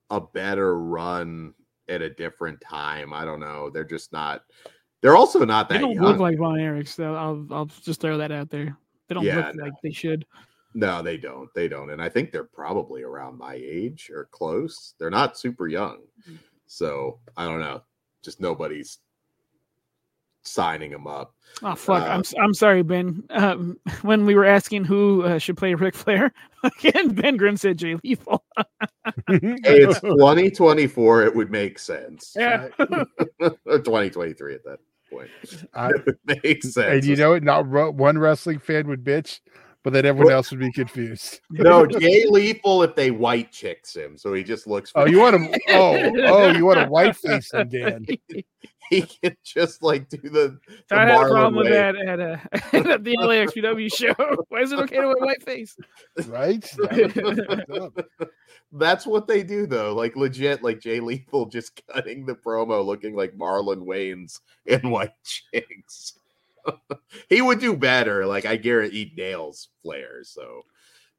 Speaker 1: a better run at a different time. I don't know. They're just not. They're also not
Speaker 3: They
Speaker 1: that
Speaker 3: don't
Speaker 1: young.
Speaker 3: look like Von Erichs, though. I'll I'll just throw that out there. They don't
Speaker 1: Yeah,
Speaker 3: look like they should.
Speaker 1: no, they don't. They don't. And I think they're probably around my age or close. They're not super young.
Speaker 2: Mm.
Speaker 1: So I don't know. Just nobody's signing them up.
Speaker 3: Oh fuck!
Speaker 1: Uh,
Speaker 3: I'm s- I'm sorry, Ben. Um, when we were asking who uh, should play Ric Flair, again, Ben Grimm said Jay Lethal.
Speaker 1: Hey, it's 2024. It would make sense.
Speaker 3: Yeah.
Speaker 1: Or 2023 at that point.
Speaker 2: I-
Speaker 1: it would make sense.
Speaker 2: and you know what? Not ro- one wrestling fan would bitch, but then everyone
Speaker 1: Well-
Speaker 2: else would be confused.
Speaker 1: no, Jay Lethal if they white chicks him. So he just looks
Speaker 2: Oh, you want to? Oh, oh, you want to white face him, Dan?
Speaker 1: he can just like do the, the
Speaker 3: So I had a
Speaker 1: Marlon
Speaker 3: problem with
Speaker 1: way.
Speaker 3: that at, uh, at the LAXPW show. Why is it okay to wear white face?
Speaker 2: Right? That would be fucked up.
Speaker 1: That's what they do though. Like legit, like Jay Lethal just cutting the promo, looking like Marlon Wayne's in white chicks. he would do better. Like I guarantee he nails Flair, so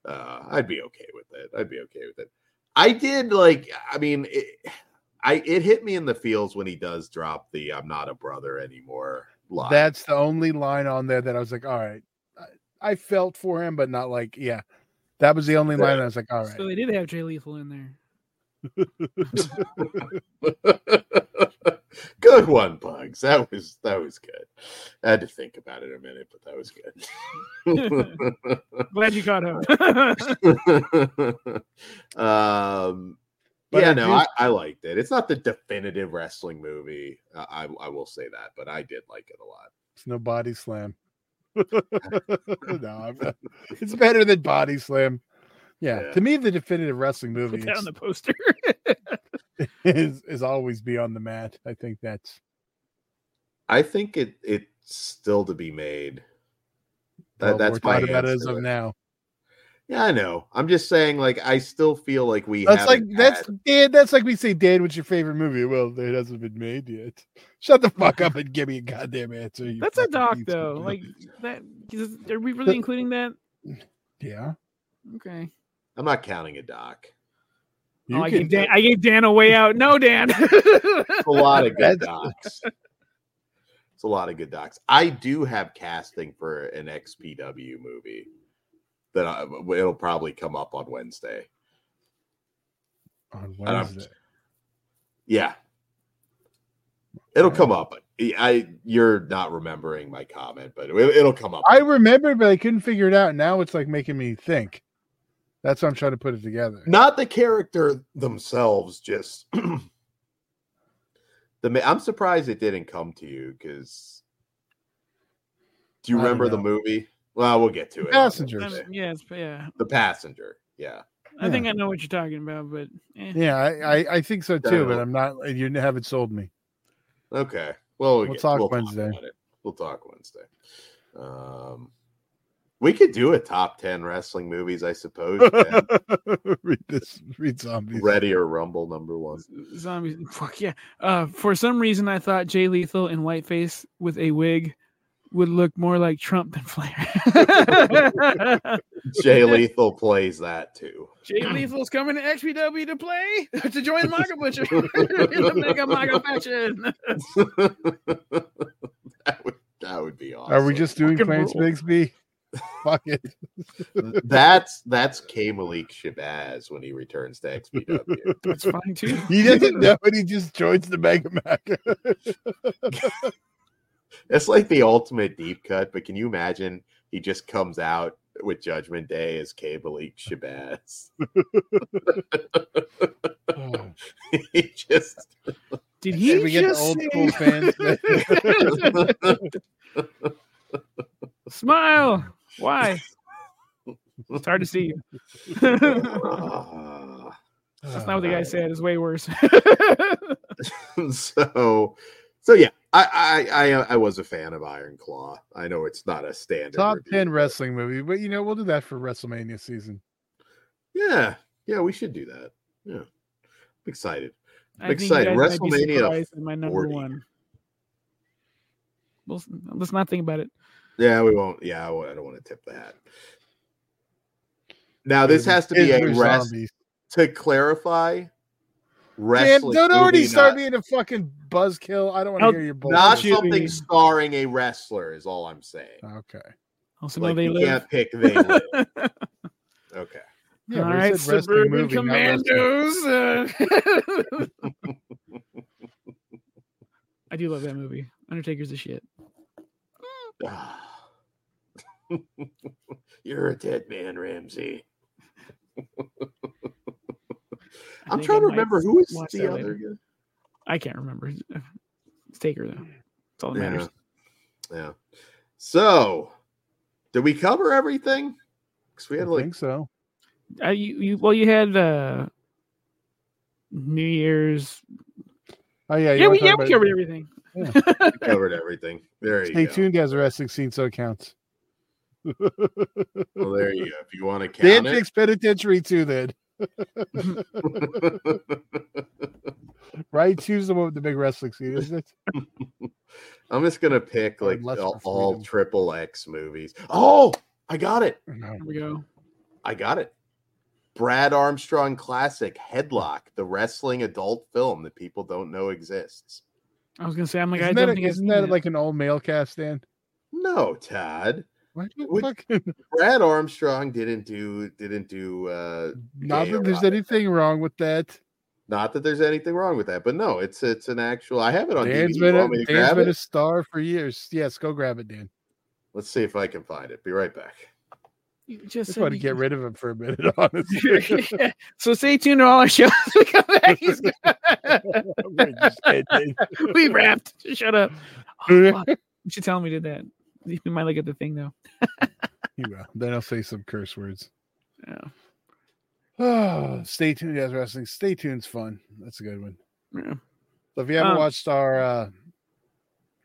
Speaker 1: uh, I'd be okay with it. I'd be okay with it. I did like. I mean, it, I it hit me in the feels when he does drop the "I'm not a brother anymore" line.
Speaker 2: That's the only line on there that I was like, all right. I- I felt for him, but not like, yeah. That was the only line I was like, all
Speaker 3: So
Speaker 2: right.
Speaker 3: they did have Jay Lethal in there.
Speaker 1: Good one, Bugs. That was that was good. I had to think about it a minute, but that was good.
Speaker 3: Glad you caught up.
Speaker 1: um, but yeah, I no, do... I, I, liked it. It's not the definitive wrestling movie. Uh, I I will say that, but I did like it a lot.
Speaker 2: It's no body slam. no, it's better than body slam. Yeah, yeah, to me, the definitive wrestling movie
Speaker 3: Put that on the poster
Speaker 2: is is always beyond the mat. I think that's.
Speaker 1: I think it it's still to be made. That, well, that's my
Speaker 2: about as of now.
Speaker 1: Yeah, I know. I'm just saying, like, I still feel like we.
Speaker 2: That's like that's had... Dan. That's like we say, Dan, what's your favorite movie? Well, it hasn't been made yet. Shut the fuck up and give me a goddamn answer.
Speaker 3: That's a doc, though. Like that. Is, are we really including that?
Speaker 2: Yeah.
Speaker 3: Okay.
Speaker 1: I'm not counting a doc.
Speaker 3: Oh, I, gave Dan, I, gave Dan, a way out. No, Dan.
Speaker 1: it's a lot of good docs. It's a lot of good docs. I do have casting for an XPW movie that I, it'll probably come up on Wednesday.
Speaker 2: On Wednesday.
Speaker 1: Yeah. It'll come up. I you're not remembering my comment, but it'll come up.
Speaker 2: I remembered, but I couldn't figure it out. Now it's like making me think. That's what I'm trying to put it together.
Speaker 1: Not the character themselves, just the. I'm surprised it didn't come to you because. Do you I remember the movie? Well, we'll get to it.
Speaker 2: Passengers.
Speaker 3: Um, Yes, yeah, yeah.
Speaker 1: The passenger. Yeah.
Speaker 3: I yeah. think I know what you're talking about, but
Speaker 2: eh. yeah, I, I, I think so too, but I'm not. You haven't sold me.
Speaker 1: Okay. Well,
Speaker 2: we'll, we'll talk we'll Wednesday. Talk
Speaker 1: we'll talk Wednesday. Um, we could do a top ten wrestling movies, I suppose.
Speaker 2: read this, read zombies.
Speaker 1: Ready or Rumble number one.
Speaker 3: Zombies. Fuck yeah. Uh, for some reason, I thought Jay Lethal in whiteface with a wig would look more like Trump than Flair.
Speaker 1: Jay Lethal plays that too.
Speaker 3: Jay Lethal's coming to XPW to play to join Mega Butcher in the Mega Mega Fashion.
Speaker 1: that would that would be awesome.
Speaker 2: Are we just doing Fucking Clarence rule. Bigsby? Fuck it.
Speaker 1: that's that's K Malik Shabazz when he returns to XPW.
Speaker 3: That's fine too.
Speaker 2: He doesn't know it. He just joins the Mega Mega.
Speaker 1: It's like the ultimate deep cut, but can you imagine he just comes out with Judgment Day as Kabalik Shabazz? oh. he just
Speaker 3: did he we get the old school say... fans smile? Why? It's hard to see you. Uh, That's not what the
Speaker 1: Uh,
Speaker 3: guy said. It's way worse.
Speaker 1: so, so yeah, I, I, uh, I I was a fan of Iron Claw. I know it's not a standard
Speaker 2: top review, ten wrestling movie, but you know we'll do that for WrestleMania season.
Speaker 1: Yeah, yeah, we should do that. Yeah, I'm excited. I'm I excited. WrestleMania
Speaker 3: my number 40. one. Well, let's not think about it.
Speaker 1: Yeah, we won't. Yeah, I don't want to tip the hat. Now this has to be a rest. To clarify, wrestling.
Speaker 2: Man, don't already start not, being a fucking buzzkill. I don't want to hear your bullshit.
Speaker 1: Not something starring a wrestler is all I'm saying.
Speaker 2: Okay.
Speaker 3: Also, like, no, Oh, they
Speaker 1: you
Speaker 3: live.
Speaker 1: can't pick they live. okay.
Speaker 3: Yeah, all right, suburban movie, commandos. Uh... I do love that movie. Undertaker's a shit.
Speaker 1: You're a dead man, Ramsey. I'm trying to remember who is the other. Later.
Speaker 3: I can't remember. It's Taker though. It's all that
Speaker 1: yeah.
Speaker 3: matters.
Speaker 1: Yeah. So, did we cover everything? Because we had
Speaker 2: I
Speaker 1: like
Speaker 2: think so.
Speaker 3: Uh, you, you well, you had uh New Year's.
Speaker 2: Oh yeah,
Speaker 3: yeah, we, yeah, we covered it? everything.
Speaker 1: Yeah. covered everything. There you
Speaker 2: Stay
Speaker 1: go.
Speaker 2: tuned, guys. The wrestling scene so counts.
Speaker 1: well, there you go. If you want to count
Speaker 2: Dan it, penitentiary too. Then. right? Choose the one with the big wrestling scene, isn't
Speaker 1: it? I'm just gonna pick like all, all, triple X movies. Oh, I got it.
Speaker 3: Here we go.
Speaker 1: I got it. Brad Armstrong classic Headlock, the wrestling adult film that people don't know exists.
Speaker 3: I was gonna say, I'm like,
Speaker 2: isn't
Speaker 3: I
Speaker 2: that, isn't that like an old male cast, Dan?
Speaker 1: No, Todd. Fucking... Brad Armstrong didn't do didn't do uh
Speaker 2: Mm. not that there's anything wrong with that.
Speaker 1: Not that there's anything wrong with that, but no, it's it's an actual. I have it on
Speaker 2: Dan's
Speaker 1: DVD.
Speaker 2: been,
Speaker 1: You
Speaker 2: a,
Speaker 1: want me to
Speaker 2: Dan's
Speaker 1: grab
Speaker 2: been a
Speaker 1: it?
Speaker 2: star for years. Yes, go grab it, Dan.
Speaker 1: Let's see if I can find it. Be right back.
Speaker 3: You just
Speaker 2: Just
Speaker 3: said
Speaker 2: want to
Speaker 3: you-
Speaker 2: get rid of him for a minute, honestly.
Speaker 3: Yeah. so stay tuned to all our shows. we come back. he's gone.
Speaker 2: I'm gonna just end it.
Speaker 3: we wrapped. Shut up. Oh, fuck. You should tell him we did that. You might look at the thing though.
Speaker 2: He will. Then I'll say some curse words.
Speaker 3: Yeah.
Speaker 2: Oh, stay tuned, guys. Wrestling. Stay tuned's fun. That's a good one.
Speaker 3: Yeah.
Speaker 2: So if you haven't
Speaker 3: Um,
Speaker 2: watched our uh,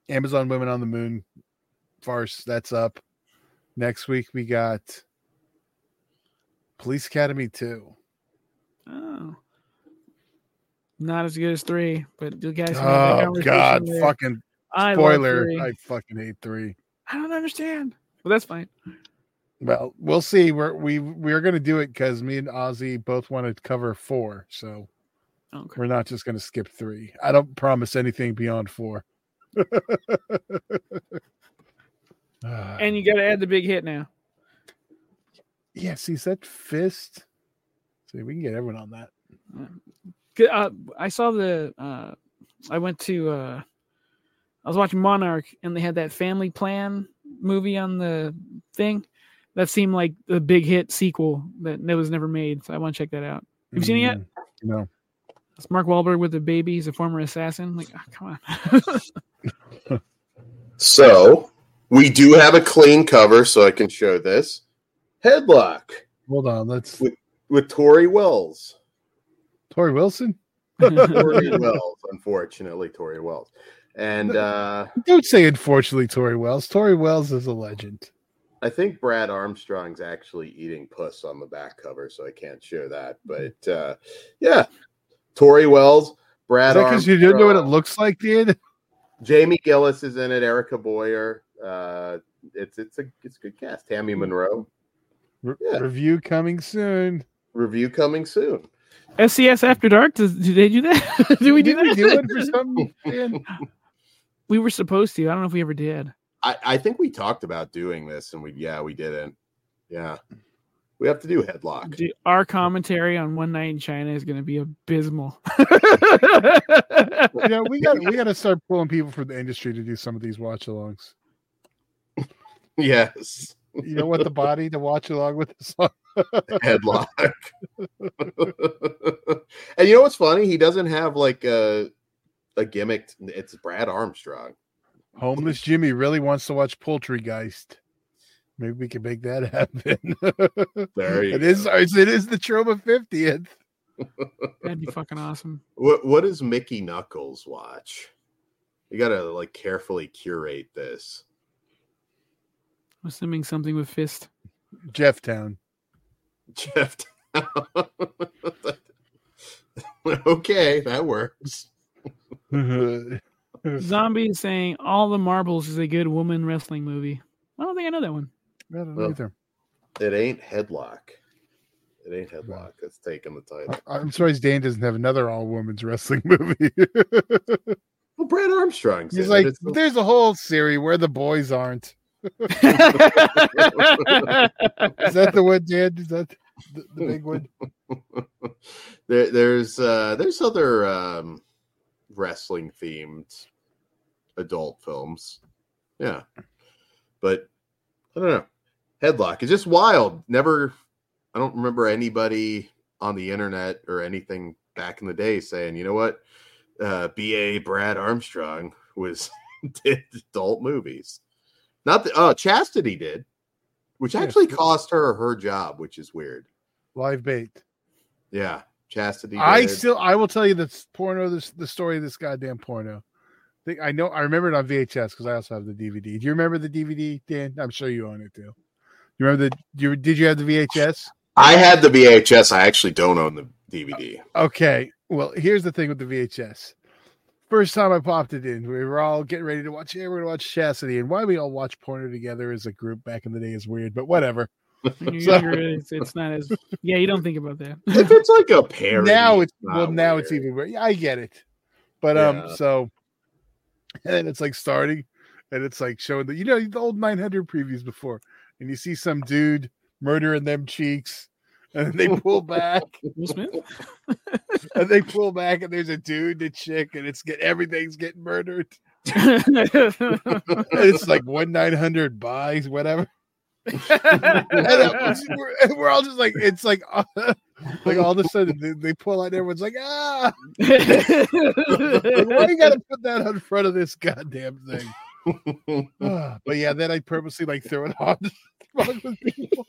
Speaker 2: Amazon Women on the Moon farce, that's up. Next week we got Police Academy 2.
Speaker 3: Oh. Not as good as three, but you guys. can have that
Speaker 2: Oh
Speaker 3: conversation
Speaker 2: god,
Speaker 3: later.
Speaker 2: fucking
Speaker 3: I love
Speaker 2: spoiler.
Speaker 3: three.
Speaker 2: I fucking hate three.
Speaker 3: I don't understand. Well, that's fine.
Speaker 2: Well, we'll see. We're we we're gonna do it because me and Ozzy both want to cover four, so
Speaker 3: Okay.
Speaker 2: we're not just gonna skip three. I don't promise anything beyond four. Ah.
Speaker 3: And you got to add the big hit now.
Speaker 2: Yeah, see, is that fist? See, we can get everyone on that.
Speaker 3: Good, Uh, I saw the. Uh, I went to. Uh, I was watching Monarch, and they had that Family Plan movie on the thing. That seemed like the big hit sequel that, that was never made. So I want to check that out. Have you seen it yet?
Speaker 2: Mm, No.
Speaker 3: It's Mark Wahlberg with the baby. He's a former assassin. Like, oh, come on.
Speaker 1: So we do have a clean cover, so I can show this headlock
Speaker 2: Hold on. Let's.
Speaker 1: with Tori Wells.
Speaker 2: Tori Wilson?
Speaker 1: Tori Wells, unfortunately, Tori Wells, and uh,
Speaker 2: Don't say unfortunately, Tori Wells. Tori Wells is a legend.
Speaker 1: I think Brad Armstrong's actually eating puss on the back cover, so I can't show that.
Speaker 2: Mm-hmm.
Speaker 1: But uh, yeah, Tori Wells,
Speaker 2: Is
Speaker 1: Brad
Speaker 2: that because you didn't know what it
Speaker 1: Armstrong.
Speaker 2: looks like, dude?
Speaker 1: Jamie Gillis is in it. Erica Boyer. Uh, it's it's a it's a good cast. Tammy
Speaker 2: Mm-hmm.
Speaker 1: Monroe.
Speaker 2: Re-
Speaker 1: Yeah.
Speaker 2: Review coming soon.
Speaker 1: Review coming soon.
Speaker 3: SCS After Dark. Does, do they do that? do we do
Speaker 2: Didn't
Speaker 3: that?
Speaker 2: We do it for something. man?
Speaker 3: we were supposed to. I don't know if we ever did.
Speaker 1: I, I think we talked about doing this, and we yeah we didn't. Yeah, we have to do headlock.
Speaker 3: Dude, our commentary on One Night in China is going to be abysmal.
Speaker 2: You know, we got we got to start pulling people from the industry to do some of these watch alongs.
Speaker 1: Yes,
Speaker 2: You know what? The body to watch along with the song.
Speaker 1: headlock. and you know what's funny? He doesn't have like a a gimmick. It's Brad Armstrong.
Speaker 2: Homeless Jimmy really wants to watch Poultry Geist. Maybe we can make that happen.
Speaker 1: There you
Speaker 2: it is
Speaker 1: go.
Speaker 2: it is the Troma 50th.
Speaker 3: That'd be fucking awesome.
Speaker 1: What what does Mickey Knuckles watch? You gotta like carefully curate this.
Speaker 3: I'm assuming something with fist.
Speaker 2: Jeff Town.
Speaker 1: Jeff. okay, that works.
Speaker 2: I
Speaker 3: Zombie is saying All the Marbles is a good woman wrestling movie. I don't think I know that one.
Speaker 2: don't
Speaker 1: Well,
Speaker 2: either.
Speaker 1: It ain't headlock. It ain't headlock. That's taking the title.
Speaker 2: I- I'm surprised Dan doesn't have another all women's wrestling movie.
Speaker 1: Well, Brad Armstrong's
Speaker 2: He's
Speaker 1: in
Speaker 2: like,
Speaker 1: it. It's-
Speaker 2: there's a whole series where the boys aren't. Is that the one, Dan? Is that the, the big one?
Speaker 1: there, there's uh, there's other um, wrestling themed adult films. Yeah, but I don't know. Headlock is just wild. Never, I don't remember anybody on the internet or anything back in the day saying, you know what, uh, B.A. Brad Armstrong was did adult movies. Not that uh, Chastity did, which
Speaker 2: Yeah.
Speaker 1: actually cost her her job, which is weird.
Speaker 2: Live bait.
Speaker 1: Yeah, Chastity.
Speaker 2: I
Speaker 1: did.
Speaker 2: still, I will tell you this porno, this the story of this goddamn porno. I think I know, I remember it on VHS because I also have the DVD. Do you remember the DVD, Dan? I'm sure you own it too. You remember the? You did you have the VHS?
Speaker 1: I had the VHS. I actually don't own the DVD.
Speaker 2: Okay. Well, here's the thing with the VHS. First time I popped it in, we were all getting ready to watch. Yeah, we're gonna watch Chastity, and why we all watch porno together as a group back in the day is weird, but whatever.
Speaker 3: When you're
Speaker 2: So-
Speaker 3: younger, it's, it's not as. Yeah, you don't think about that.
Speaker 1: If it's like a parody,
Speaker 2: now it's
Speaker 1: not
Speaker 2: well, now it's
Speaker 1: weird.
Speaker 2: even weird. Yeah, I get it, but
Speaker 1: Yeah.
Speaker 2: um, so and then it's like starting, and it's like showing the you know the old 900 previews before, and you see some dude murdering them cheeks, and they pull back
Speaker 3: Will Smith?
Speaker 2: and they pull back and there's a dude and a chick and it's get everything's getting murdered. And it's like one nine hundred buys whatever. And uh, we're, and we're all just like it's like uh, like all of a sudden they, they pull out and everyone's like ah like, why you gotta put that on front of this goddamn thing. Ah, but yeah, then I purposely like throw it on. wrong with people.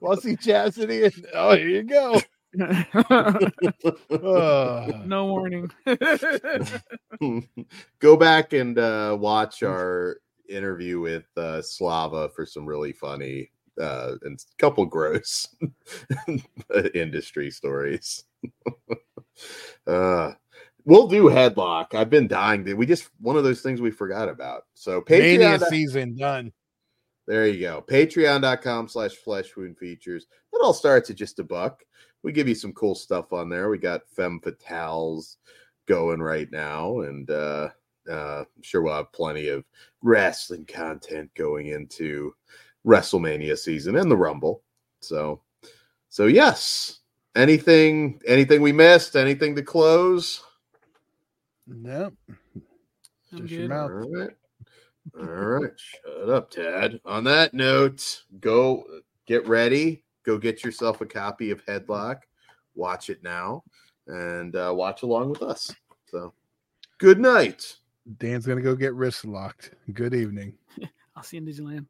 Speaker 2: We'll see Chastity, and oh, here you go. Ah.
Speaker 3: no warning.
Speaker 1: Go back and uh, watch our interview with uh, Slava for some really funny uh, and a couple gross industry stories. uh, we'll do headlock. I've been dying. to- We just one of those things we forgot about. So
Speaker 2: Mania
Speaker 1: Patreon.
Speaker 2: season done.
Speaker 1: There you go. Patreon.com slash flesh wound features. It all starts at just a buck. We give you some cool stuff on there. We got Femme Fatales going right now, and uh, uh, I'm sure we'll have plenty of wrestling content going into WrestleMania season and the Rumble. So, so yes. Anything, anything we missed? Anything to close?
Speaker 2: Nope.
Speaker 3: I'm
Speaker 2: Just your
Speaker 3: good.
Speaker 2: mouth.
Speaker 1: All right. All right. Shut up, Tad. On that note, go get ready. Go get yourself a copy of Headlock. Watch it now and uh, watch along with us. So, good night.
Speaker 2: Dan's gonna go get wrist locked. Good evening.
Speaker 3: I'll see you in Disneyland.